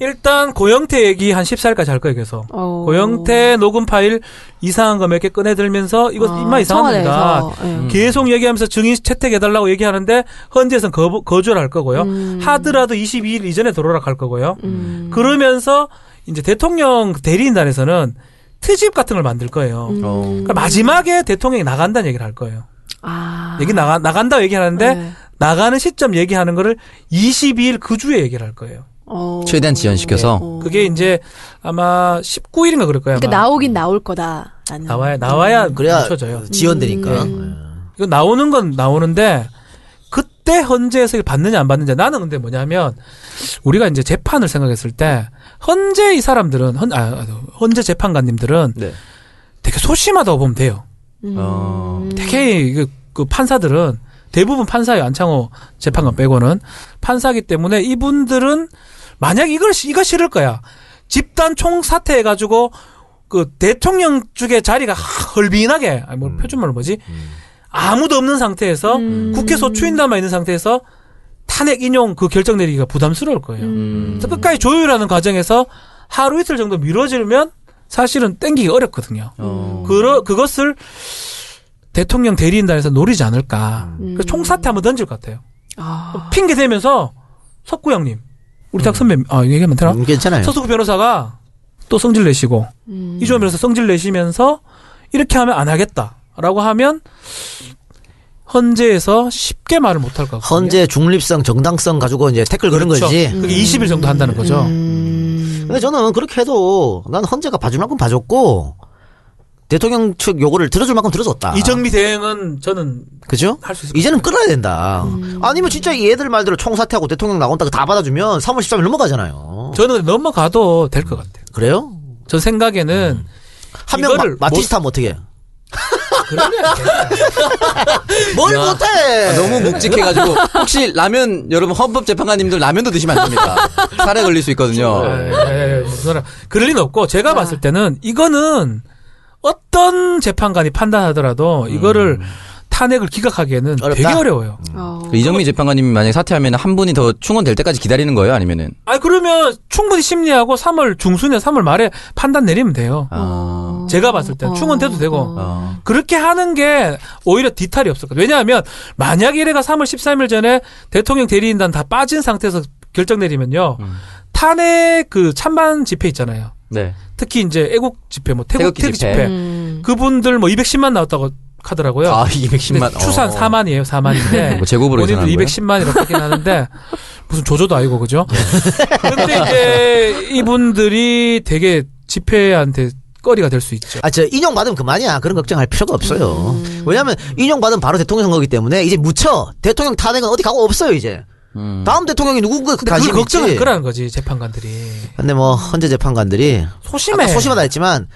Speaker 5: 일단 고영태 얘기 한 14일까지 할 거예요, 계속.
Speaker 2: 어.
Speaker 5: 고영태 녹음 파일 이상한 거 몇 개 꺼내들면서 이거
Speaker 2: 아,
Speaker 5: 입맛 이상합니다. 음.
Speaker 2: 청와대에서, 예.
Speaker 4: 음.
Speaker 5: 계속 얘기하면서 증인 채택해달라고 얘기하는데 헌재에선 거, 거절할 거고요.
Speaker 2: 음.
Speaker 5: 하더라도 22일 이전에 돌아라 갈 거고요.
Speaker 2: 예.
Speaker 5: 음. 그러면서 이제 대통령 대리인단에서는 트집 같은 걸 만들 거예요.
Speaker 2: 음.
Speaker 3: 어.
Speaker 5: 그러니까 마지막에 대통령이 나간다는 얘기를 할 거예요.
Speaker 2: 아.
Speaker 5: 얘기 나가, 나간다고 얘기하는데
Speaker 2: 네.
Speaker 5: 나가는 시점 얘기하는 거를 22일 그 주에 얘기를 할 거예요.
Speaker 2: 어.
Speaker 3: 최대한 지연시켜서
Speaker 5: 그게 이제 아마 19일인가 그럴 거예요.
Speaker 2: 그러니까
Speaker 5: 아마.
Speaker 2: 나오긴 나올 거다. 라는.
Speaker 5: 나와야 나와야
Speaker 4: 그래야
Speaker 5: 맞춰져요. 음.
Speaker 4: 지연되니까. 음.
Speaker 5: 이거 나오는 건 나오는데 그때 헌재에서 받느냐 안 받느냐 나는 근데 뭐냐면 우리가 이제 재판을 생각했을 때 헌재 이 사람들은 헌, 아, 헌재 재판관님들은
Speaker 3: 네.
Speaker 5: 되게 소심하다고 보면 돼요.
Speaker 3: 어.
Speaker 5: 되게 이거 그 판사들은 대부분 판사예요 안창호 재판관 빼고는 판사기 때문에 이분들은 만약 이걸 시- 이거 싫을 거야 집단 총사퇴 해가지고 그 대통령 쪽의 자리가 하- 헐빈하게 아니 뭐 표준말로 뭐지 아무도 없는 상태에서 국회 소추인단만 있는 상태에서 탄핵 인용 그 결정 내리기가 부담스러울 거예요. 그래서 끝까지 조율하는 과정에서 하루 이틀 정도 미뤄지면 사실은 땡기기 어렵거든요.
Speaker 3: 어.
Speaker 5: 그러, 그것을 대통령 대리인단에서 노리지 않을까.
Speaker 2: 음.
Speaker 5: 그래서 총사태 한번 던질 것 같아요. 핑계 대면서 석구 형님, 우리 딱 선배, 아, 이거 얘기하면 되나?
Speaker 4: 음, 괜찮아요.
Speaker 5: 서수구 변호사가 또 성질 내시고,
Speaker 2: 음.
Speaker 5: 이주원 변호사 성질 내시면서 이렇게 하면 안 하겠다. 라고 하면 헌재에서 쉽게 말을 못 할 것 같아요. 그렇죠?
Speaker 4: 헌재 중립성, 정당성 가지고 이제 태클 그런 거지. 음.
Speaker 5: 그게 20일 정도 한다는 거죠.
Speaker 4: 근데 저는 그렇게 해도 난 헌재가 봐줄 만큼 봐줬고 대통령 측 요구를 들어줄 만큼 들어줬다.
Speaker 5: 이정미 대행은 저는
Speaker 4: 그죠?
Speaker 5: 할수 있을 것
Speaker 4: 이제는 끌어야 된다. 아니면 진짜 얘들 말대로 총사퇴하고 대통령 나온다고 다 받아주면 3월 13일 넘어가잖아요.
Speaker 5: 저는 넘어가도 될 것 같아요.
Speaker 4: 그래요?
Speaker 5: 저 생각에는
Speaker 4: 음. 한 명
Speaker 5: 이거를
Speaker 4: 마티스타 하면 어떻게 해? 뭘
Speaker 3: 야.
Speaker 4: 못해!
Speaker 5: 네.
Speaker 3: 아, 너무 묵직해가지고 혹시 라면 여러분 헌법 재판관님들 라면도 드시면 안 됩니다. 살에 걸릴 수
Speaker 4: 어.
Speaker 3: 있거든요.
Speaker 5: 예, 예, 무슨 소리야. 그럴 리는 없고
Speaker 4: 아.
Speaker 5: 제가 봤을 때는 이거는 어떤 재판관이 판단하더라도 이거를 탄핵을 기각하기에는 되게
Speaker 4: 음. 어렵다.
Speaker 5: 어려워요.
Speaker 2: 어.
Speaker 3: 그 이정미 재판관님이 만약 사퇴하면 한 분이 더 충원될 때까지 기다리는 거예요? 아니면은
Speaker 5: 아 그러면 충분히 심리하고 3월 중순에 3월 말에 판단 내리면 돼요.
Speaker 3: 아,
Speaker 5: 제가 봤을 때는 충원돼도 되고
Speaker 3: 어.
Speaker 5: 그렇게 하는 게 오히려 뒤탈이 없을 거예요. 왜냐하면 만약 이래가 3월 13일 전에 대통령
Speaker 3: 음.
Speaker 5: 대리인단 다 빠진 상태에서 결정 내리면요. 탄핵 그 찬반 집회 있잖아요.
Speaker 3: 네.
Speaker 5: 특히 이제 애국 집회, 뭐 태국,
Speaker 3: 태극
Speaker 5: 태극 집회.
Speaker 3: 집회.
Speaker 2: 음.
Speaker 5: 그분들 뭐 210만 나왔다고 하더라고요.
Speaker 3: 아, 210만.
Speaker 5: 근데 추산
Speaker 3: 어.
Speaker 5: 4만이에요, 4만인데.
Speaker 3: 뭐 제곱으로 계산하는
Speaker 5: 본인들
Speaker 3: 거예요?
Speaker 5: 210만이라고 하긴 하는데 무슨 조조도 아니고 그죠?
Speaker 3: 네.
Speaker 5: 근데 이제 이분들이 되게 집회한테 꺼리가 될 수 있죠.
Speaker 4: 아, 저 인용 받으면 그만이야. 그런 걱정할 필요가 없어요. 왜냐하면 인용 받으면 바로 대통령 선거기 때문에 이제 무쳐 대통령 탄핵은 어디 가고 없어요 이제.
Speaker 3: 음.
Speaker 4: 다음 대통령이 누구가
Speaker 5: 근데 그걸
Speaker 4: 관심
Speaker 5: 걱정할
Speaker 4: 있지.
Speaker 5: 거라는 거지 재판관들이
Speaker 4: 근데 뭐 헌재 재판관들이
Speaker 5: 소심해.
Speaker 4: 아까 소심하다 했지만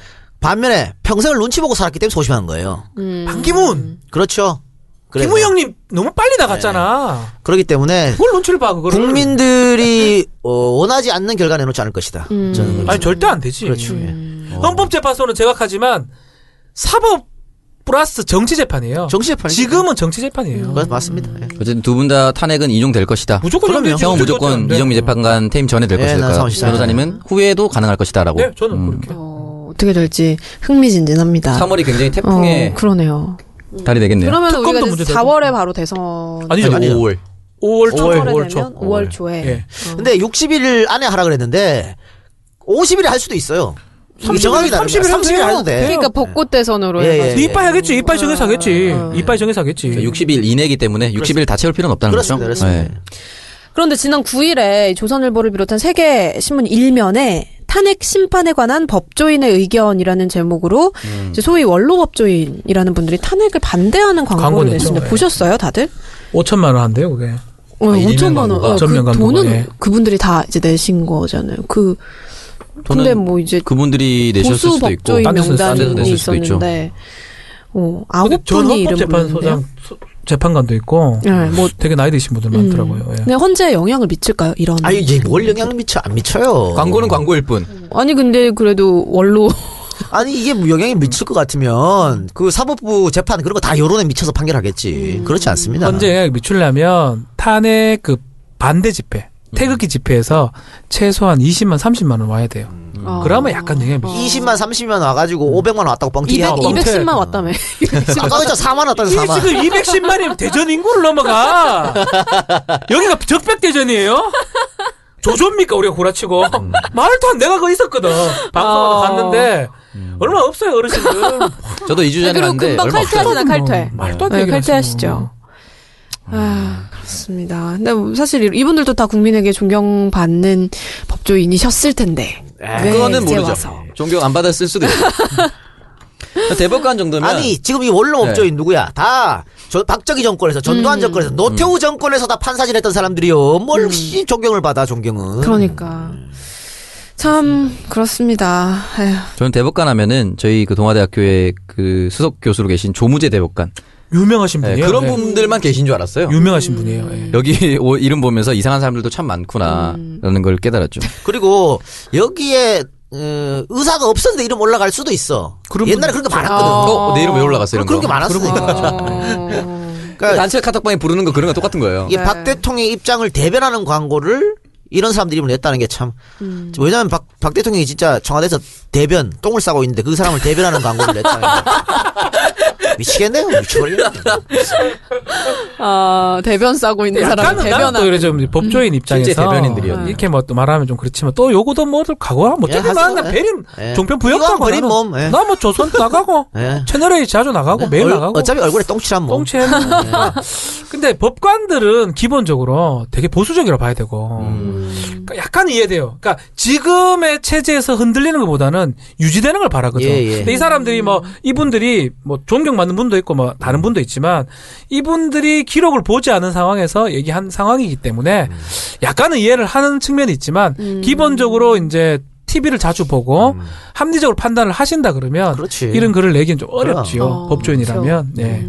Speaker 4: 반면에 평생을 눈치 보고 살았기 때문에 소심한 거예요.
Speaker 2: 음.
Speaker 5: 반기문,
Speaker 4: 그렇죠. 음. 그래서 네.
Speaker 5: 김우영님 너무 빨리 나갔잖아.
Speaker 4: 그렇기 때문에
Speaker 5: 그걸 눈치를 봐 그거를.
Speaker 4: 국민들이 어, 원하지 않는 결과 내놓지 않을 것이다.
Speaker 2: 음.
Speaker 4: 저는 그렇게
Speaker 5: 음. 아니 절대 안 되지.
Speaker 4: 그렇죠.
Speaker 5: 어. 헌법재판소는 제각하지만 사법 플러스 정치 재판이에요.
Speaker 4: 정치 재판
Speaker 5: 지금은 정치 재판이에요.
Speaker 4: 그건 맞습니다. 예.
Speaker 3: 어쨌든 두 분 다 탄핵은 인용될 것이다.
Speaker 5: 무조건
Speaker 4: 그럼요.
Speaker 5: 정치
Speaker 3: 형은
Speaker 5: 재판이죠.
Speaker 3: 무조건
Speaker 5: 네.
Speaker 3: 이정미 재판관 퇴임 전에 될
Speaker 4: 예, 난
Speaker 3: 것일까.
Speaker 4: 사무실장.
Speaker 3: 변호사님은 후에도 가능할 것이다라고.
Speaker 5: 네, 저는
Speaker 3: 음.
Speaker 5: 그렇게.
Speaker 2: 어, 어떻게 될지
Speaker 4: 아.
Speaker 2: 흥미진진합니다.
Speaker 3: 3월이 굉장히 태풍의
Speaker 2: 어, 그러네요.
Speaker 3: 달이 되겠네요.
Speaker 2: 그러면
Speaker 5: 특검도
Speaker 2: 우리가 이제
Speaker 5: 문제되고. 음.
Speaker 2: 4월에 바로 대선.
Speaker 5: 아니죠. 예.
Speaker 4: 아니, 아니죠.
Speaker 3: 5월.
Speaker 5: 5월 초,
Speaker 2: 5월에
Speaker 5: 5월
Speaker 2: 되면
Speaker 5: 초.
Speaker 2: 5월 초에. 어.
Speaker 5: 예.
Speaker 4: 근데 60일 안에 하라 그랬는데 50일에 할 수도 있어요. 이게 정확히 다릅니다.
Speaker 5: 30일 에
Speaker 4: 30일 에
Speaker 5: 하면
Speaker 4: 해도 돼.
Speaker 2: 그러니까 벚꽃 대선으로
Speaker 4: 예, 예.
Speaker 2: 해가지고.
Speaker 5: 네.
Speaker 2: 어.
Speaker 5: 이빨 하겠지. 이빨 정해서 하겠지. 음. 이빨 정해서 하겠지.
Speaker 3: 60일 이내이기 때문에 60일 다 채울
Speaker 2: 예.
Speaker 3: 필요는 없다는
Speaker 5: 예.
Speaker 4: 그렇습니다.
Speaker 3: 거죠.
Speaker 4: 그렇습니다.
Speaker 3: 네.
Speaker 2: 그런데 지난 9일에 조선일보를 비롯한 세계 신문 1면에 탄핵 심판에 관한 법조인의 의견이라는 제목으로 이제 소위 원로 법조인이라는 분들이 탄핵을 반대하는
Speaker 5: 광고
Speaker 2: 광고를
Speaker 5: 냈죠.
Speaker 2: 냈습니다.
Speaker 5: 네.
Speaker 2: 보셨어요, 다들?
Speaker 5: 5천만 원 한대요, 그게.
Speaker 2: 어,
Speaker 3: 일면
Speaker 2: 5천만 원.
Speaker 3: 광고가.
Speaker 2: 어,
Speaker 5: 전면
Speaker 2: 그
Speaker 5: 광고가,
Speaker 2: 돈은
Speaker 5: 예.
Speaker 2: 그분들이 다 이제 내신 거잖아요. 그 근데
Speaker 3: 돈은
Speaker 2: 뭐 이제
Speaker 3: 그분들이 내셨을
Speaker 2: 보수
Speaker 3: 수도 있고
Speaker 2: 법조인
Speaker 5: 딴 데서
Speaker 3: 딴 데서
Speaker 2: 명단이
Speaker 3: 내실 수도 있죠.
Speaker 2: 있었는데 어,
Speaker 5: 근데
Speaker 2: 아홉
Speaker 5: 전
Speaker 2: 분이 이름
Speaker 5: 헌법재판소장
Speaker 2: 부르는데요.
Speaker 5: 소- 재판관도 있고
Speaker 2: 네, 뭐 네.
Speaker 5: 되게 나이 드신 분들 많더라고요. 예.
Speaker 2: 음. 근데 헌재에 영향을 미칠까요? 이런 음.
Speaker 4: 아니 이제
Speaker 5: 음.
Speaker 4: 뭘 영향을 미쳐 안 미쳐요.
Speaker 3: 광고는 광고일 뿐.
Speaker 2: 아니 근데 그래도 원로
Speaker 4: 아니 이게 뭐 영향이 미칠 것 같으면 그 사법부 재판 그런 거 다 여론에 미쳐서 판결하겠지.
Speaker 2: 음.
Speaker 4: 그렇지 않습니다.
Speaker 5: 헌재
Speaker 2: 네.
Speaker 5: 영향을 미치려면 탄핵 그 반대 집회, 태극기 집회에서 최소한 20만, 30만 원 와야 돼요.
Speaker 2: 아.
Speaker 5: 그러면 약간 영향이
Speaker 2: 어.
Speaker 5: 미치.
Speaker 4: 20만 30만 와가지고 500만 원 왔다고 뻥튀기
Speaker 2: 200,
Speaker 4: 하고.
Speaker 2: 210만 왔다며.
Speaker 4: 아까 그랬잖아 4만 원 왔다는 4만.
Speaker 5: 지금 210만이면 대전 인구를 넘어가. 여기가 적백대전이에요? 조조입니까, 우리가 고라치고? 말도 안 내가 거기 있었거든. 방송하다
Speaker 2: 어.
Speaker 5: 갔는데, 얼마 없어요, 어르신들.
Speaker 3: 저도 2주 전에
Speaker 2: 아, 그리고
Speaker 3: 갔는데
Speaker 2: 금방
Speaker 3: 얼마 없어요.
Speaker 2: 칼퇴하잖아, 칼퇴.
Speaker 5: 말도 안
Speaker 2: 네,
Speaker 5: 되게
Speaker 2: 칼퇴하시죠. 아, 그렇습니다. 근데 뭐 사실 이분들도 다 국민에게 존경받는 법조인이셨을 텐데.
Speaker 4: 아,
Speaker 2: 왜
Speaker 3: 그거는
Speaker 2: 네. 이제
Speaker 3: 모르죠.
Speaker 2: 와서.
Speaker 3: 존경 안 받았을 수도 있고. 대법관 정도면
Speaker 4: 아니 지금 이 원로 업조인 누구야? 다 저, 박정희 정권에서 전두환 정권에서 노태우 정권에서 다 판사질 했던 사람들이요. 뭘 혹시 존경을 받아 존경은.
Speaker 2: 그러니까. 참, 그렇습니다. 에휴.
Speaker 3: 저는 대법관 하면은 저희 그 동아대학교에 그 수석 교수로 계신 조무재 대법관
Speaker 5: 유명하신
Speaker 3: 네,
Speaker 5: 분이에요.
Speaker 3: 그런
Speaker 5: 네.
Speaker 3: 분들만 계신 줄 알았어요.
Speaker 2: 음.
Speaker 5: 유명하신 분이에요. 예.
Speaker 3: 여기 오- 이름 보면서 이상한 사람들도 참 많구나라는 걸 깨달았죠.
Speaker 2: 음.
Speaker 4: 그리고 여기에 어, 의사가 없었는데 이름 올라갈 수도 있어.
Speaker 5: 그런
Speaker 4: 옛날에 그런 게 많았거든.
Speaker 2: 아.
Speaker 4: 어,
Speaker 3: 어, 내 이름 왜 올라갔어 이런
Speaker 4: 그런 게
Speaker 3: 거.
Speaker 4: 많았으니까.
Speaker 2: 어.
Speaker 3: 그
Speaker 4: 그러니까
Speaker 3: 단체 카톡방에 부르는 거 그런 거 똑같은 거예요.
Speaker 4: 이게 박 대통령의 입장을 대변하는 광고를 이런 사람들이 냈다는 게 참. 왜냐하면 박, 박 대통령이 진짜 청와대에서 대변 똥을 싸고 있는데 그 사람을 대변하는 광고를 냈잖아요. 미치겠네요. 미쳐버리겠네.
Speaker 2: 아, 대변 싸고 있는 사람
Speaker 5: 약간은 나는 또
Speaker 2: 대변하고.
Speaker 5: 그래 좀 법조인 입장에서
Speaker 3: 실제 대변인들이었네.
Speaker 5: 이렇게 뭐 또 말하면 좀 그렇지만 또 요거도 뭐들 각오하고 뭐
Speaker 4: 예,
Speaker 5: 어쨌든
Speaker 4: 하죠.
Speaker 5: 나
Speaker 4: 예.
Speaker 5: 베린
Speaker 4: 예.
Speaker 5: 종편
Speaker 4: 이거
Speaker 5: 부역하고
Speaker 4: 버린 몸, 예.
Speaker 5: 나뭐 조선 나가고
Speaker 4: 예.
Speaker 5: 채널A 자주 나가고 매일
Speaker 4: 얼-
Speaker 5: 나가고
Speaker 4: 어차피 얼굴에 똥칠한 뭐.
Speaker 5: 똥채 근데 법관들은 기본적으로 되게 보수적이라 봐야 되고
Speaker 4: 음.
Speaker 5: 그러니까 약간 이해돼요. 그러니까 지금의 체제에서 흔들리는 것보다는 유지되는 걸 바라거든.
Speaker 4: 예, 예.
Speaker 5: 근데 이 사람들이 뭐 이분들이 뭐 존경받는 분도 있고 뭐 다른 분도 있지만 이분들이 기록을 보지 않은 상황에서 얘기한 상황이기 때문에
Speaker 4: 음.
Speaker 5: 약간은 이해를 하는 측면이 있지만 기본적으로 이제 TV를 자주 보고 합리적으로 판단을 하신다 그러면
Speaker 4: 음. 그렇지.
Speaker 5: 이런 글을 내기는 좀 어렵지요.
Speaker 2: 어,
Speaker 5: 법조인이라면. 예.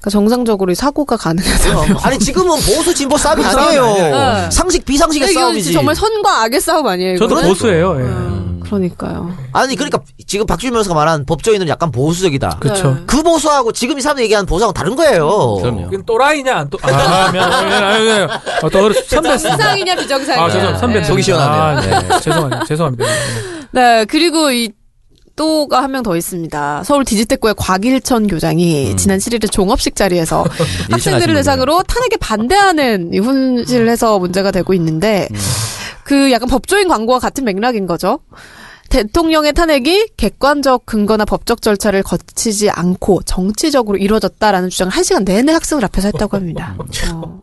Speaker 2: 그러니까 정상적으로 이 사고가 가능하다.
Speaker 4: 그럼. 어, 뭐. 아니 지금은 보수 진보 싸움이
Speaker 2: 아니에요.
Speaker 4: 아니에요. 상식 비상식의
Speaker 2: 어. 이건
Speaker 4: 싸움이지.
Speaker 2: 진짜 정말 선과 악의 싸움 아니에요.
Speaker 5: 저도
Speaker 2: 이거는? 네.
Speaker 5: 보수예요. 예.
Speaker 2: 음, 그러니까요.
Speaker 4: 아니 그러니까 지금 박주민 변호사가 말한 법조인은 약간 보수적이다. 그,
Speaker 5: 그렇죠.
Speaker 2: 네.
Speaker 4: 보수하고 지금 이 사람들이 얘기하는 보수하고 다른 거예요.
Speaker 3: 그럼요.
Speaker 5: 이건 또라이냐 안 또? 아, 미안, 미안, 미안. 아, 또 어렸- 선배였습니다.
Speaker 2: 정상이냐 비정상이냐.
Speaker 5: 아, 죄송, 선배.
Speaker 3: 네. 속이 시원하네요.
Speaker 5: 아, 네. 죄송합니다. 죄송합니다.
Speaker 2: 네, 그리고 이 또가 한 명 더 있습니다. 서울 디지테코의 곽일천
Speaker 5: 음.
Speaker 2: 교장이 지난 7일에 종업식 자리에서 학생들을
Speaker 3: 분이요.
Speaker 2: 대상으로 탄핵에 반대하는 이 훈시를 해서 문제가 되고 있는데 그 약간 법조인 광고와 같은 맥락인 거죠. 대통령의 탄핵이 객관적 근거나 법적 절차를 거치지 않고 정치적으로 이루어졌다라는 주장을 한 시간 내내 학생들 앞에서 했다고 합니다. 어.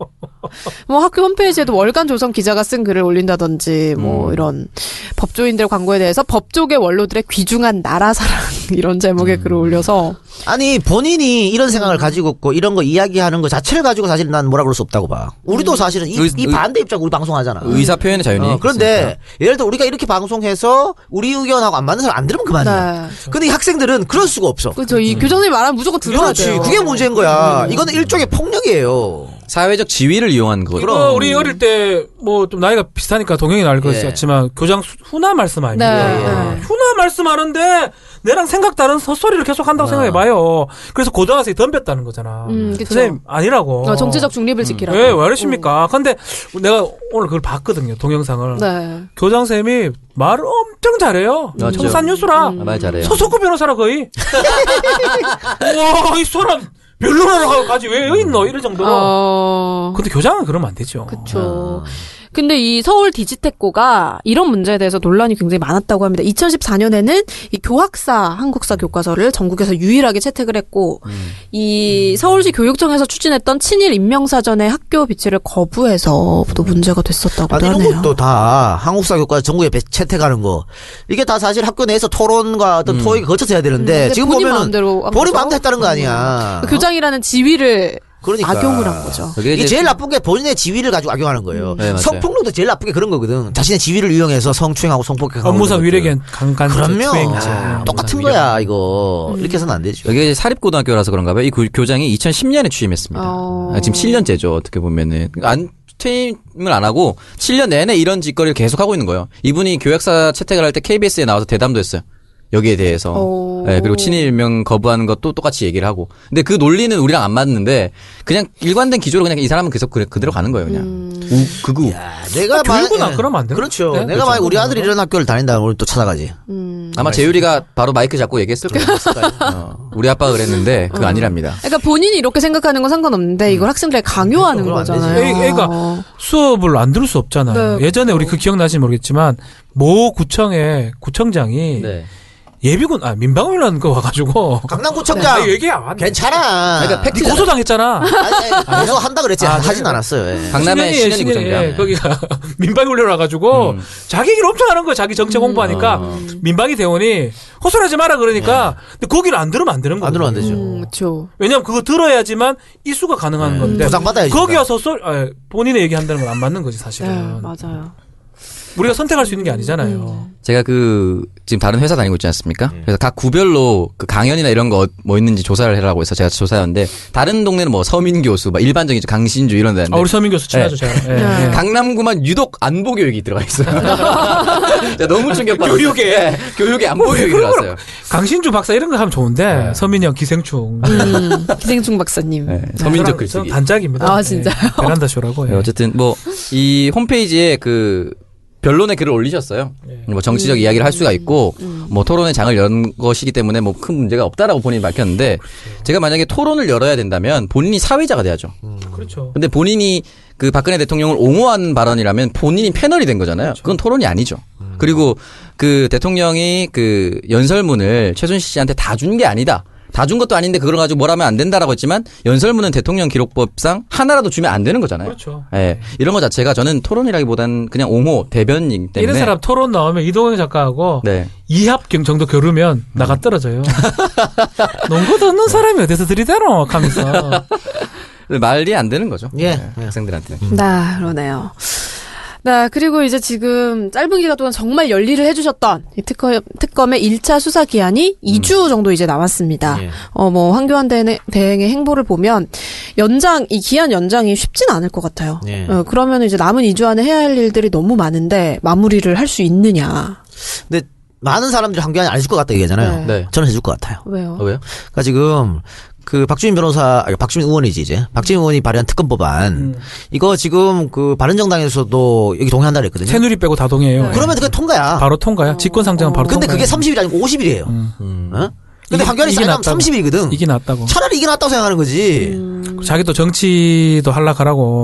Speaker 2: 뭐 학교 홈페이지에도 월간 조선 기자가 쓴 글을 올린다든지 뭐 이런 법조인들 광고에 대해서 법조계 원로들의 귀중한 나라 사랑 이런 제목의 글을 올려서
Speaker 4: 아니 본인이 이런 생각을 가지고 있고 이런 거 이야기하는 거 자체를 가지고 사실 난 뭐라 그럴 수 없다고 봐. 우리도 사실은 이,
Speaker 3: 의-
Speaker 4: 이
Speaker 3: 의-
Speaker 4: 반대 입장 우리 방송하잖아.
Speaker 3: 의사 표현의 자유니.
Speaker 4: 어, 그런데 예를 들어 우리가 이렇게 방송해서 우리 의견하고 안 맞는 사람 안 들으면 그만이야.
Speaker 2: 네.
Speaker 4: 근데 이 학생들은 그럴 수가 없어.
Speaker 2: 그죠 이 교장 선생님 말하면 무조건 들어야
Speaker 4: 그렇지.
Speaker 2: 돼요.
Speaker 4: 그게 문제인 거야. 이거는 일종의 폭력이에요.
Speaker 3: 사회적 지위를 이용한 그 거죠.
Speaker 5: 이거 우리 어릴 때 뭐 좀 나이가 비슷하니까 동영이 나을 것
Speaker 4: 예.
Speaker 5: 같지만 교장 수- 훈화 말씀 아닙니까?
Speaker 2: 네. 네.
Speaker 5: 훈화 말씀하는데 내랑 생각 다른 헛소리를 계속
Speaker 3: 아.
Speaker 5: 한다고 생각해봐요. 그래서 고등학생이 덤볐다는 거잖아.
Speaker 2: 음, 그쵸.
Speaker 5: 선생님 아니라고. 예,
Speaker 2: 어, 정치적
Speaker 4: 음.
Speaker 2: 중립을 지키라고.
Speaker 5: 왜, 왜 그러십니까? 근데 내가 오늘 그걸 봤거든요. 동영상을.
Speaker 2: 네.
Speaker 5: 교장쌤이 말을 엄청 잘해요.
Speaker 3: 맞죠.
Speaker 5: 청산 뉴스라.
Speaker 3: 음. 말 잘해요.
Speaker 5: 서석구 변호사라 거의. 와, 이 사람 별로라고 가지 왜 여기 있노? 이럴 정도로.
Speaker 2: 어.
Speaker 5: 근데 교장은 그러면 안 되죠.
Speaker 4: 아.
Speaker 2: 그렇죠. 근데 이 서울 디지테코가 이런 문제에 대해서 논란이 굉장히 많았다고 합니다. 2014년에는 이 교학사 한국사
Speaker 4: 음.
Speaker 2: 교과서를 전국에서 유일하게 채택을 했고
Speaker 4: 음.
Speaker 2: 이 서울시 교육청에서 추진했던 친일 인명사전의 학교 비치를 거부해서 또 문제가 됐었다고
Speaker 4: 아니, 이런
Speaker 2: 하네요.
Speaker 4: 것도 다 한국사 교과 전국에 배- 채택하는 거. 이게 다 사실 학교 내에서 토론과 어떤 토익이 거쳐서 해야 되는데
Speaker 2: 근데
Speaker 4: 지금
Speaker 2: 본인
Speaker 4: 보면은
Speaker 2: 마음대로 한 거죠?
Speaker 4: 본인 마음대로 했다는 거 아니야.
Speaker 2: 그 교장이라는 지위를
Speaker 4: 그러니까.
Speaker 2: 악용을 한 거죠.
Speaker 3: 그게
Speaker 4: 이게
Speaker 3: 이제
Speaker 4: 제일 나쁜 게 본인의 지위를 가지고 악용하는 거예요.
Speaker 3: 네, 맞아요.
Speaker 4: 성폭력도 제일 나쁜 게 그런 거거든. 자신의 지위를 이용해서 성추행하고 성폭행하고.
Speaker 5: 업무상
Speaker 4: 이런 것들.
Speaker 5: 위력엔 강간
Speaker 4: 그렇죠. 그럼요. 아,
Speaker 5: 투행죄. 아, 업무상
Speaker 4: 똑같은
Speaker 5: 위력.
Speaker 4: 거야 이거. 이렇게 해서는 안 되죠.
Speaker 3: 여기 사립고등학교라서 그런가 봐요. 이 교- 교장이 2010년에 취임했습니다.
Speaker 2: 어.
Speaker 3: 아, 지금 7년째죠. 어떻게 보면은 그러니까 안 퇴임을 안 하고 7년 내내 이런 짓거리를 계속 하고 있는 거예요. 이분이 교역사 채택을 할 때 KBS에 나와서 대담도 했어요. 여기에 대해서.
Speaker 2: 오.
Speaker 3: 예, 그리고 친일명 거부하는 것도 똑같이 얘기를 하고. 근데 그 논리는 우리랑 안 맞는데 그냥 일관된 기조로 그냥 이 사람은 계속 그 그대로 가는 거예요, 그냥.
Speaker 6: 음.
Speaker 3: 우, 극우.
Speaker 4: 야, 내가
Speaker 5: 교육은
Speaker 4: 만약-
Speaker 5: 안 그러면 안 돼요?
Speaker 4: 그렇죠.
Speaker 5: 네?
Speaker 4: 내가 만약 우리 아들이 이런 학교를 다닌다면 우리 또 찾아가지.
Speaker 3: 아마 재율이가 바로 마이크 잡고 얘기했을 거예요. 어, 우리 아빠가 그랬는데 그거 아니랍니다.
Speaker 2: 그러니까 본인이 이렇게 생각하는 건 상관없는데 이걸 학생들에게 강요하는
Speaker 4: 음. 그건 안 되지. 그러니까.
Speaker 2: 거잖아요.
Speaker 5: 애- 애가 수업을 안 들을 수 없잖아요.
Speaker 2: 네,
Speaker 5: 예전에 우리 그 기억나지 모르겠지만 모 구청의 구청장이
Speaker 3: 네.
Speaker 5: 예비군 아 민방위라는 거 와가지고
Speaker 4: 어, 강남구청장
Speaker 5: 아, 얘기 안 왔네.
Speaker 4: 괜찮아.
Speaker 3: 그러니까 팩트
Speaker 5: 네 고소당했잖아.
Speaker 4: 아니, 아니, 계속 한다 그랬지.
Speaker 5: 네.
Speaker 4: 하진 않았어요. 예.
Speaker 5: 아,
Speaker 3: 강남의
Speaker 5: 신현이에요,
Speaker 3: 신현이
Speaker 5: 신현이.
Speaker 3: 구청장.
Speaker 5: 예, 거기가 민방위 올려놔가지고 자기 얘기를 엄청 하는 거야. 자기 정책 공부하니까 민방위 대원이 호소하지 마라 그러니까 근데 거기를 안 들으면 안 되는 거야.
Speaker 4: 안 들으면 안 되죠.
Speaker 2: 그렇죠.
Speaker 5: 왜냐면 그거 들어야지만 이수가 가능한 건데
Speaker 4: 네. 보상받아야지. 그러니까.
Speaker 5: 거기 와서 소, 아, 본인의 얘기한다는 건 안 맞는 거지
Speaker 2: 네,
Speaker 5: 사실은.
Speaker 2: 맞아요. 음,
Speaker 5: 우리가 선택할 수 있는 게 아니잖아요.
Speaker 3: 제가 그 지금 다른 회사 다니고 있지 않습니까?
Speaker 5: 음.
Speaker 3: 그래서 각 구별로 그 강연이나 이런 거 뭐 있는지 조사를 해라고 해서 제가 조사했는데 다른 동네는 뭐 서민 교수, 막 일반적인 강신주 이런 데는데
Speaker 5: 아, 우리 서민 교수 친하죠, 제가. 예.
Speaker 2: 네.
Speaker 3: 강남구만 유독 안보 교육이 들어가 있어요. 제가 너무 충격받았어요.
Speaker 5: 교육에.
Speaker 3: 예, 교육에 안보 교육이 들어갔어요.
Speaker 5: 강신주 박사 이런 거 하면 좋은데 서민이 형 기생충
Speaker 2: 음, 기생충 박사님.
Speaker 3: 예, 서민적
Speaker 5: 저랑- 저랑
Speaker 3: 글쓰기.
Speaker 5: 단짝입니다.
Speaker 2: 아, 진짜요?
Speaker 5: 예, 베란다 쇼라고.
Speaker 3: 예,
Speaker 5: 예.
Speaker 3: 어쨌든 뭐 이 홈페이지에 그 변론의 글을 올리셨어요. 뭐 정치적 이야기를 할 수가 있고 뭐 토론의 장을 연 것이기 때문에 뭐 큰 문제가 없다라고 본인이 밝혔는데 제가 만약에 토론을 열어야 된다면 본인이 사회자가 돼야죠.
Speaker 5: 그렇죠.
Speaker 3: 근데 본인이 그 박근혜 대통령을 옹호하는 발언이라면 본인이 패널이 된 거잖아요. 그건 토론이 아니죠. 그리고 그 대통령이 그 연설문을 최순실 씨한테 다 준 게 아니다. 다 준 것도 아닌데 그걸 가지고 뭐라면 안 된다라고 했지만 연설문은 대통령 기록법상 하나라도 주면 안 되는 거잖아요.
Speaker 5: 그렇죠.
Speaker 3: 예. 이런 거 자체가 저는 토론이라기보다는 그냥 옹호 대변인 때문에
Speaker 5: 이런 사람 토론 나오면 이동영 작가하고
Speaker 3: 네.
Speaker 5: 이합경 정도 겨루면 나가 떨어져요. 농구
Speaker 4: 네.
Speaker 5: 듣는 사람이 어디서 들이대노? 하면서.
Speaker 3: 말이 안 되는 거죠.
Speaker 4: 예.
Speaker 3: 학생들한테.
Speaker 2: 나 네, 그러네요. 나 그리고 이제 지금 짧은 기간 동안 정말 열일을 해주셨던 이 특검, 특검의 1차 수사 기한이 2주 정도 이제 남았습니다.
Speaker 4: 예.
Speaker 2: 어, 뭐, 황교안 대행, 대행의 행보를 보면 연장, 이 기한 연장이 쉽진 않을 것 같아요.
Speaker 4: 예.
Speaker 2: 어, 그러면 이제 남은 2주 안에 해야 할 일들이 너무 많은데 마무리를 할 수 있느냐.
Speaker 4: 근데 많은 사람들이 한교안이 안해줄 것 같다 얘기하잖아요.
Speaker 3: 네. 네.
Speaker 4: 저는 해줄 것 같아요.
Speaker 2: 왜요?
Speaker 3: 어, 왜요?
Speaker 4: 그러니까 지금 그 박주민 변호사, 아니, 박주민 의원이지 이제 박주민 의원이 발의한 특검법안
Speaker 5: 음.
Speaker 4: 이거 지금 그 바른정당에서도 여기 동의한다 그랬거든요.
Speaker 5: 새누리 빼고 다 동의해요.
Speaker 4: 네.
Speaker 5: 네.
Speaker 4: 그러면 그게 통과야.
Speaker 5: 바로 통과야. 직권상정은 바로
Speaker 4: 근데
Speaker 5: 통과야. 음.
Speaker 4: 그게 30일이 아니고 50일이에요. 어? 근데
Speaker 5: 이게-
Speaker 4: 한교안이
Speaker 5: 이게
Speaker 4: 사인하면
Speaker 5: 낫다고.
Speaker 4: 30일이거든.
Speaker 5: 이게 낫다고. 음.
Speaker 4: 차라리 이게 낫다고 생각하는 거지.
Speaker 5: 자기도 정치도 하려고 하라고.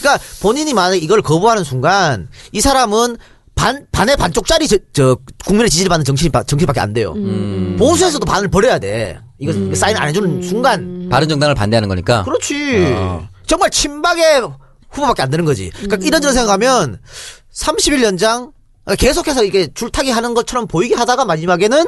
Speaker 4: 그러니까 본인이 만약 이걸 거부하는 순간 이 사람은 반 반의 반쪽짜리 저, 저 국민의 지지를 받는 정치인 바- 정치인밖에 안 돼요. 보수에서도 반을 버려야 돼. 이거 사인 안 해주는
Speaker 5: 음.
Speaker 4: 순간
Speaker 3: 바른 정당을 반대하는 거니까.
Speaker 4: 그렇지. 정말 친박의 후보밖에 안 되는 거지. 그러니까 이런저런 생각하면 31년장 그러니까 계속해서 이게 줄타기 하는 것처럼 보이게 하다가 마지막에는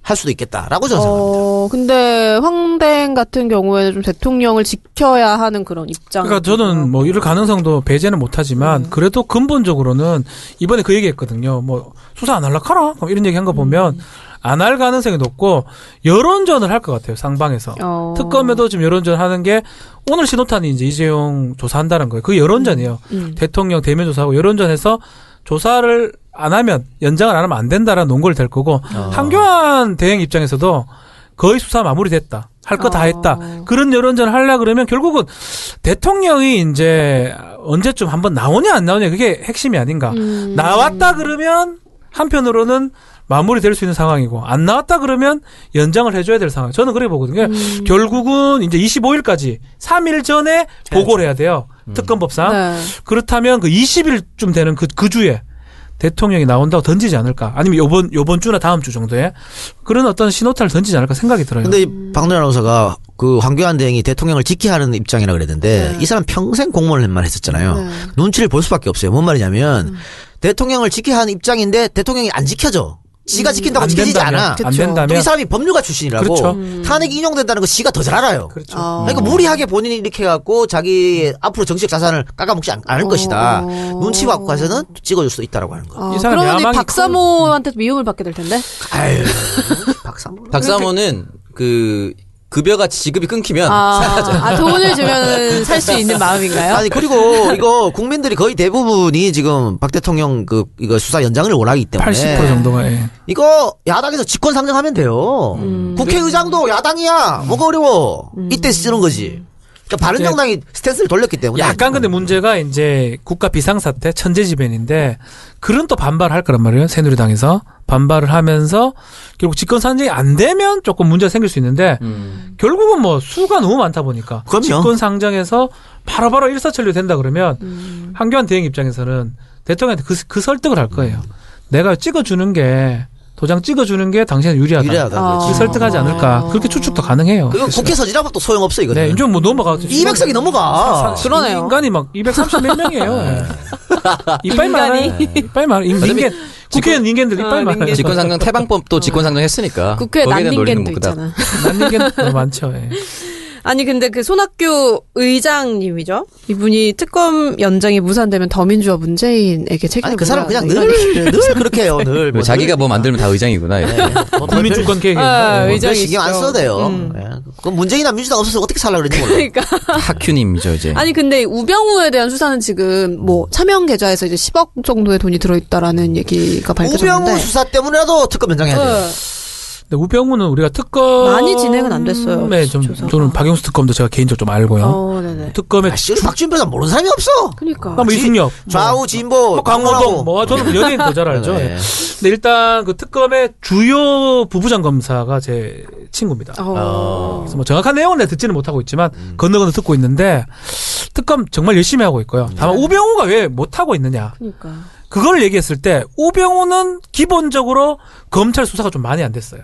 Speaker 4: 할 수도 있겠다라고 저는 생각합니다.
Speaker 7: 어, 근데 황댕 같은 경우에는 좀 대통령을 지켜야 하는 그런 입장.
Speaker 5: 그러니까 저는 뭐 이럴 가능성도 배제는 못하지만 그래도 근본적으로는 이번에 그 얘기했거든요. 뭐 수사 안 할라 카라 그럼 이런 얘기한 거 보면 안 할 가능성이 높고 여론전을 할 것 같아요. 상방에서
Speaker 7: 어.
Speaker 5: 특검에도 지금 여론전 하는 게 오늘 신호탄이 이제 이재용 조사한다는 거예요. 그
Speaker 2: 음.
Speaker 5: 여론전이에요. 대통령 대면 조사하고 여론전에서 조사를 안 하면 연장을 안 하면 안 된다라는 논거를 될 거고 한교안 대행 입장에서도 거의 수사 마무리됐다. 할 거 다
Speaker 7: 어.
Speaker 5: 했다. 그런 여론전을 하려 그러면 결국은 대통령이 이제 언제쯤 한번 나오냐 안 나오냐 그게 핵심이 아닌가.
Speaker 7: 음.
Speaker 5: 나왔다 그러면 한편으로는 마무리될 수 있는 상황이고 안 나왔다 그러면 연장을 해줘야 될 상황. 저는 그래 보거든요. 그러니까
Speaker 7: 음.
Speaker 5: 결국은 이제 25일까지 3일 전에 보고를 해야 돼요.
Speaker 4: 음.
Speaker 5: 특검법상.
Speaker 7: 네.
Speaker 5: 그렇다면 그 20일쯤 되는 그, 그 주에 대통령이 나온다고 던지지 않을까. 아니면 요번, 요번 주나 다음 주 정도에 그런 어떤 신호탄을 던지지 않을까 생각이 들어요.
Speaker 4: 근데 이 박노래 아나운서가 그 황교안 대행이 대통령을 지켜야 하는 입장이라 그랬는데 이 사람 평생 공무원만 했었잖아요. 눈치를 볼 수밖에 없어요. 뭔 말이냐면 대통령을 지켜야 하는 입장인데 대통령이 안 지켜져. 지가 지킨다고
Speaker 5: 안
Speaker 4: 지키지 않아.
Speaker 5: 된다면. 안
Speaker 7: 그쵸.
Speaker 4: 또 이
Speaker 5: 된다면.
Speaker 4: 사람이 법률가 출신이라고
Speaker 5: 그렇죠.
Speaker 4: 탄핵 인용된다는 거 지가 더 잘 알아요. 그
Speaker 5: 그렇죠.
Speaker 7: 어.
Speaker 4: 러니까 무리하게 본인이 이렇게 해갖고 자기 앞으로 정치적 자산을 깎아먹지 않, 않을
Speaker 7: 어.
Speaker 4: 것이다. 눈치 받고 가서는 찍어줄 수도 있다라고 하는 거.
Speaker 7: 아,
Speaker 5: 이 사람
Speaker 7: 그러니
Speaker 5: 야망이
Speaker 7: 박사모한테 미움을 받게 될 텐데.
Speaker 4: 아유, 박사모.
Speaker 3: 박사모는 그 급여가 지급이 끊기면
Speaker 7: 아, 아, 돈을 주면 살 수 있는 마음인가요?
Speaker 4: 아니 그리고 이거 국민들이 거의 대부분이 지금 박 대통령 그 이거 수사 연장을 원하기 때문에
Speaker 5: 80% 정도가. 예.
Speaker 4: 이거 야당에서 직권 상정하면 돼요.
Speaker 5: 음.
Speaker 4: 국회의장도 야당이야. 뭐가 어려워. 이때 쓰는 거지. 그러니까 바른 정당이 스탠스를 돌렸기 때문에
Speaker 5: 네. 약간 근데 문제가 이제 국가 비상사태 천재지변인데 그런 또 반발할 거란 말이에요 새누리당에서 반발을 하면서 결국 집권 상정이 안 되면 조금 문제가 생길 수 있는데 결국은 뭐 수가 너무 많다 보니까
Speaker 4: 음. 그럼요.
Speaker 5: 집권 상정에서 바로바로 일사천리 된다 그러면 한교안 대행 입장에서는 대통령한테 그, 그 설득을 할 거예요
Speaker 4: 음.
Speaker 5: 내가 찍어주는 게 도장 찍어주는 게 당신은 유리하다.
Speaker 4: 유리하다.
Speaker 7: 아.
Speaker 5: 그
Speaker 4: 그렇지.
Speaker 5: 설득하지 않을까. 그렇게 추측도 가능해요.
Speaker 4: 그거 국회 서지라면 또 소용없어 이거는.
Speaker 5: 네, 이제 뭐 넘어가죠.
Speaker 4: 200석이 넘어가.
Speaker 5: 사-
Speaker 7: 그러네요.
Speaker 5: 인간이 막 230몇 명이에요. 예. 이빨 많아요. 이빨 많아. 인-
Speaker 3: 어차피
Speaker 5: 인간 국회의원 인간들 이빨
Speaker 7: 어,
Speaker 5: 많아요.
Speaker 3: 직권상정 태방법도 직권상정했으니까
Speaker 7: 국회에
Speaker 3: 아, 거기에 대한 논리는
Speaker 7: 난민겐도
Speaker 3: 못 그다-
Speaker 7: 있잖아.
Speaker 5: 난인간 너무 많죠. 예.
Speaker 2: 아니 근데 그 손학규 의장님이죠. 이분이 특검 연장이 무산되면 더민주화 문재인에게 책임을
Speaker 4: 아니 그 사람 그냥
Speaker 5: 네.
Speaker 2: 물어야
Speaker 4: 늘
Speaker 2: 한다, 이거.
Speaker 4: 늘 그렇게 해요. 늘.
Speaker 3: 뭐 자기가 뭐 만들면 다 의장이구나.
Speaker 7: 네.
Speaker 3: 이렇게.
Speaker 5: 국민주권 계획.
Speaker 7: 아,
Speaker 5: 예.
Speaker 7: 의지-
Speaker 4: 별 네. 신경 안
Speaker 7: 의장이시죠.
Speaker 4: 써도 돼요.
Speaker 7: 음.
Speaker 4: 예. 그건 문재인이나 민주당 없어서 어떻게 살라 그랬지 몰라.
Speaker 2: 그러니까
Speaker 3: 하큐님이죠 이제.
Speaker 2: 아니 근데 우병우에 대한 수사는 지금 뭐 차명 계좌에서 이제 10억 정도의 돈이 들어있다라는 얘기가 밝혀졌는데
Speaker 4: 우병우 수사 때문에라도 특검 연장해야 돼요.
Speaker 5: 근데 우병우는 우리가 특검
Speaker 2: 많이 진행은 안 됐어요,
Speaker 5: 네, 좀
Speaker 2: 조사가.
Speaker 5: 저는 박영수 특검도 제가 개인적으로 좀 알고요.
Speaker 2: 어, 네네.
Speaker 5: 특검의
Speaker 4: 아, 씨, 우리 박준표 사 모르는 사람이 없어.
Speaker 2: 그러니까.
Speaker 5: 뭐 이승엽,
Speaker 4: 좌우
Speaker 5: 뭐,
Speaker 4: 진보,
Speaker 5: 뭐 강호동,
Speaker 4: 박문호.
Speaker 5: 뭐 저는 연예인 더 잘 알죠.
Speaker 4: 네.
Speaker 5: 예. 근데 일단 그 특검의 주요 부부장 검사가 제 친구입니다.
Speaker 7: 어.
Speaker 5: 그래서 뭐 정확한 내용은 내가 듣지는 못하고 있지만 건너 건너 듣고 있는데 특검 정말 열심히 하고 있고요. 다만 우병우가 왜 못하고 있느냐
Speaker 7: 그러니까.
Speaker 5: 그걸 얘기했을 때 우병우는 기본적으로 검찰 수사가 좀 많이 안 됐어요.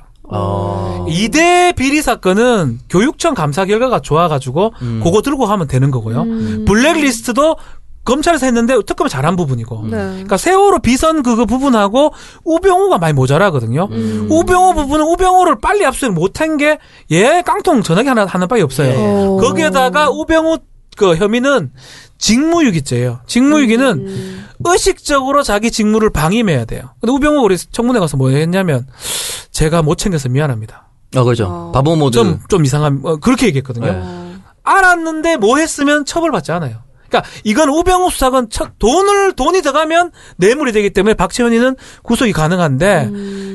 Speaker 5: 이대 비리 사건은 교육청 감사 결과가 좋아가지고 그거 들고 하면 되는 거고요.
Speaker 2: 음.
Speaker 4: 음.
Speaker 5: 음. 블랙리스트도 검찰에서 했는데 특검이 잘한 부분이고. 그러니까 세월호 비선 그거 부분하고 우병우가 많이 모자라거든요. 우병우 부분은 우병우를 빨리 압수를 못한 게 얘 깡통 전화기 하나 하는 바에 없어요.
Speaker 7: 어.
Speaker 5: 거기에다가 우병우 그 혐의는 직무유기죄예요. 직무유기는 의식적으로 자기 직무를 방임해야 돼요. 근데 우병우 우리 청문회 가서 뭐 했냐면 제가 못 챙겨서 미안합니다.
Speaker 3: 어 그렇죠. 바보 모드. 네.
Speaker 5: 좀 좀 이상한 어, 그렇게 얘기했거든요. 알았는데 뭐 했으면 처벌받지 않아요. 그러니까 이건 우병우 수사관 첫 돈을 돈이 들어가면 뇌물이 되기 때문에 박채원이는 구속이 가능한데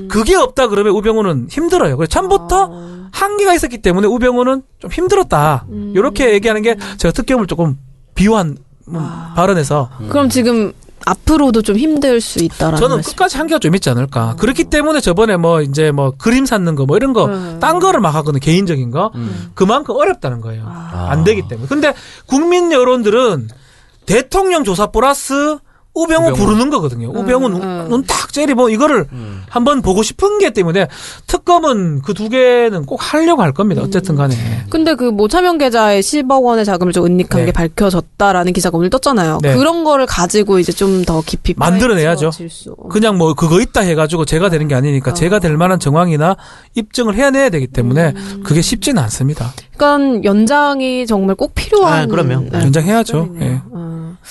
Speaker 5: 그게 없다 그러면 우병우는 힘들어요. 그래서 처음부터 한계가 있었기 때문에 우병우는 좀 힘들었다. 이렇게 얘기하는 게 제가 특검을 조금 비호한 음, 발언에서
Speaker 2: 그럼 지금 앞으로도 좀 힘들 수 있다라는
Speaker 5: 저는
Speaker 2: 말씀. 음.
Speaker 5: 끝까지 한계가 좀 있지 않을까. 그렇기 때문에 저번에 뭐 이제 뭐 그림 샀는 거 뭐 이런 거
Speaker 2: 음.
Speaker 5: 딴 거를 막
Speaker 3: 음.
Speaker 5: 하거든
Speaker 2: 아.
Speaker 3: 아.
Speaker 5: 개인적인 거 그만큼 어렵다는 거예요. 안 되기 때문에. 근데 국민 여론들은 대통령 조사 플러스 우병우
Speaker 3: 우병우.
Speaker 5: 부르는 거거든요. 우병우
Speaker 2: 음.
Speaker 5: 눈 딱 째리고 뭐 이거를
Speaker 3: 음.
Speaker 5: 한번 보고 싶은 게 때문에 특검은 그 두 개는 꼭 하려고 할 겁니다. 어쨌든 간에.
Speaker 2: 근데 그 뭐 참여 계좌에 10억 원의 자금을 좀 은닉한
Speaker 5: 네.
Speaker 2: 게 밝혀졌다라는 기사가 오늘 떴잖아요.
Speaker 5: 네.
Speaker 2: 그런 거를 가지고 이제 좀 더 깊이 파헤치고
Speaker 5: 만들어내야죠.
Speaker 2: 질수.
Speaker 5: 그냥 뭐 그거 있다 해가지고 제가 되는 게 아니니까
Speaker 2: 어.
Speaker 5: 제가 될 만한 정황이나 입증을 해내야 되기 때문에
Speaker 2: 음.
Speaker 5: 그게 쉽지는 않습니다.
Speaker 2: 그러니까 연장이 정말 꼭 필요한.
Speaker 4: 아, 그럼요. 네.
Speaker 5: 연장해야죠.
Speaker 2: 점이네요.
Speaker 5: 음. 예.
Speaker 2: 아,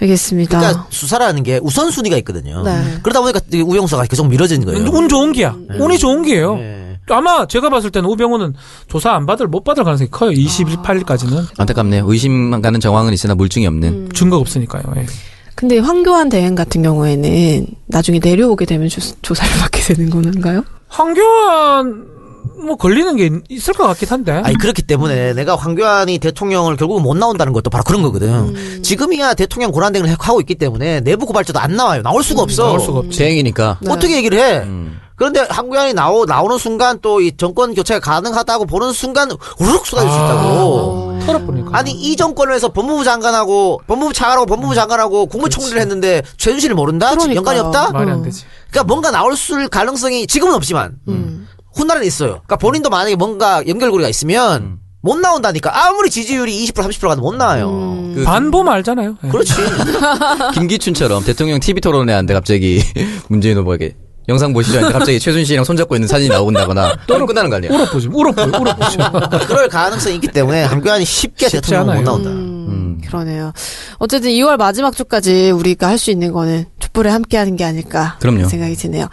Speaker 2: 알겠습니다.
Speaker 4: 그러니까 수사라는 게 우선순위가 있거든요.
Speaker 2: 아. 네.
Speaker 4: 그러다 보니까 이 우영수가 계속 미뤄지는 거예요.
Speaker 5: 운 좋은 기야.
Speaker 4: 네.
Speaker 5: 운이 좋은 기예요.
Speaker 4: 예.
Speaker 5: 아마 제가 봤을 때는 우병우는 조사 안 받을 못 받을 가능성이
Speaker 4: 아,
Speaker 5: 커요. 28일까지는
Speaker 3: 안타깝네요. 의심 가는 정황은 있으나 물증이
Speaker 7: 음.
Speaker 3: 없는.
Speaker 5: 증거가 없으니까요. 예.
Speaker 2: 근데 황교안 대행 같은 경우에는 나중에 내려오게 되면 조, 조사를 받게 되는 건가요?
Speaker 5: 황교안 뭐 걸리는 게 있- 있을 것 같긴 한데.
Speaker 4: 아니 그렇기 때문에 내가 황교안이 대통령을 결국은 못 나온다는 것도 바로 그런 거거든. 지금이야 대통령 권한 대행을 하고 있기 때문에 내부 고발자도 안 나와요. 나올 수가 없어.
Speaker 5: 나올 수가 없지.
Speaker 3: 대행이니까.
Speaker 2: 네.
Speaker 4: 어떻게 얘기를 해?
Speaker 3: 음.
Speaker 4: 그런데 황교안이 나오, 나오는 순간 또 이 정권 교체가 가능하다고 보는 순간 우르륵 쏟아질 수
Speaker 5: 아.
Speaker 4: 있다고.
Speaker 5: 털어보니까.
Speaker 4: 아니 이 정권에서 법무부 장관하고 법무부 차관하고 법무부 장관하고 국무총리를 했는데 최순실을 모른다?
Speaker 2: 음. 그러니까요.
Speaker 4: 연관이 없다?
Speaker 5: 말이
Speaker 2: 어.
Speaker 5: 안 되지.
Speaker 4: 그러니까 뭔가 나올 수 가능성이 지금은 없지만
Speaker 2: 음.
Speaker 4: 훗날은 있어요. 그러니까 본인도 만약에 뭔가 연결고리가 있으면
Speaker 2: 음.
Speaker 4: 못 나온다니까 아무리 지지율이 20% 30% 가도 못 나와요.
Speaker 7: 음.
Speaker 2: 음.
Speaker 3: 그
Speaker 5: 반보 말잖아요. 예.
Speaker 4: 그렇지.
Speaker 3: 김기춘처럼 대통령 TV 토론회 하는데 갑자기 문재인 후보에게 영상 보시죠. 하는데 갑자기 최순실이랑 손잡고 있는 사진이 나온다거나 또는 끝나는 거 아니에요.
Speaker 5: 울어보지. 울어보. 울어보죠.
Speaker 4: 그럴 가능성이 있기 때문에 황교안이 쉽게
Speaker 5: 쉽지
Speaker 4: 대통령 못
Speaker 5: 않아요.
Speaker 4: 나온다.
Speaker 2: 음, 그러네요. 어쨌든 2월 마지막 주까지 우리가 할 수 있는 거는 촛불에 함께하는 게 아닐까
Speaker 3: 그럼요.
Speaker 2: 그런 생각이 드네요.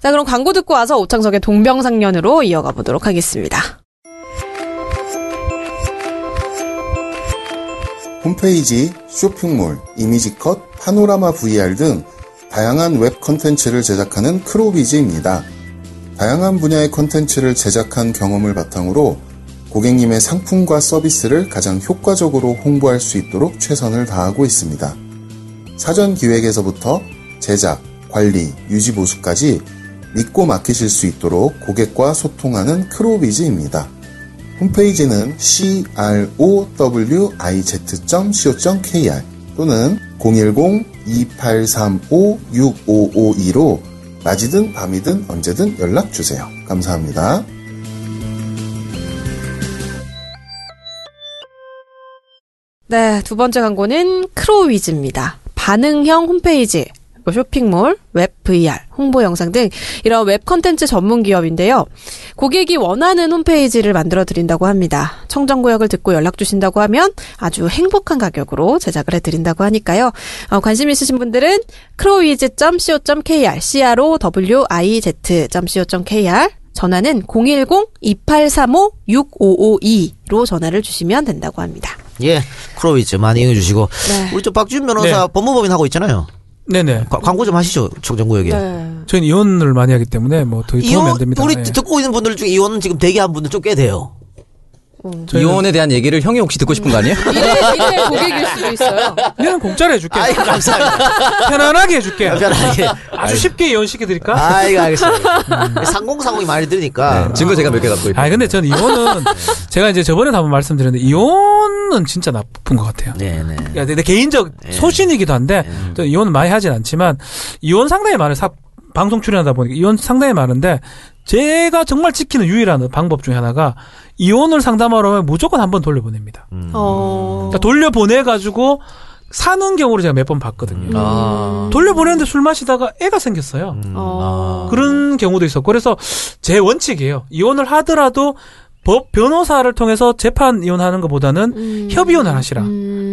Speaker 2: 자 그럼 광고 듣고 와서 오창석의 동병상련으로 이어가 보도록 하겠습니다.
Speaker 8: 홈페이지, 쇼핑몰, 이미지컷, 파노라마 VR 등 다양한 웹 컨텐츠를 제작하는 크로비즈입니다. 다양한 분야의 컨텐츠를 제작한 경험을 바탕으로 고객님의 상품과 서비스를 가장 효과적으로 홍보할 수 있도록 최선을 다하고 있습니다. 사전 기획에서부터 제작, 관리, 유지 보수까지 믿고 맡기실 수 있도록 고객과 소통하는 크로비즈입니다. 홈페이지는 crowiz.co.kr 또는 010-2835-6552로 낮이든 밤이든 언제든 연락주세요. 감사합니다.
Speaker 2: 네, 두 번째 광고는 크로위즈입니다. 반응형 홈페이지, 그리고 쇼핑몰, 웹 VR, 홍보 영상 등 이런 웹 컨텐츠 전문 기업인데요. 고객이 원하는 홈페이지를 만들어 드린다고 합니다. 청정구역을 듣고 연락 주신다고 하면 아주 행복한 가격으로 제작을 해 드린다고 하니까요. 어, 관심 있으신 분들은 crowiz.co.kr, crowiz.co.kr 전화는 010-2835-6552로 전화를 주시면 된다고 합니다.
Speaker 4: 예, 크로이즈 많이 이용해 주시고
Speaker 2: 네.
Speaker 4: 우리 저 박준 변호사
Speaker 5: 네.
Speaker 4: 법무법인 하고 있잖아요.
Speaker 5: 네네.
Speaker 4: 과- 광고 좀 하시죠, 청정구역에.
Speaker 2: 네.
Speaker 5: 저희는 이혼을 많이 하기 때문에 뭐 도움이 안
Speaker 4: 이혼
Speaker 5: 됩니다.
Speaker 4: 우리
Speaker 5: 예.
Speaker 4: 듣고 있는 분들 중에 이혼 지금 대기한 분들 좀 꽤 돼요.
Speaker 3: 음. 이혼에 대한 얘기를 형이 혹시 듣고 싶은 거 아니에요?
Speaker 2: 미래 미래 고객일 수도 있어요.
Speaker 5: 얘는 공짜로 해줄게.
Speaker 4: 아이 감사합니다.
Speaker 5: 편안하게 해줄게.
Speaker 4: 편하게.
Speaker 5: 아주 쉽게 이혼시켜드릴까?
Speaker 4: 아이
Speaker 5: 음.
Speaker 4: 알겠습니다. 상공상공이 많이 들으니까.
Speaker 3: 네, 증거 제가 몇 개 갖고 있고.
Speaker 5: 아 근데 저는 이혼은 제가 이제 저번에도 한번 말씀드렸는데 이혼은 진짜 나쁜 것 같아요.
Speaker 4: 네, 네.
Speaker 5: 야, 내, 내 개인적 소신이기도 한데 저 이혼 많이 하진 않지만 이혼 상당히 많은 사 방송 출연하다 보니까 이혼 상당히 많은데 제가 정말 지키는 유일한 방법 중에 하나가 이혼을 상담하러 오면 무조건 한 번 돌려보냅니다.
Speaker 4: 음.
Speaker 2: 어.
Speaker 5: 그러니까 돌려보내 가지고 사는 경우를 제가 몇 번 봤거든요.
Speaker 4: 음.
Speaker 3: 아.
Speaker 5: 돌려보내는데 술 마시다가 애가 생겼어요.
Speaker 2: 어.
Speaker 5: 아. 그런 경우도 있었고 그래서 제 원칙이에요. 이혼을 하더라도 법 변호사를 통해서 재판 이혼하는 것보다는
Speaker 2: 음.
Speaker 5: 협의혼을 하시라.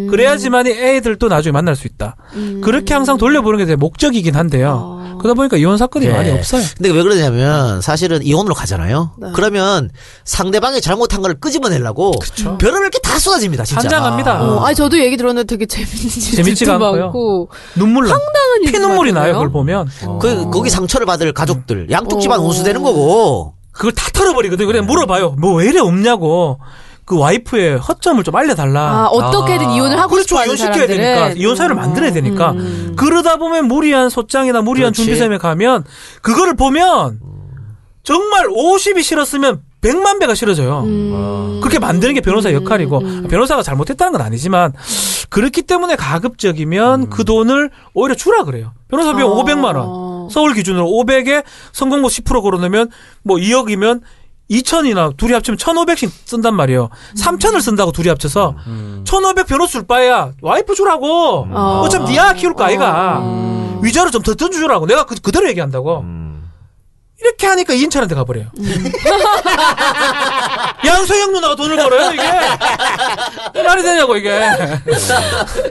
Speaker 5: 그래야지만 이 애들도 나중에 만날 수 있다.
Speaker 2: 음.
Speaker 5: 그렇게 항상 돌려보는 게 제 목적이긴 한데요.
Speaker 2: 어.
Speaker 5: 그러다 보니까 이혼 사건이
Speaker 4: 네.
Speaker 5: 많이 없어요.
Speaker 4: 근데 왜 그러냐면 사실은 이혼으로 가잖아요.
Speaker 5: 네.
Speaker 4: 그러면 상대방이 잘못한 걸 끄집어내려고 변호를 이렇게 다 쏟아집니다. 진짜.
Speaker 5: 환장합니다. 음.
Speaker 2: 어, 아니 저도 얘기 들었는데 되게 재밌는지
Speaker 5: 재밌지가 않고요.
Speaker 2: 많고
Speaker 5: 눈물 나.
Speaker 2: 황당한 얘기
Speaker 5: 피눈물이 나요. 그걸 보면
Speaker 4: 그 거기 상처를 받을 가족들 양쪽
Speaker 5: 어.
Speaker 4: 집안 원수되는 거고.
Speaker 5: 그걸 다 털어버리거든요. 그냥 물어봐요. 뭐 왜 이래 없냐고. 그 와이프의 허점을 좀 알려달라.
Speaker 2: 아 어떻게든
Speaker 3: 아.
Speaker 2: 이혼을 하고
Speaker 5: 그렇죠.
Speaker 2: 싶어하는
Speaker 5: 이혼시켜야
Speaker 2: 사람들은 음,
Speaker 5: 되니까. 이혼 사유를 만들어야 되니까. 그러다 보면 무리한 소장이나 무리한
Speaker 4: 그렇지.
Speaker 5: 준비쌤에 가면 그거를 보면 정말 50이 싫었으면
Speaker 2: 음.
Speaker 5: 100만 배가 싫어져요. 그렇게 만드는 게 변호사의 역할이고 변호사가 잘못했다는 건 아니지만 그렇기 때문에 가급적이면 그 돈을 오히려 주라 그래요. 변호사 비용 500만 원. 서울 기준으로 500에 성공보 10% 걸어놓으면 뭐 2억이면 2천이나 둘이 합치면 1,500씩 쓴단 말이에요. 3천을 쓴다고 둘이 합쳐서 1,500 변호수 줄 바에야 와이프 주라고. 어차피 니야 키울 거 아이가. 위자료 좀 더 던져주라고. 내가 그, 그대로 얘기한다고. 이렇게 하니까 이인찬한테 가버려요. 양소영 누나가 돈을 벌어요, 이게? 말이 되냐고, 이게.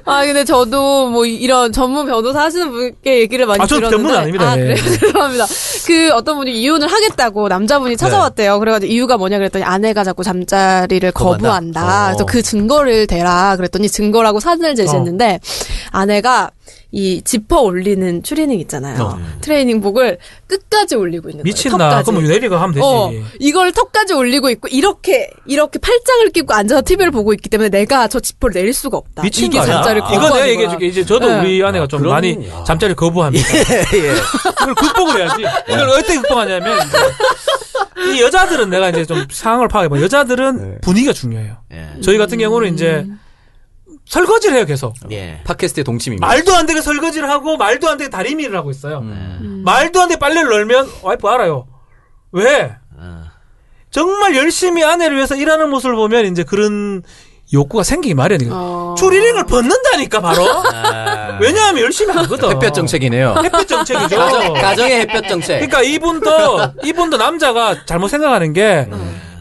Speaker 2: 아 근데 저도 뭐 이런 전문 변호사 하시는 분께 얘기를 많이
Speaker 5: 아, 저
Speaker 2: 들었는데
Speaker 5: 전문은 아닙니다.
Speaker 2: 아,
Speaker 5: 예.
Speaker 2: 그래요? 죄송합니다. 그 어떤 분이 이혼을 하겠다고
Speaker 5: 네.
Speaker 2: 남자분이 찾아왔대요. 그래가지고 이유가 뭐냐 그랬더니 아내가 자꾸 잠자리를 거부한다.
Speaker 5: 어.
Speaker 2: 그래서 그 증거를 대라 그랬더니 증거라고 사진을 제시했는데
Speaker 5: 어.
Speaker 2: 아내가 이 지퍼 올리는 트레이닝 있잖아요. 트레이닝복을 끝까지 올리고 있는 거예요.
Speaker 5: 어. 미친나.
Speaker 2: 턱까지.
Speaker 5: 그럼 뭐 내리가 하면 되지.
Speaker 2: 어, 이걸 턱까지 올리고 있고 이렇게 이렇게 팔짱을 끼고 앉아서 TV를 보고 있기 때문에 내가 저 지퍼를 내릴 수가 없다.
Speaker 5: 미친
Speaker 2: 이게
Speaker 5: 거 아니야?
Speaker 2: 잠자를
Speaker 5: 이거 내가
Speaker 2: 거부하는
Speaker 5: 얘기해
Speaker 2: 거야.
Speaker 5: 줄게. 이제 저도
Speaker 2: 네.
Speaker 5: 우리 아내가 좀 많이 잠자리 거부합니다.
Speaker 4: 예.
Speaker 5: 이걸 극복을 해야지. 이걸 어떻게 극복하냐면 이제 이 여자들은 내가 이제 좀 상황을 파악해봐. 여자들은 분위기가 중요해요.
Speaker 4: 예.
Speaker 5: 저희 같은 경우는 이제
Speaker 2: 음.
Speaker 5: 설거지를 해요, 계속.
Speaker 4: 예.
Speaker 3: 팟캐스트의 동침입니다.
Speaker 5: 말도 안 되게 설거지를 하고 말도 안 되게 다리미를 하고 있어요.
Speaker 3: 네. 음.
Speaker 5: 말도 안 되게 빨래를 널면 와이프 알아요. 왜?
Speaker 3: 아.
Speaker 5: 정말 열심히 아내를 위해서 일하는 모습을 보면 이제 그런 욕구가 생기기 마련이에요. 추리닝을 벗는다니까 바로. 왜냐하면 열심히 하거든.
Speaker 3: 아. 햇볕 정책이네요.
Speaker 5: 햇볕 정책이죠.
Speaker 3: 가정, 가정의 햇볕 정책.
Speaker 5: 어, 네. 그러니까 이분도 이분도 남자가 잘못 생각하는 게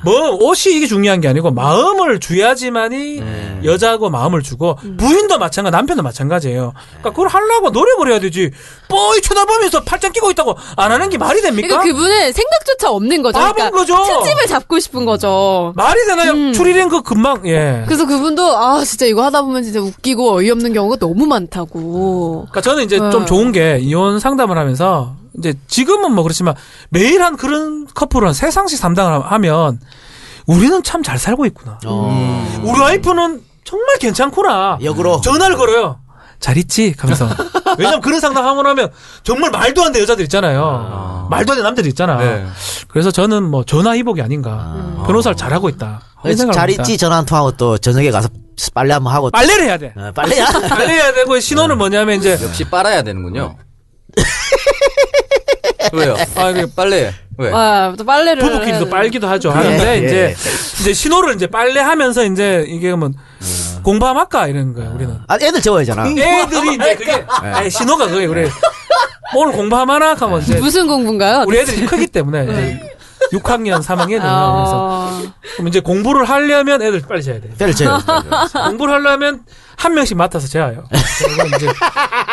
Speaker 5: 뭐 옷이 이게 중요한 게 아니고 마음을 주어야지만이 여자하고 마음을 주고 부인도 마찬가지 남편도 마찬가지예요. 그러니까 그걸 하려고 노력을 해야 되지. 뻔히 쳐다보면서 팔짱 끼고 있다고 안 하는 게 말이 됩니까?
Speaker 2: 그러니까 그분은 생각조차 없는 거죠.
Speaker 5: 바본
Speaker 2: 그러니까
Speaker 5: 거죠.
Speaker 2: 트집을 잡고 싶은 거죠.
Speaker 5: 말이 되나요? 추리링 그 금방 예.
Speaker 2: 그래서 그분도 아 진짜 이거 하다 보면 진짜 웃기고 어이없는 경우가 너무 많다고.
Speaker 5: 그러니까 저는 이제 좀 좋은 게 이혼 상담을 하면서 이제 지금은 뭐 그렇지만 매일 한 그런 커플은 세상씩 상담을 하면 우리는 참 잘 살고 있구나. 우리 와이프는 정말 괜찮구나.
Speaker 4: 어, 역으로.
Speaker 5: 전화를 걸어요. 잘 있지? 감성. 왜냐면 그런 상담하고 나면 정말 말도 안 돼 여자들 있잖아요. 말도 안 돼 남자들 있잖아.
Speaker 3: 네.
Speaker 5: 그래서 저는 뭐 전화 희복이 아닌가. 변호사를 잘하고 있다. 그런 생각을
Speaker 4: 아, 잘
Speaker 5: 합니다.
Speaker 4: 있지 전화 한 통하고 또 저녁에 가서 빨래 한번 하고
Speaker 5: 빨래를 해야 돼.
Speaker 4: 어, 빨래야.
Speaker 5: 빨래 해야 되고 신호는 뭐냐면 이제
Speaker 3: 역시 빨아야 되는군요. 왜요? 아, 이게 빨래. 왜?
Speaker 2: 아, 또 빨래를
Speaker 5: 네. 부부끼리도
Speaker 2: 해야
Speaker 5: 빨기도 하죠. 하는데
Speaker 4: 예.
Speaker 5: 이제 이제 신호를 이제 빨래하면서 이제 이게 뭐 공부함할까 이런 거야 우리는.
Speaker 4: 아, 애들 재워야잖아.
Speaker 5: 그 애들이 이제 그게 아니, 신호가 그게 그래. 오늘 공부하마나 하면 뭐 이제
Speaker 2: 네. 무슨 공부인가요?
Speaker 5: 우리 애들이 크기 때문에 이제 6학년, 3학년 그래서
Speaker 2: 네. 아,
Speaker 5: 그럼 이제 공부를 하려면 애들 빨리 재야 돼.
Speaker 4: 애들 재워.
Speaker 5: 공부를 하려면 한 명씩 맡아서 재워요. 그리고 이제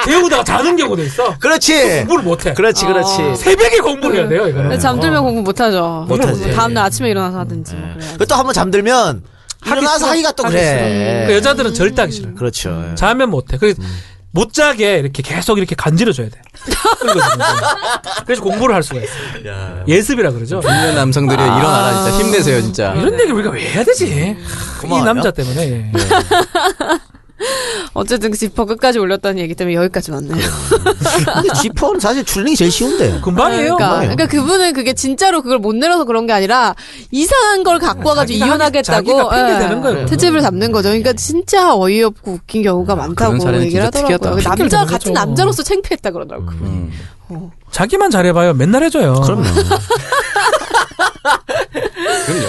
Speaker 5: 재우다가 자는 경우도 있어.
Speaker 4: 그렇지.
Speaker 5: 공부를 못 해.
Speaker 4: 네. 그렇지, 그렇지.
Speaker 5: 새벽에 공부를 해야 돼요,
Speaker 2: 근데
Speaker 5: 이거는.
Speaker 2: 네,
Speaker 5: 어.
Speaker 2: 잠들면 공부 못하죠.
Speaker 4: 못하지.
Speaker 2: 다음날 아침에 일어나서 하든지.
Speaker 5: 네.
Speaker 2: 뭐 그래야
Speaker 4: 그 또 한번 잠들면
Speaker 5: 하기
Speaker 4: 일어나서
Speaker 5: 싫어.
Speaker 4: 하기가 또
Speaker 5: 하기
Speaker 4: 그래.
Speaker 5: 그
Speaker 2: 음.
Speaker 5: 여자들은 음. 절대 하기 싫어요.
Speaker 4: 그렇죠. 예.
Speaker 5: 자면 못해. 그래서 못 자게 이렇게 계속 이렇게 간지러줘야 돼. 끌거든요. 그래서 공부를 할 수가 있어. 요 예습이라 그러죠.
Speaker 3: 있는 남성들이 일어나라 진짜 힘내세요 진짜.
Speaker 5: 아. 이런 얘기 우리가 왜 해야 되지? 이
Speaker 4: 고마워요.
Speaker 5: 남자 때문에. 예.
Speaker 2: 어쨌든 그 지퍼 끝까지 올렸다는 얘기 때문에 여기까지 왔네요.
Speaker 4: 근데 지퍼는 사실 줄링이 제일
Speaker 5: 음.
Speaker 4: 쉬운데.
Speaker 5: 금방이에요.
Speaker 2: 그러니까,
Speaker 4: 금방이에요.
Speaker 2: 그러니까 그분은 그게 진짜로 그걸 못 내려서 그런 게 아니라 이상한 걸 갖고 와가지고
Speaker 5: 아, 자기가
Speaker 2: 이혼하겠다고
Speaker 5: 자기가 핑계 대는
Speaker 2: 예,
Speaker 5: 거예요.
Speaker 2: 트집을 잡는 거죠. 그러니까 진짜 어이없고 웃긴
Speaker 5: 아,
Speaker 2: 경우가 많다고
Speaker 3: 그런 사례는
Speaker 2: 얘기를
Speaker 3: 진짜
Speaker 2: 하더라고요.
Speaker 3: 특이하다.
Speaker 5: 핑계를
Speaker 2: 남자
Speaker 5: 대는
Speaker 2: 같은
Speaker 5: 거죠.
Speaker 2: 남자로서 창피했다 그러더라고.
Speaker 3: 음.
Speaker 5: 자기만 잘해봐요. 맨날 해줘요.
Speaker 4: 그럼요.
Speaker 3: 그럼요.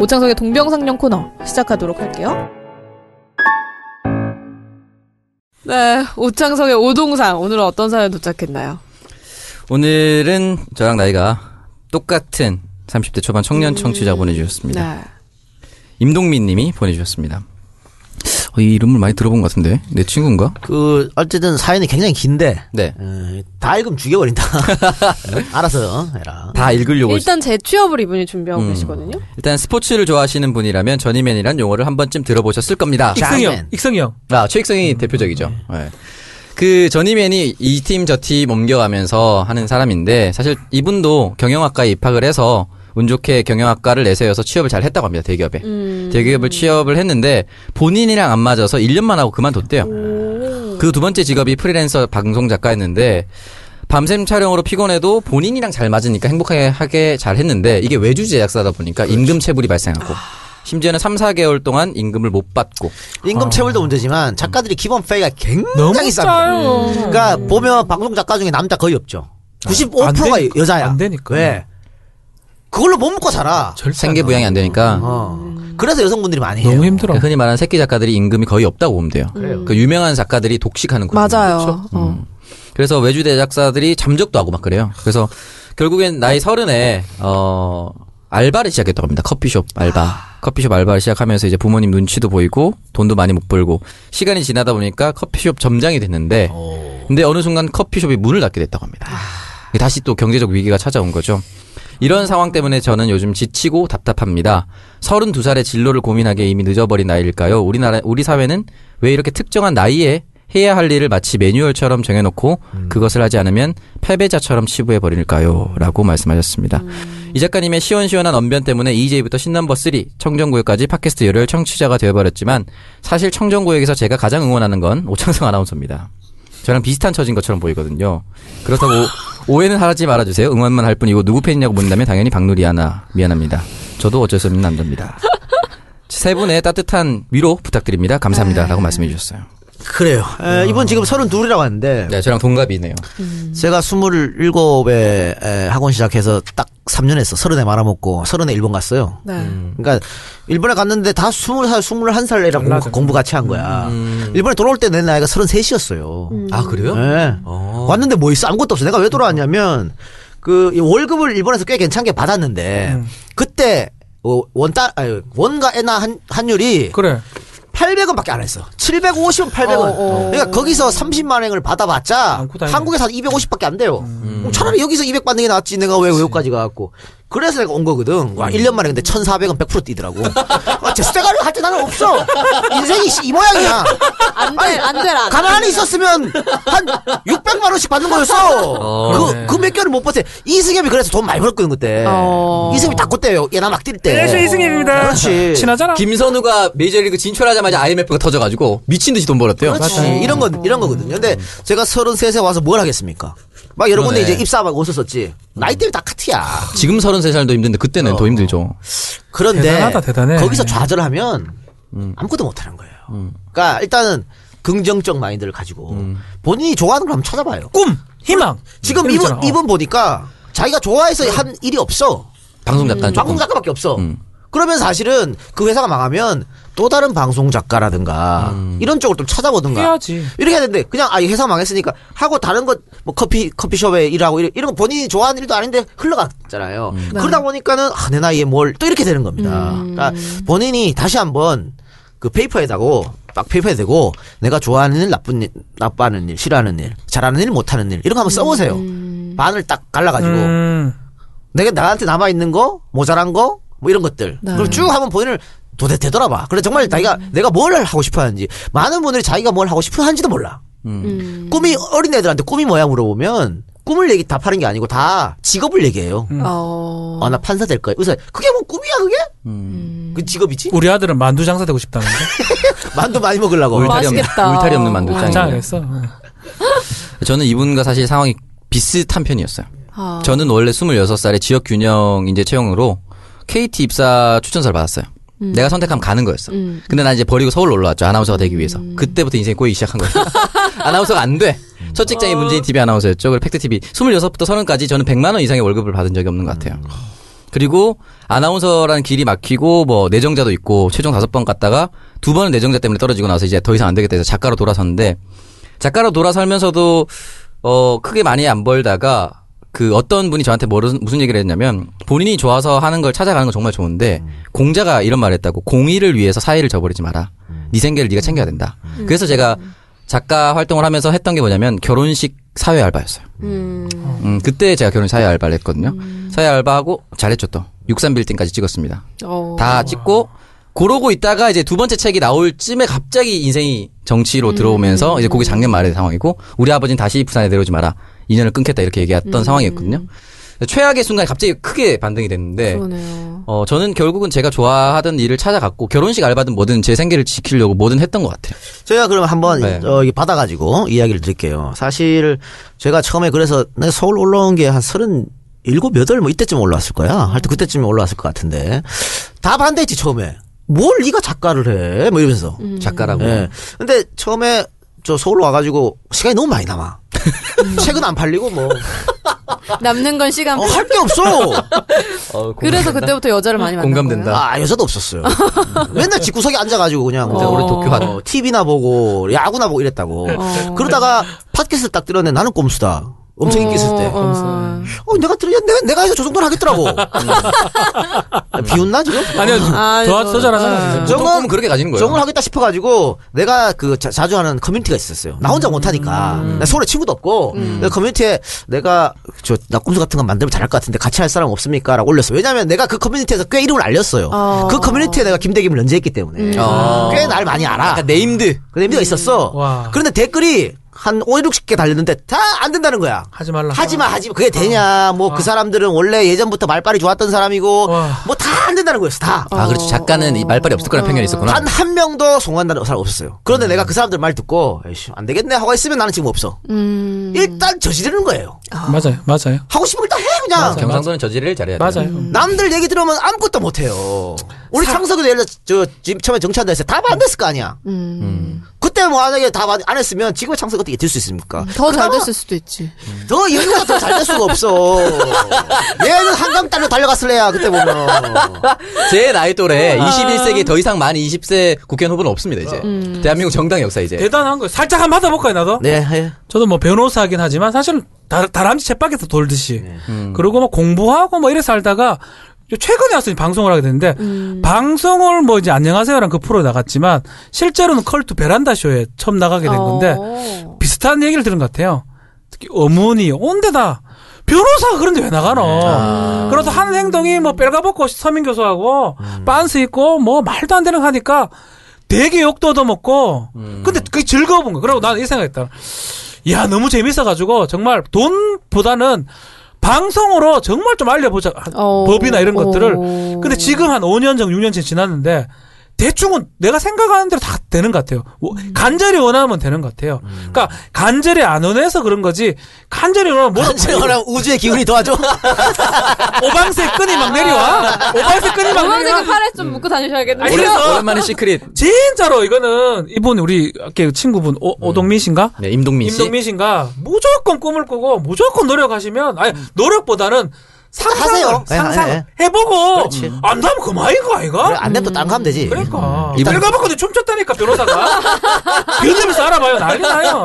Speaker 2: 오창석의 동병상련 코너 시작하도록 할게요. 네, 오창석의 오동상 오늘은 어떤 사연 도착했나요?
Speaker 3: 오늘은 저랑 나이가 똑같은 30대 초반
Speaker 5: 음.
Speaker 3: 청년 청취자 보내주셨습니다.
Speaker 2: 네.
Speaker 3: 임동민 님이 보내주셨습니다. 어, 이 이름을 많이 들어본 것 같은데 내 친구인가?
Speaker 4: 그, 어쨌든 사연이 굉장히 긴데.
Speaker 3: 네.
Speaker 4: 예, 다 읽으면 죽여버린다. 예, 알아서 해라.
Speaker 3: 다 읽으려고
Speaker 2: 일단 재취업을 이분이 준비하고
Speaker 3: 음.
Speaker 2: 계시거든요.
Speaker 3: 일단 스포츠를 좋아하시는 분이라면 저니맨이란 용어를 한 번쯤 들어보셨을 겁니다.
Speaker 5: 익승이 형.
Speaker 4: 자맨.
Speaker 5: 익승이 형.
Speaker 3: 아, 최익성이 대표적이죠. 예. 그 저니맨이 이 팀 저 팀 옮겨가면서 하는 사람인데 사실 이분도 경영학과에 입학을 해서 운 좋게 경영학과를 내세워서 취업을 잘 했다고 합니다. 대기업에. 대기업을 취업을 했는데 본인이랑 안 맞아서 1년만 하고 그만뒀대요. 그 두 번째 직업이 프리랜서 방송 작가였는데 밤샘 촬영으로 피곤해도 본인이랑 잘 맞으니까 행복하게 하게 잘 했는데 이게 외주 제작사다 보니까 임금 체불이 발생하고 심지어는 3, 4개월 동안 임금을 못 받고
Speaker 4: 임금 체불도 문제지만 작가들이 기본 페이가
Speaker 5: 아. 너무
Speaker 4: 굉장히 쌉니다.
Speaker 5: 짜요.
Speaker 4: 그러니까 보면 방송 작가 중에 남자 거의 없죠.
Speaker 5: 아, 안
Speaker 4: 95%가
Speaker 5: 되니까,
Speaker 4: 여자야.
Speaker 5: 안 되니까.
Speaker 4: 왜? 그걸로 못 먹고 살아.
Speaker 5: 절대
Speaker 3: 생계
Speaker 5: 안 아,
Speaker 3: 부양이 안 되니까 그
Speaker 4: 어. 그래서 여성분들이 많이
Speaker 5: 나와요.
Speaker 4: 해요.
Speaker 5: 너무 힘들어.
Speaker 3: 흔히 말하는 새끼 작가들이 임금이 거의 없다고 보면 돼요. 그 유명한 작가들이 독식하는 거예요.
Speaker 5: 그렇죠.
Speaker 7: 맞아요. 어.
Speaker 5: 음.
Speaker 3: 그래서 외주 대작사들이 잠적도 하고 막 그래요. 그래서 결국엔 나이 서른에 어 알바를 시작했다고 합니다. 커피숍 알바. 커피숍 알바를 시작하면서 이제 부모님 눈치도 보이고 돈도 많이 못 벌고 시간이 지나다 보니까 커피숍 점장이 됐는데 근데 어느 순간 커피숍이 문을 닫게 됐다고 합니다. 다시 또 경제적 위기가 찾아온 거죠. 이런 상황 때문에 저는 요즘 지치고 답답합니다. 32살의 진로를 고민하기에 이미 늦어버린 나이일까요? 우리나라 우리 사회는 왜 이렇게 특정한 나이에 해야 할 일을 마치 매뉴얼처럼 정해놓고 그것을 하지 않으면 패배자처럼 치부해 버릴까요?라고 말씀하셨습니다. 이 작가님의 시원시원한 언변 때문에 EJ부터 신넘버 3 청정구역까지 팟캐스트 열혈 청취자가 되어버렸지만 사실 청정구역에서 제가 가장 응원하는 건 오창성 아나운서입니다. 저랑 비슷한 처진 것처럼 보이거든요. 그렇다고 오해는 하지 말아주세요. 응원만 할 뿐이고 누구 팬이냐고 묻는다면 당연히 박누리 하나 미안합니다. 저도 어쩔 수 없는 남자입니다. 세 분의 따뜻한 위로 부탁드립니다. 감사합니다라고 말씀해 주셨어요.
Speaker 4: 그래요.
Speaker 5: 아.
Speaker 4: 에, 이분 지금 32이라고 하는데
Speaker 3: 네, 저랑 동갑이네요.
Speaker 4: 제가 27에 에, 학원 시작해서 딱 3년 했어. 30에 말아먹고 30에 일본 갔어요.
Speaker 7: 네.
Speaker 5: 음.
Speaker 4: 그러니까 일본에 갔는데 다 20살, 21살이랑 공부,
Speaker 5: 달라져.
Speaker 4: 공부 같이 한 거야.
Speaker 5: 음,
Speaker 4: 일본에 돌아올 때 내 나이가 33이었어요.
Speaker 3: 아 그래요?
Speaker 4: 예. 왔는데 뭐 있어 아무것도 없어. 내가 왜 돌아왔냐면 그이 월급을 일본에서 꽤 괜찮게 받았는데
Speaker 5: 음.
Speaker 4: 그때 어, 원달 아니, 원과 엔화 한 환율이
Speaker 5: 그래.
Speaker 4: 800원밖에 안 했어. 750원, 800원.
Speaker 7: 어,
Speaker 4: 그러니까 거기서 30만 원을 받아봤자
Speaker 5: 안고 다니네.
Speaker 4: 한국에서 한 250밖에 안 돼요.
Speaker 7: 음.
Speaker 4: 그럼 차라리 여기서 200 받는 게 낫지. 내가 왜 여기까지 가갖고. 그래서 내가 온 거거든.
Speaker 7: 음.
Speaker 4: 와, 1년 만에 근데 1,400원 100% 뛰더라고. 아, 제스테가를 할때 나는 없어. 인생이 씨, 이 모양이야.
Speaker 7: 안 돼, 안 돼, 안 돼.
Speaker 4: 가만히 있었으면 한 600만 원씩 받는 거였어.
Speaker 5: 네.
Speaker 4: 그, 그 몇 개월을 못 버텨. 이승엽이 그래서 돈 많이 벌었거든, 그때.
Speaker 7: 어.
Speaker 4: 이승엽이 딱 그때요. 얘나 막 뛸 때.
Speaker 5: 안녕하세요, 이승엽입니다.
Speaker 4: 그렇지.
Speaker 5: 친하잖아.
Speaker 3: 김선우가 메이저리그 진출하자마자 IMF가 터져가지고 미친 듯이 돈 벌었대요.
Speaker 5: 그렇죠.
Speaker 4: 그렇지. 예, 이런 건, 이런 거거든요. 근데 제가 33세 와서 뭘 하겠습니까? 막 여러 군데
Speaker 3: 그러네.
Speaker 4: 이제 입사하고 있었었지. 나이 때문에 다 카트야.
Speaker 3: 지금 33살도 힘든데 그때는 더 힘들죠.
Speaker 4: 그런데
Speaker 5: 대단하다, 대단해.
Speaker 4: 거기서 좌절하면
Speaker 3: 음.
Speaker 4: 아무것도 못하는 거예요. 그러니까 일단은 긍정적 마인드를 가지고
Speaker 3: 음.
Speaker 4: 본인이 좋아하는 걸 한번 찾아봐요.
Speaker 5: 꿈, 희망.
Speaker 4: 지금
Speaker 5: 이런
Speaker 4: 이분
Speaker 5: 거잖아. 어.
Speaker 4: 이분 보니까 자기가
Speaker 3: 음.
Speaker 4: 좋아해서 한 일이 없어.
Speaker 3: 방송 작가
Speaker 4: 음, 방송
Speaker 3: 조금
Speaker 4: 작가밖에 없어.
Speaker 3: 음.
Speaker 4: 그러면 사실은 그 회사가 망하면 또 다른 방송 작가라든가
Speaker 3: 음.
Speaker 4: 이런 쪽을 좀 찾아보든가
Speaker 5: 해야지.
Speaker 4: 이렇게 해야 되는데 그냥 아 이 회사 망했으니까 하고 다른 것 뭐 커피 커피숍에 일하고 이런, 이런 거 본인이 좋아하는 일도 아닌데 흘러갔잖아요. 그러다 보니까는 아, 내 나이에 뭘 또 이렇게 되는 겁니다. 그러니까 본인이 다시 한번 그 페이퍼에다고 막 페이퍼에 대고 내가 좋아하는 일 나쁜 일 나빠하는 일 싫어하는 일 잘하는 일 못하는 일 이런 거 한번 써보세요. 반을 딱 갈라가지고
Speaker 5: 음.
Speaker 4: 내가 나한테 남아 있는 거 모자란 거 뭐 이런 것들 그걸 쭉 한번 본인을 도대 되돌아봐. 그래 정말 자기가 내가 뭘 하고 싶어하는지 많은 분들이 자기가 뭘 하고 싶어하는지도 몰라. 꿈이 어린 애들한테 꿈이 뭐야 물어보면 꿈을 얘기 답하는 게 아니고 다 직업을 얘기해요.
Speaker 2: 음.
Speaker 7: 어.
Speaker 4: 아 나 판사 될 거야. 의사 그게 뭐 꿈이야 그게? 그 직업이지?
Speaker 5: 우리 아들은 만두 장사 되고 싶다는데.
Speaker 4: 만두 많이 먹으려고.
Speaker 3: 울타리 없는,
Speaker 7: 맛있겠다.
Speaker 3: 울타리 없는
Speaker 4: 음.
Speaker 3: 만두짱이에요.
Speaker 5: 장사했어.
Speaker 3: 저는 이분과 사실 상황이 비슷한 편이었어요.
Speaker 7: 아.
Speaker 3: 저는 원래 26살에 지역균형 인재 채용으로 KT 입사 추천서를 받았어요. 내가 선택하면 가는 거였어. 근데 난 이제 버리고 서울로 올라왔죠. 아나운서가 되기 위해서. 그때부터 인생이 꼬이기 시작한 거죠. 아나운서가 안 돼. 첫 직장이 문재인 TV 아나운서였죠. 그리고 팩트 TV. 26부터 30까지 저는 100만 원 이상의 월급을 받은 적이 없는 것 같아요. 그리고 아나운서라는 길이 막히고 뭐 내정자도 있고 최종 다섯 번 갔다가 두 번은 내정자 때문에 떨어지고 나서 이제 더 이상 안 되겠다 해서 작가로 돌아섰는데 작가로 돌아설면서도 어 크게 많이 안 벌다가 그 어떤 분이 저한테 뭐는 무슨 얘기를 했냐면 본인이 좋아서 하는 걸 찾아가는 건 정말 좋은데 공자가 이런 말을 했다고 공의를 위해서 사의를 저버리지 마라. 네 생계를 네가 챙겨야 된다. 그래서 제가 작가 활동을 하면서 했던 게 뭐냐면 결혼식 사회 알바였어요. 음, 그때 제가 결혼 사회 알바를 했거든요. 사회 알바하고 잘했죠 또. 63 빌딩까지 찍었습니다.
Speaker 2: 아,
Speaker 7: 어.
Speaker 3: 다 찍고 그러고 있다가 이제 두 번째 책이 나올 쯤에 갑자기 인생이 정치로 들어오면서 이제 그게 작년 말의 상황이고 우리 아버지는 다시 부산에 내려오지 마라 인연을 끊겠다 이렇게 얘기했던 상황이었거든요. 최악의 순간에 갑자기 크게 반등이 됐는데
Speaker 7: 그러네요.
Speaker 3: 어, 저는 결국은 제가 좋아하던 일을 찾아갔고 결혼식 알바든 뭐든 제 생계를 지키려고 뭐든 했던 것 같아요.
Speaker 4: 제가 그럼 한번
Speaker 3: 네.
Speaker 4: 어, 이게 받아가지고 이야기를 드릴게요. 사실 제가 처음에 그래서 내가 서울 올라온 게 한 서른 일곱 여덟 뭐 이때쯤 올라왔을 거야. 하여튼 그때쯤에 올라왔을 것 같은데 다 반대했지 처음에. 뭘 네가 작가를 해? 뭐 이러면서.
Speaker 3: 작가라고.
Speaker 4: 예. 근데 처음에 저 서울로 와가지고 시간이 너무 많이 남아. 책은 안 팔리고 뭐 어,
Speaker 7: 남는 건 시간.
Speaker 5: 어.
Speaker 4: 할 게 없어.
Speaker 3: 어, 공감-
Speaker 7: 그래서 그때부터 여자를 많이 만난
Speaker 3: 공감된다.
Speaker 7: 거예요.
Speaker 4: 아 여자도 없었어요. 맨날 집구석에 앉아가지고 그냥
Speaker 3: 진짜
Speaker 4: 뭐
Speaker 3: 우리 도쿄 한-
Speaker 4: 어, TV나 보고 야구나 보고 이랬다고. 그러다가 팟캐스트 딱 들었는데 나는 꼼수다. 엄청 인기 있을 때.
Speaker 7: 어,
Speaker 4: 어, 내가 들으야 내가, 내가 해서 저 정도는 하겠더라고. 비웃나 지금?
Speaker 5: 아니요, 더 저절하잖아요.
Speaker 3: 보통
Speaker 4: 저건-
Speaker 3: 꿈은 그렇게 가지는 거예요.
Speaker 4: 정을 하겠다 싶어가지고 내가 그 자, 주 하는 커뮤니티가 있었어요. 나 혼자 못하니까 나 서울에 친구도 없고 그래서 커뮤니티에 내가 저 나 꼼수 같은 거 만들면 잘할 것 같은데 같이 할 사람 없습니까?라고 올렸어. 요 왜냐면 내가 그 커뮤니티에서 꽤 이름을 알렸어요. 그 커뮤니티에 내가 김대김을 연재했기 때문에 어.
Speaker 3: 아.
Speaker 4: 꽤 날 많이 알아.
Speaker 3: 약간 네임드.
Speaker 4: 그 의미가 있었어.
Speaker 5: 와.
Speaker 4: 그런데 댓글이 한 5, 60개 달렸는데 다 안 된다는 거야.
Speaker 5: 하지 말라.
Speaker 4: 하지마 하지마 그게
Speaker 3: 어.
Speaker 4: 되냐 뭐 그 사람들은 원래 예전부터 말빨이 좋았던 사람이고
Speaker 5: 와.
Speaker 4: 뭐 다 안 된다는 거였어 다.
Speaker 3: 아, 그렇지. 작가는 이 말빨이 없을 거라는 편견이 있었구나.
Speaker 4: 어. 단 한 명도 송한다는 사람 없었어요. 그런데 내가 그 사람들 말 듣고 에이씨, 안 되겠네 하고 있으면 나는 지금 없어.
Speaker 2: 음.
Speaker 7: 음,
Speaker 4: 일단 저지르는 거예요.
Speaker 5: 맞아요, 맞아요.
Speaker 4: 하고 싶은 걸 다 해 그냥.
Speaker 3: 경상도는 저지를 잘해야 돼.
Speaker 5: 맞아요.
Speaker 4: 남들 얘기 들으면 아무것도 못 해요. 우리 창석이도 예를 들어 저 지금 처음에 정치한다 했을 때다 반대했을 거 아니야.
Speaker 7: 음.
Speaker 4: 그때 뭐 만약에 다 안 했으면 지금의 창석 어떻게 될 수 있습니까?
Speaker 7: 더 잘
Speaker 4: 그나마
Speaker 7: 됐을 수도 있지.
Speaker 4: 더 여기보다 더 잘 될 수가 없어. 얘는 한강 따로 달려갔을래야 그때 보면.
Speaker 3: 제 나이 또래 21세기 더 이상 만 20세 국회의원 후보는 없습니다, 이제. 대한민국 정당 역사 이제.
Speaker 5: 대단한 거예요. 살짝 한번 받아볼까요, 나도?
Speaker 4: 네, 해.
Speaker 5: 저도 뭐 변호사긴 하지만 사실은 다, 다람쥐 챗박에서 돌듯이 그리고 막 공부하고 뭐 이래서 살다가 최근에 와서 방송을 하게 됐는데 방송을 뭐 이제 안녕하세요랑 그 프로 나갔지만 실제로는 컬투 베란다 쇼에 처음 나가게 된 건데
Speaker 7: 어.
Speaker 5: 비슷한 얘기를 들은 것 같아요. 특히 어머니 온데다 변호사가 그런데 왜 나가노? 그래서 한 행동이 뭐 뺄가벗고 서민 교수하고 빤스 입고 뭐 말도 안 되는 거 하니까 되게 욕도 얻어먹고 근데 그게 즐거운 거야. 그리고 난 이 생각했다. 야 너무 재밌어가지고 정말 돈보다는 방송으로 정말 좀 알려보자
Speaker 7: 어.
Speaker 5: 법이나 이런 것들을
Speaker 7: 어.
Speaker 5: 근데 지금 한 5년 정 6년 지났는데 대충은 내가 생각하는 대로 다 되는 것 같아요. 뭐, 간절히 원하면 되는 것 같아요. 그러니까 간절히 안 원해서 그런 거지 간절히 원하면 뭐라 뭐
Speaker 4: 전체적으로 우주의 기운이 도와줘.
Speaker 5: 어? 오방색 끈이 막 내려와 오방색 끈이 막 내려와
Speaker 7: 노란색은 팔에 좀 묶고
Speaker 3: 음.
Speaker 7: 다니셔야겠네요.
Speaker 5: 아니, 그래서-
Speaker 3: 오랜만에 시크릿.
Speaker 5: 진짜로 이거는 이분 우리 아까 친구분 오, 오동민 씨인가?
Speaker 3: 네, 임동민 씨.
Speaker 5: 임동민 씨인가 무조건 꿈을 꾸고 무조건 노력하시면 아니 노력보다는 상상을
Speaker 4: 하세요. 예,
Speaker 5: 상상
Speaker 4: 예,
Speaker 5: 을 해보고 안 되면 그만인 거 아이가?
Speaker 4: 안 되면 또딴거 하면 되지.
Speaker 5: 그러니까
Speaker 3: 이분-
Speaker 5: 일단 가봤거든 춤췄다니까 변호사가 변호사에서 알아봐요 난리 나요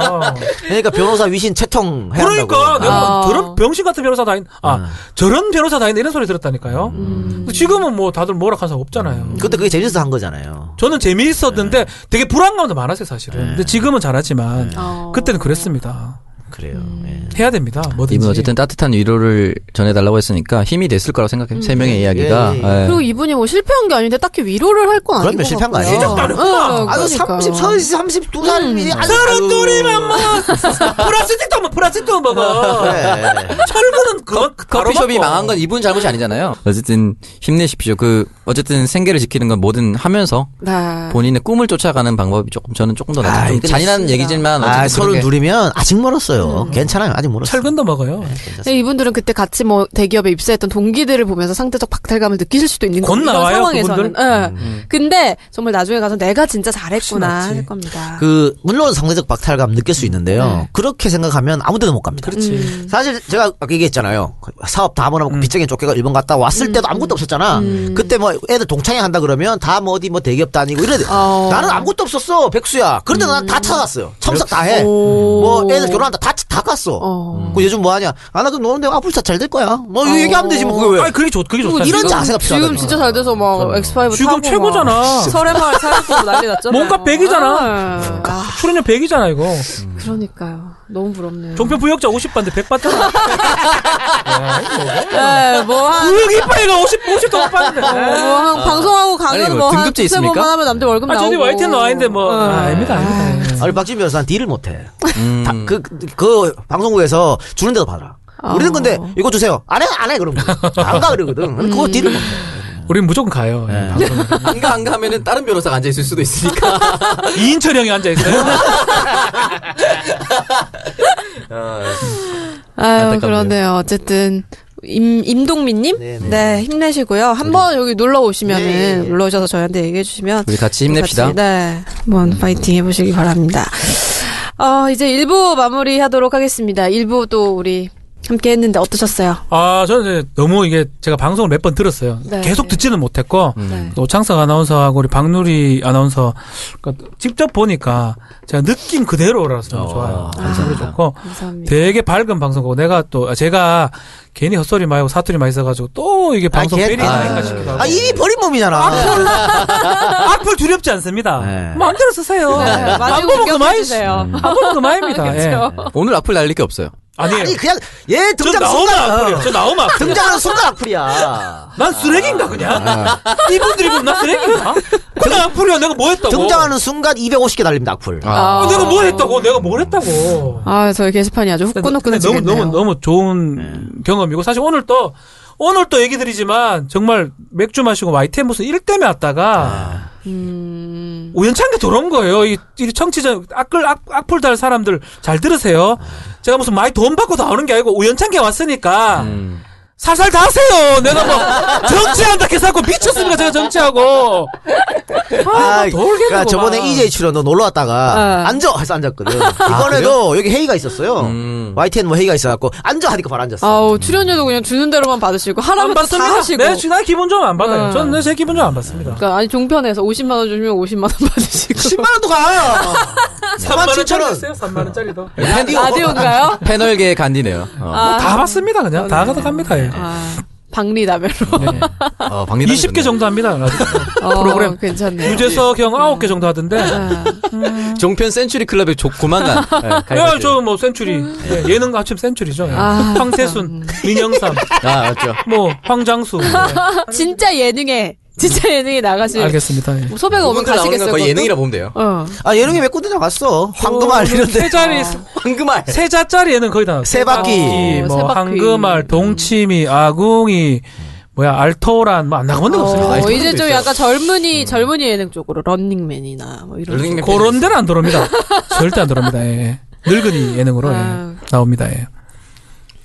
Speaker 4: 그러니까 변호사 위신 채통 해야 한다고.
Speaker 5: 그러니까 내가
Speaker 7: 아.
Speaker 5: 뭐 저런 병신 같은 변호사 다닌 아
Speaker 3: 음.
Speaker 5: 저런 변호사 다닌 이런 소리 들었다니까요
Speaker 4: 음.
Speaker 5: 지금은 뭐 다들 뭐라고 한 사람 없잖아요
Speaker 4: 근데 그게 재밌어서 한 거잖아요.
Speaker 5: 저는 재미있었는데
Speaker 3: 네.
Speaker 5: 되게 불안감도 많았어요 사실은 근데 지금은 잘하지만
Speaker 7: 어.
Speaker 5: 그때는 그랬습니다
Speaker 4: 그래요. 예.
Speaker 5: 해야 됩니다 뭐든지
Speaker 3: 이분 어쨌든 따뜻한 위로를 전해달라고 했으니까 힘이 됐을 거라고 생각해요. 세 명의 이야기가.
Speaker 4: 예, 예.
Speaker 3: 예.
Speaker 7: 그리고 이분이 뭐 실패한 게 아닌데 딱히 위로를 할 건 아니고.
Speaker 4: 그럼요, 실패한 거 아니에요.
Speaker 7: 어, 그러니까.
Speaker 2: 그러니까.
Speaker 4: 아주 30, 30, 32 살이 아주
Speaker 5: 서른 둘이면 뭐 프라스틱도 한번 프라스틱도 먹어
Speaker 4: 예.
Speaker 5: 철근은 그거 바로
Speaker 3: 네. 커피숍이
Speaker 5: 먹고.
Speaker 3: 망한 건 이분 잘못이 아니잖아요. 어쨌든 힘내십시오. 그 어쨌든 생계를 지키는 건 뭐든 하면서
Speaker 2: 아.
Speaker 7: 네.
Speaker 3: 본인의 꿈을 쫓아가는 방법이 조금 저는 조금 더
Speaker 4: 아,
Speaker 3: 낫죠. 좀
Speaker 4: 이게
Speaker 3: 잔인한 얘기지만
Speaker 4: 아,
Speaker 3: 어쨌든 그런
Speaker 4: 서른
Speaker 3: 게-
Speaker 4: 둘이면 아직 멀었어요. 괜찮아요. 아직 멀었어요.
Speaker 5: 철근도 먹어요
Speaker 3: 네.
Speaker 7: 근데 이분들은 그때 같이 뭐 대기업에 입사했던 동기들을 보면서 상대적 박탈감을 느끼실 수도 있는
Speaker 5: 곧
Speaker 7: 거예요. 이런
Speaker 5: 나와요,
Speaker 7: 상황에서는.
Speaker 5: 그분들?
Speaker 7: 예. 근데 정말 나중에 가서 내가 진짜 잘했구나
Speaker 5: 맞지.
Speaker 7: 할 겁니다.
Speaker 4: 그 물론 상대적 박탈감 느낄 수 있는데요. 그렇게 생각하면 아무데나 못 갑니다.
Speaker 5: 그렇지
Speaker 4: 사실 제가 아까 얘기했잖아요. 사업 다 하고
Speaker 7: 음.
Speaker 4: 빚쟁이 쫓겨가 일본 갔다 왔을 때도 아무것도 없었잖아. 그때 뭐 애들 동창회 한다 그러면 다 뭐 어디 뭐 대기업 다니고 이래.
Speaker 7: 어. 음.
Speaker 4: 나는 아무것도 없었어 백수야. 그런데 나는 다 찾아갔어요. 참석 다 해.
Speaker 7: 오.
Speaker 4: 뭐 애들 결혼한다 다, 다 갔어.
Speaker 7: 어.
Speaker 4: 그 요즘 뭐 하냐? 아 나 그럼 노는데 앞으로 잘 될 거야. 뭐 이거
Speaker 7: 어.
Speaker 4: 얘기하면 되지 뭐 그게 왜?
Speaker 5: 아니 그게 좋 그게 좋다
Speaker 4: 이런
Speaker 7: 지금-
Speaker 4: 자세가 필요하다.
Speaker 3: 아, 네.
Speaker 7: 지금 진짜 잘 돼서 막 X5
Speaker 5: 지금
Speaker 7: 타고
Speaker 5: 최고잖아.
Speaker 7: 막 설해마을 사역도 난리 났잖아.
Speaker 5: 뭔가 백이잖아.
Speaker 3: 그러니까.
Speaker 7: 아,
Speaker 5: 출연료 100이잖아 이거
Speaker 3: 음.
Speaker 7: 그러니까요. 너무 부럽네요.
Speaker 5: 종편 부역자 50반데 네, 100 받잖아
Speaker 7: 예, 뭐 한,
Speaker 5: 부역 이빨이가 50, 50도 못 받는데
Speaker 7: 뭐 한, 방송하고
Speaker 3: 아니,
Speaker 7: 강연
Speaker 3: 뭐
Speaker 7: 뭐, 한,
Speaker 3: 등급제
Speaker 7: 두세
Speaker 3: 있습니까?
Speaker 7: 번만 하면 남들 월급
Speaker 5: 아
Speaker 7: 나오고.
Speaker 5: 저기 YTN 나와있는데 뭐
Speaker 7: 예.
Speaker 5: 아, 닙니다 아닙니다
Speaker 4: 아니 박진 변호사는 딜을 못해.
Speaker 3: 음.
Speaker 4: 다- 그, 그, 그 방송국에서 주는 데도 받아.
Speaker 7: 어.
Speaker 4: 우리는 근데 이거 주세요. 안 해, 안 해, 그럼. 안가 그러거든. 그거 뒤를 먹
Speaker 7: 아.
Speaker 5: 우리는 무조건 가요. 예, 방송을.
Speaker 3: 안가 안 가면은 다른 변호사가 앉아 있을 수도 있으니까.
Speaker 5: 이인철 형이 앉아 있어요.
Speaker 2: 아유,
Speaker 3: 안타깝네요.
Speaker 2: 그러네요. 어쨌든. 임, 임동민님?
Speaker 4: 네,
Speaker 2: 네,
Speaker 4: 네.
Speaker 2: 힘내시고요. 한번 여기 놀러 오시면은,
Speaker 4: 네, 네, 네.
Speaker 2: 놀러 오셔서 저희한테 얘기해주시면.
Speaker 3: 우리 같이 힘냅시다.
Speaker 2: 같이, 네. 한번
Speaker 5: 음.
Speaker 2: 파이팅 해보시기 바랍니다. 어, 이제 1부 마무리 하도록 하겠습니다. 1부 또 우리 함께 했는데 어떠셨어요?
Speaker 5: 아, 저는 이제 너무 이게 제가 방송을 몇 번 들었어요.
Speaker 2: 네.
Speaker 5: 계속 듣지는 못했고
Speaker 2: 네.
Speaker 5: 오창석 아나운서하고 우리 박누리 아나운서 그러니까 직접 보니까 제가 느낌 그대로라서 너무 좋아요. 방송도 좋고
Speaker 2: 감사합니다.
Speaker 5: 되게 밝은 방송이고 내가 또 아, 제가 괜히 헛소리 말고 사투리 많이 써가지고 또 이게 방송
Speaker 4: 걔-
Speaker 5: 베리
Speaker 4: 아,
Speaker 5: 아닌가 싶기도 하고
Speaker 4: 아, 이미 버린 몸이잖아.
Speaker 5: 악플 두렵지 않습니다.
Speaker 4: 네.
Speaker 5: 마음대로 네. 음. 쓰세요. 안 보면 그만이지.
Speaker 2: 껴주세요.
Speaker 5: 안 보면 그만입니다. 예.
Speaker 3: 오늘 앞을 날릴 게 없어요.
Speaker 5: 아니,
Speaker 4: 아니, 그냥, 얘
Speaker 5: 저
Speaker 4: 등장
Speaker 5: 나오면 악플이야. 뭐.
Speaker 4: 순간. 어.
Speaker 5: 저 나오면 아. 악플.
Speaker 4: 등장하는 순간 악플이야.
Speaker 5: 난 쓰레기인가 그냥? 이분들이 보면 나 쓰레기인가? 그냥 악플이야 내가 뭐 했다고
Speaker 4: 등장하는 순간 250개 달립니다, 악플.
Speaker 2: 아,
Speaker 5: 아, 내가 뭐 했다고 내가 뭘 했다고
Speaker 2: 아, 저희 게시판이 아주
Speaker 5: 근데
Speaker 2: 후끈후끈해지겠네요. 네.
Speaker 5: 너무 너무 너무 좋은 경험이고 사실 오늘 또 오늘 또 얘기 드리지만 정말 맥주 마시고 YTN 무슨 일 때문에
Speaker 2: 아.
Speaker 5: 왔다가 음. 우연찮게 들어온 거예요. 이, 이 청취자 악글 악, 악플 달 사람들 잘 들으세요. 제가 무슨 많이 돈 받고 다 오는 게 아니고 우연찮게 왔으니까
Speaker 2: 음.
Speaker 5: 살살 다 하세요. 내가 뭐 정치한다 계산하고 미쳤습니까 제가 정치하고. 아, 나 돌겠는
Speaker 4: 그러니까 저번에
Speaker 5: 거만.
Speaker 4: EJ 출연 너 놀러 왔다가
Speaker 2: 어.
Speaker 4: 앉아 해서 앉았거든. 이번에도 여기 회의가 있었어요.
Speaker 3: 음.
Speaker 4: YTN 뭐 회의가 있어갖고 앉아 하니까 바로 앉았어.
Speaker 2: 아우, 출연료도 그냥 주는 대로만 받으시고, 하라면
Speaker 5: 받
Speaker 2: 다 하시고.
Speaker 5: 네, 나 기분 좀 안 받아요.
Speaker 2: 음.
Speaker 5: 저는 제 기분 좀 안 받습니다.
Speaker 2: 그러니까, 아니, 종편에서 50만원 주면 50만원 받으시고.
Speaker 4: 10만 원도 가. 4만 7천 원. 뭐,
Speaker 5: 3만 원짜리도.
Speaker 2: 라디오인가요?
Speaker 3: 패널계의 간디네요. 어.
Speaker 5: 다 봤습니다 그냥 다 가져갑니다. 예.
Speaker 2: 아, 박리다별로.
Speaker 3: 어, 박리단이
Speaker 5: 20개 정도 합니다. 라디오.
Speaker 2: 어,
Speaker 5: 프로그램.
Speaker 2: 괜찮네요.
Speaker 5: 유재석 형 9개 정도 하던데.
Speaker 2: 아,
Speaker 3: 좋네요. 종편 센츄리 클럽에 조, 고만간. 네,
Speaker 5: 야, 저 뭐 센츄리. 예, 예능 합치면 센츄리죠. 예.
Speaker 2: 음. 아.
Speaker 5: 황세순, 민영삼,
Speaker 3: 아, 맞죠.
Speaker 5: 뭐 황장수.
Speaker 2: 음.
Speaker 5: 예.
Speaker 2: 진짜 예능에, 진짜 예능에 나가실.
Speaker 5: 알겠습니다. 예.
Speaker 2: 뭐 섭외가 오면
Speaker 3: 그분들 나오는
Speaker 2: 가시겠어요.
Speaker 3: 건 거의
Speaker 2: 그것도?
Speaker 3: 예능이라 보면 돼요.
Speaker 2: 어.
Speaker 4: 아 예능에 몇 군데 나갔어. 황금알
Speaker 5: 세
Speaker 4: 이런데.
Speaker 5: 자리
Speaker 3: 황금알.
Speaker 5: 세 자짜리 예능 거의 다 나왔어요.
Speaker 4: 세 바퀴.
Speaker 5: 이, 뭐
Speaker 2: 세바퀴. 음.
Speaker 5: 황금알, 동치미, 아궁이, 뭐야 알토란 뭐 안 나가본 데가 없습니다. 음.
Speaker 2: 어,
Speaker 3: 나이스
Speaker 2: 이제
Speaker 3: 분도
Speaker 2: 좀
Speaker 3: 있어요.
Speaker 2: 약간 젊은이, 젊은이 예능 쪽으로, 런닝맨이나 뭐 이런.
Speaker 3: 런닝맨
Speaker 5: 예, 그런 데는 안 들어옵니다. 절대 안 들어옵니다. 예. 늙은이 예능으로
Speaker 2: 아유.
Speaker 5: 예. 나옵니다. 예.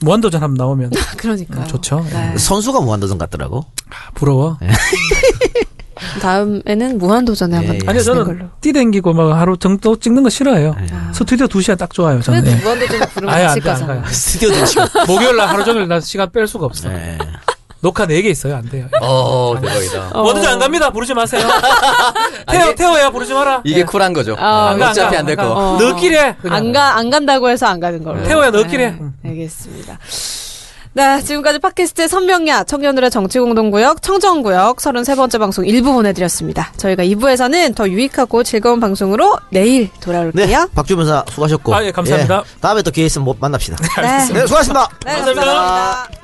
Speaker 5: 무한도전 한번 나오면
Speaker 2: 쪽. 아, 그러니까요.
Speaker 5: 좋죠. 예.
Speaker 2: 네.
Speaker 4: 선수가 뭐 무한도전 같더라고.
Speaker 5: 부러워.
Speaker 2: 다음에는 무한도전에 한번.
Speaker 4: 예.
Speaker 5: 네. 아니요
Speaker 2: 하시는
Speaker 5: 저는 띠 댕기고 막 하루 정도 찍는 거 싫어해요.
Speaker 3: 예.
Speaker 5: 스튜디오 2 시간 딱 좋아요. 저는.
Speaker 2: 그래도
Speaker 5: 예.
Speaker 2: 무한도전 부르면
Speaker 5: 아예 안
Speaker 2: 같이
Speaker 5: 돼, 안
Speaker 2: 가잖아요.
Speaker 5: 가요.
Speaker 4: 스튜디오 도시.
Speaker 5: 목요일 날 하루 종일 나 시간 뺄 수가 없어. 요
Speaker 4: 예.
Speaker 5: 녹화 4개 있어요. 안 돼요.
Speaker 3: 네. 어, 대박이다.
Speaker 2: 어.
Speaker 5: 뭐든지 안 갑니다. 부르지 마세요. 태워 태워야 부르지 마라.
Speaker 3: 이게 쿨한 거죠.
Speaker 2: 아, 안
Speaker 5: 가, 안
Speaker 3: 어차피
Speaker 5: 가,
Speaker 3: 안 될
Speaker 5: 안 가.
Speaker 3: 거.
Speaker 2: 어.
Speaker 5: 너끼리 해. 그냥.
Speaker 2: 안 가, 안 간다고 해서 안 가는 걸로.
Speaker 5: 태워야 너끼리 해.
Speaker 2: 네, 알겠습니다. 네, 지금까지 팟캐스트 선명야 청년들의 정치공동구역, 청정구역 33번째 방송 1부 보내드렸습니다. 저희가 2부에서는 더 유익하고 즐거운 방송으로 내일
Speaker 4: 네.
Speaker 2: 돌아올게요.
Speaker 4: 박주변사 수고하셨고.
Speaker 5: 아, 예, 감사합니다.
Speaker 4: 예. 다음에 또 기회 있으면 뭐 만납시다.
Speaker 2: 네.
Speaker 4: 네, 수고하셨습니다.
Speaker 2: 네, 감사합니다.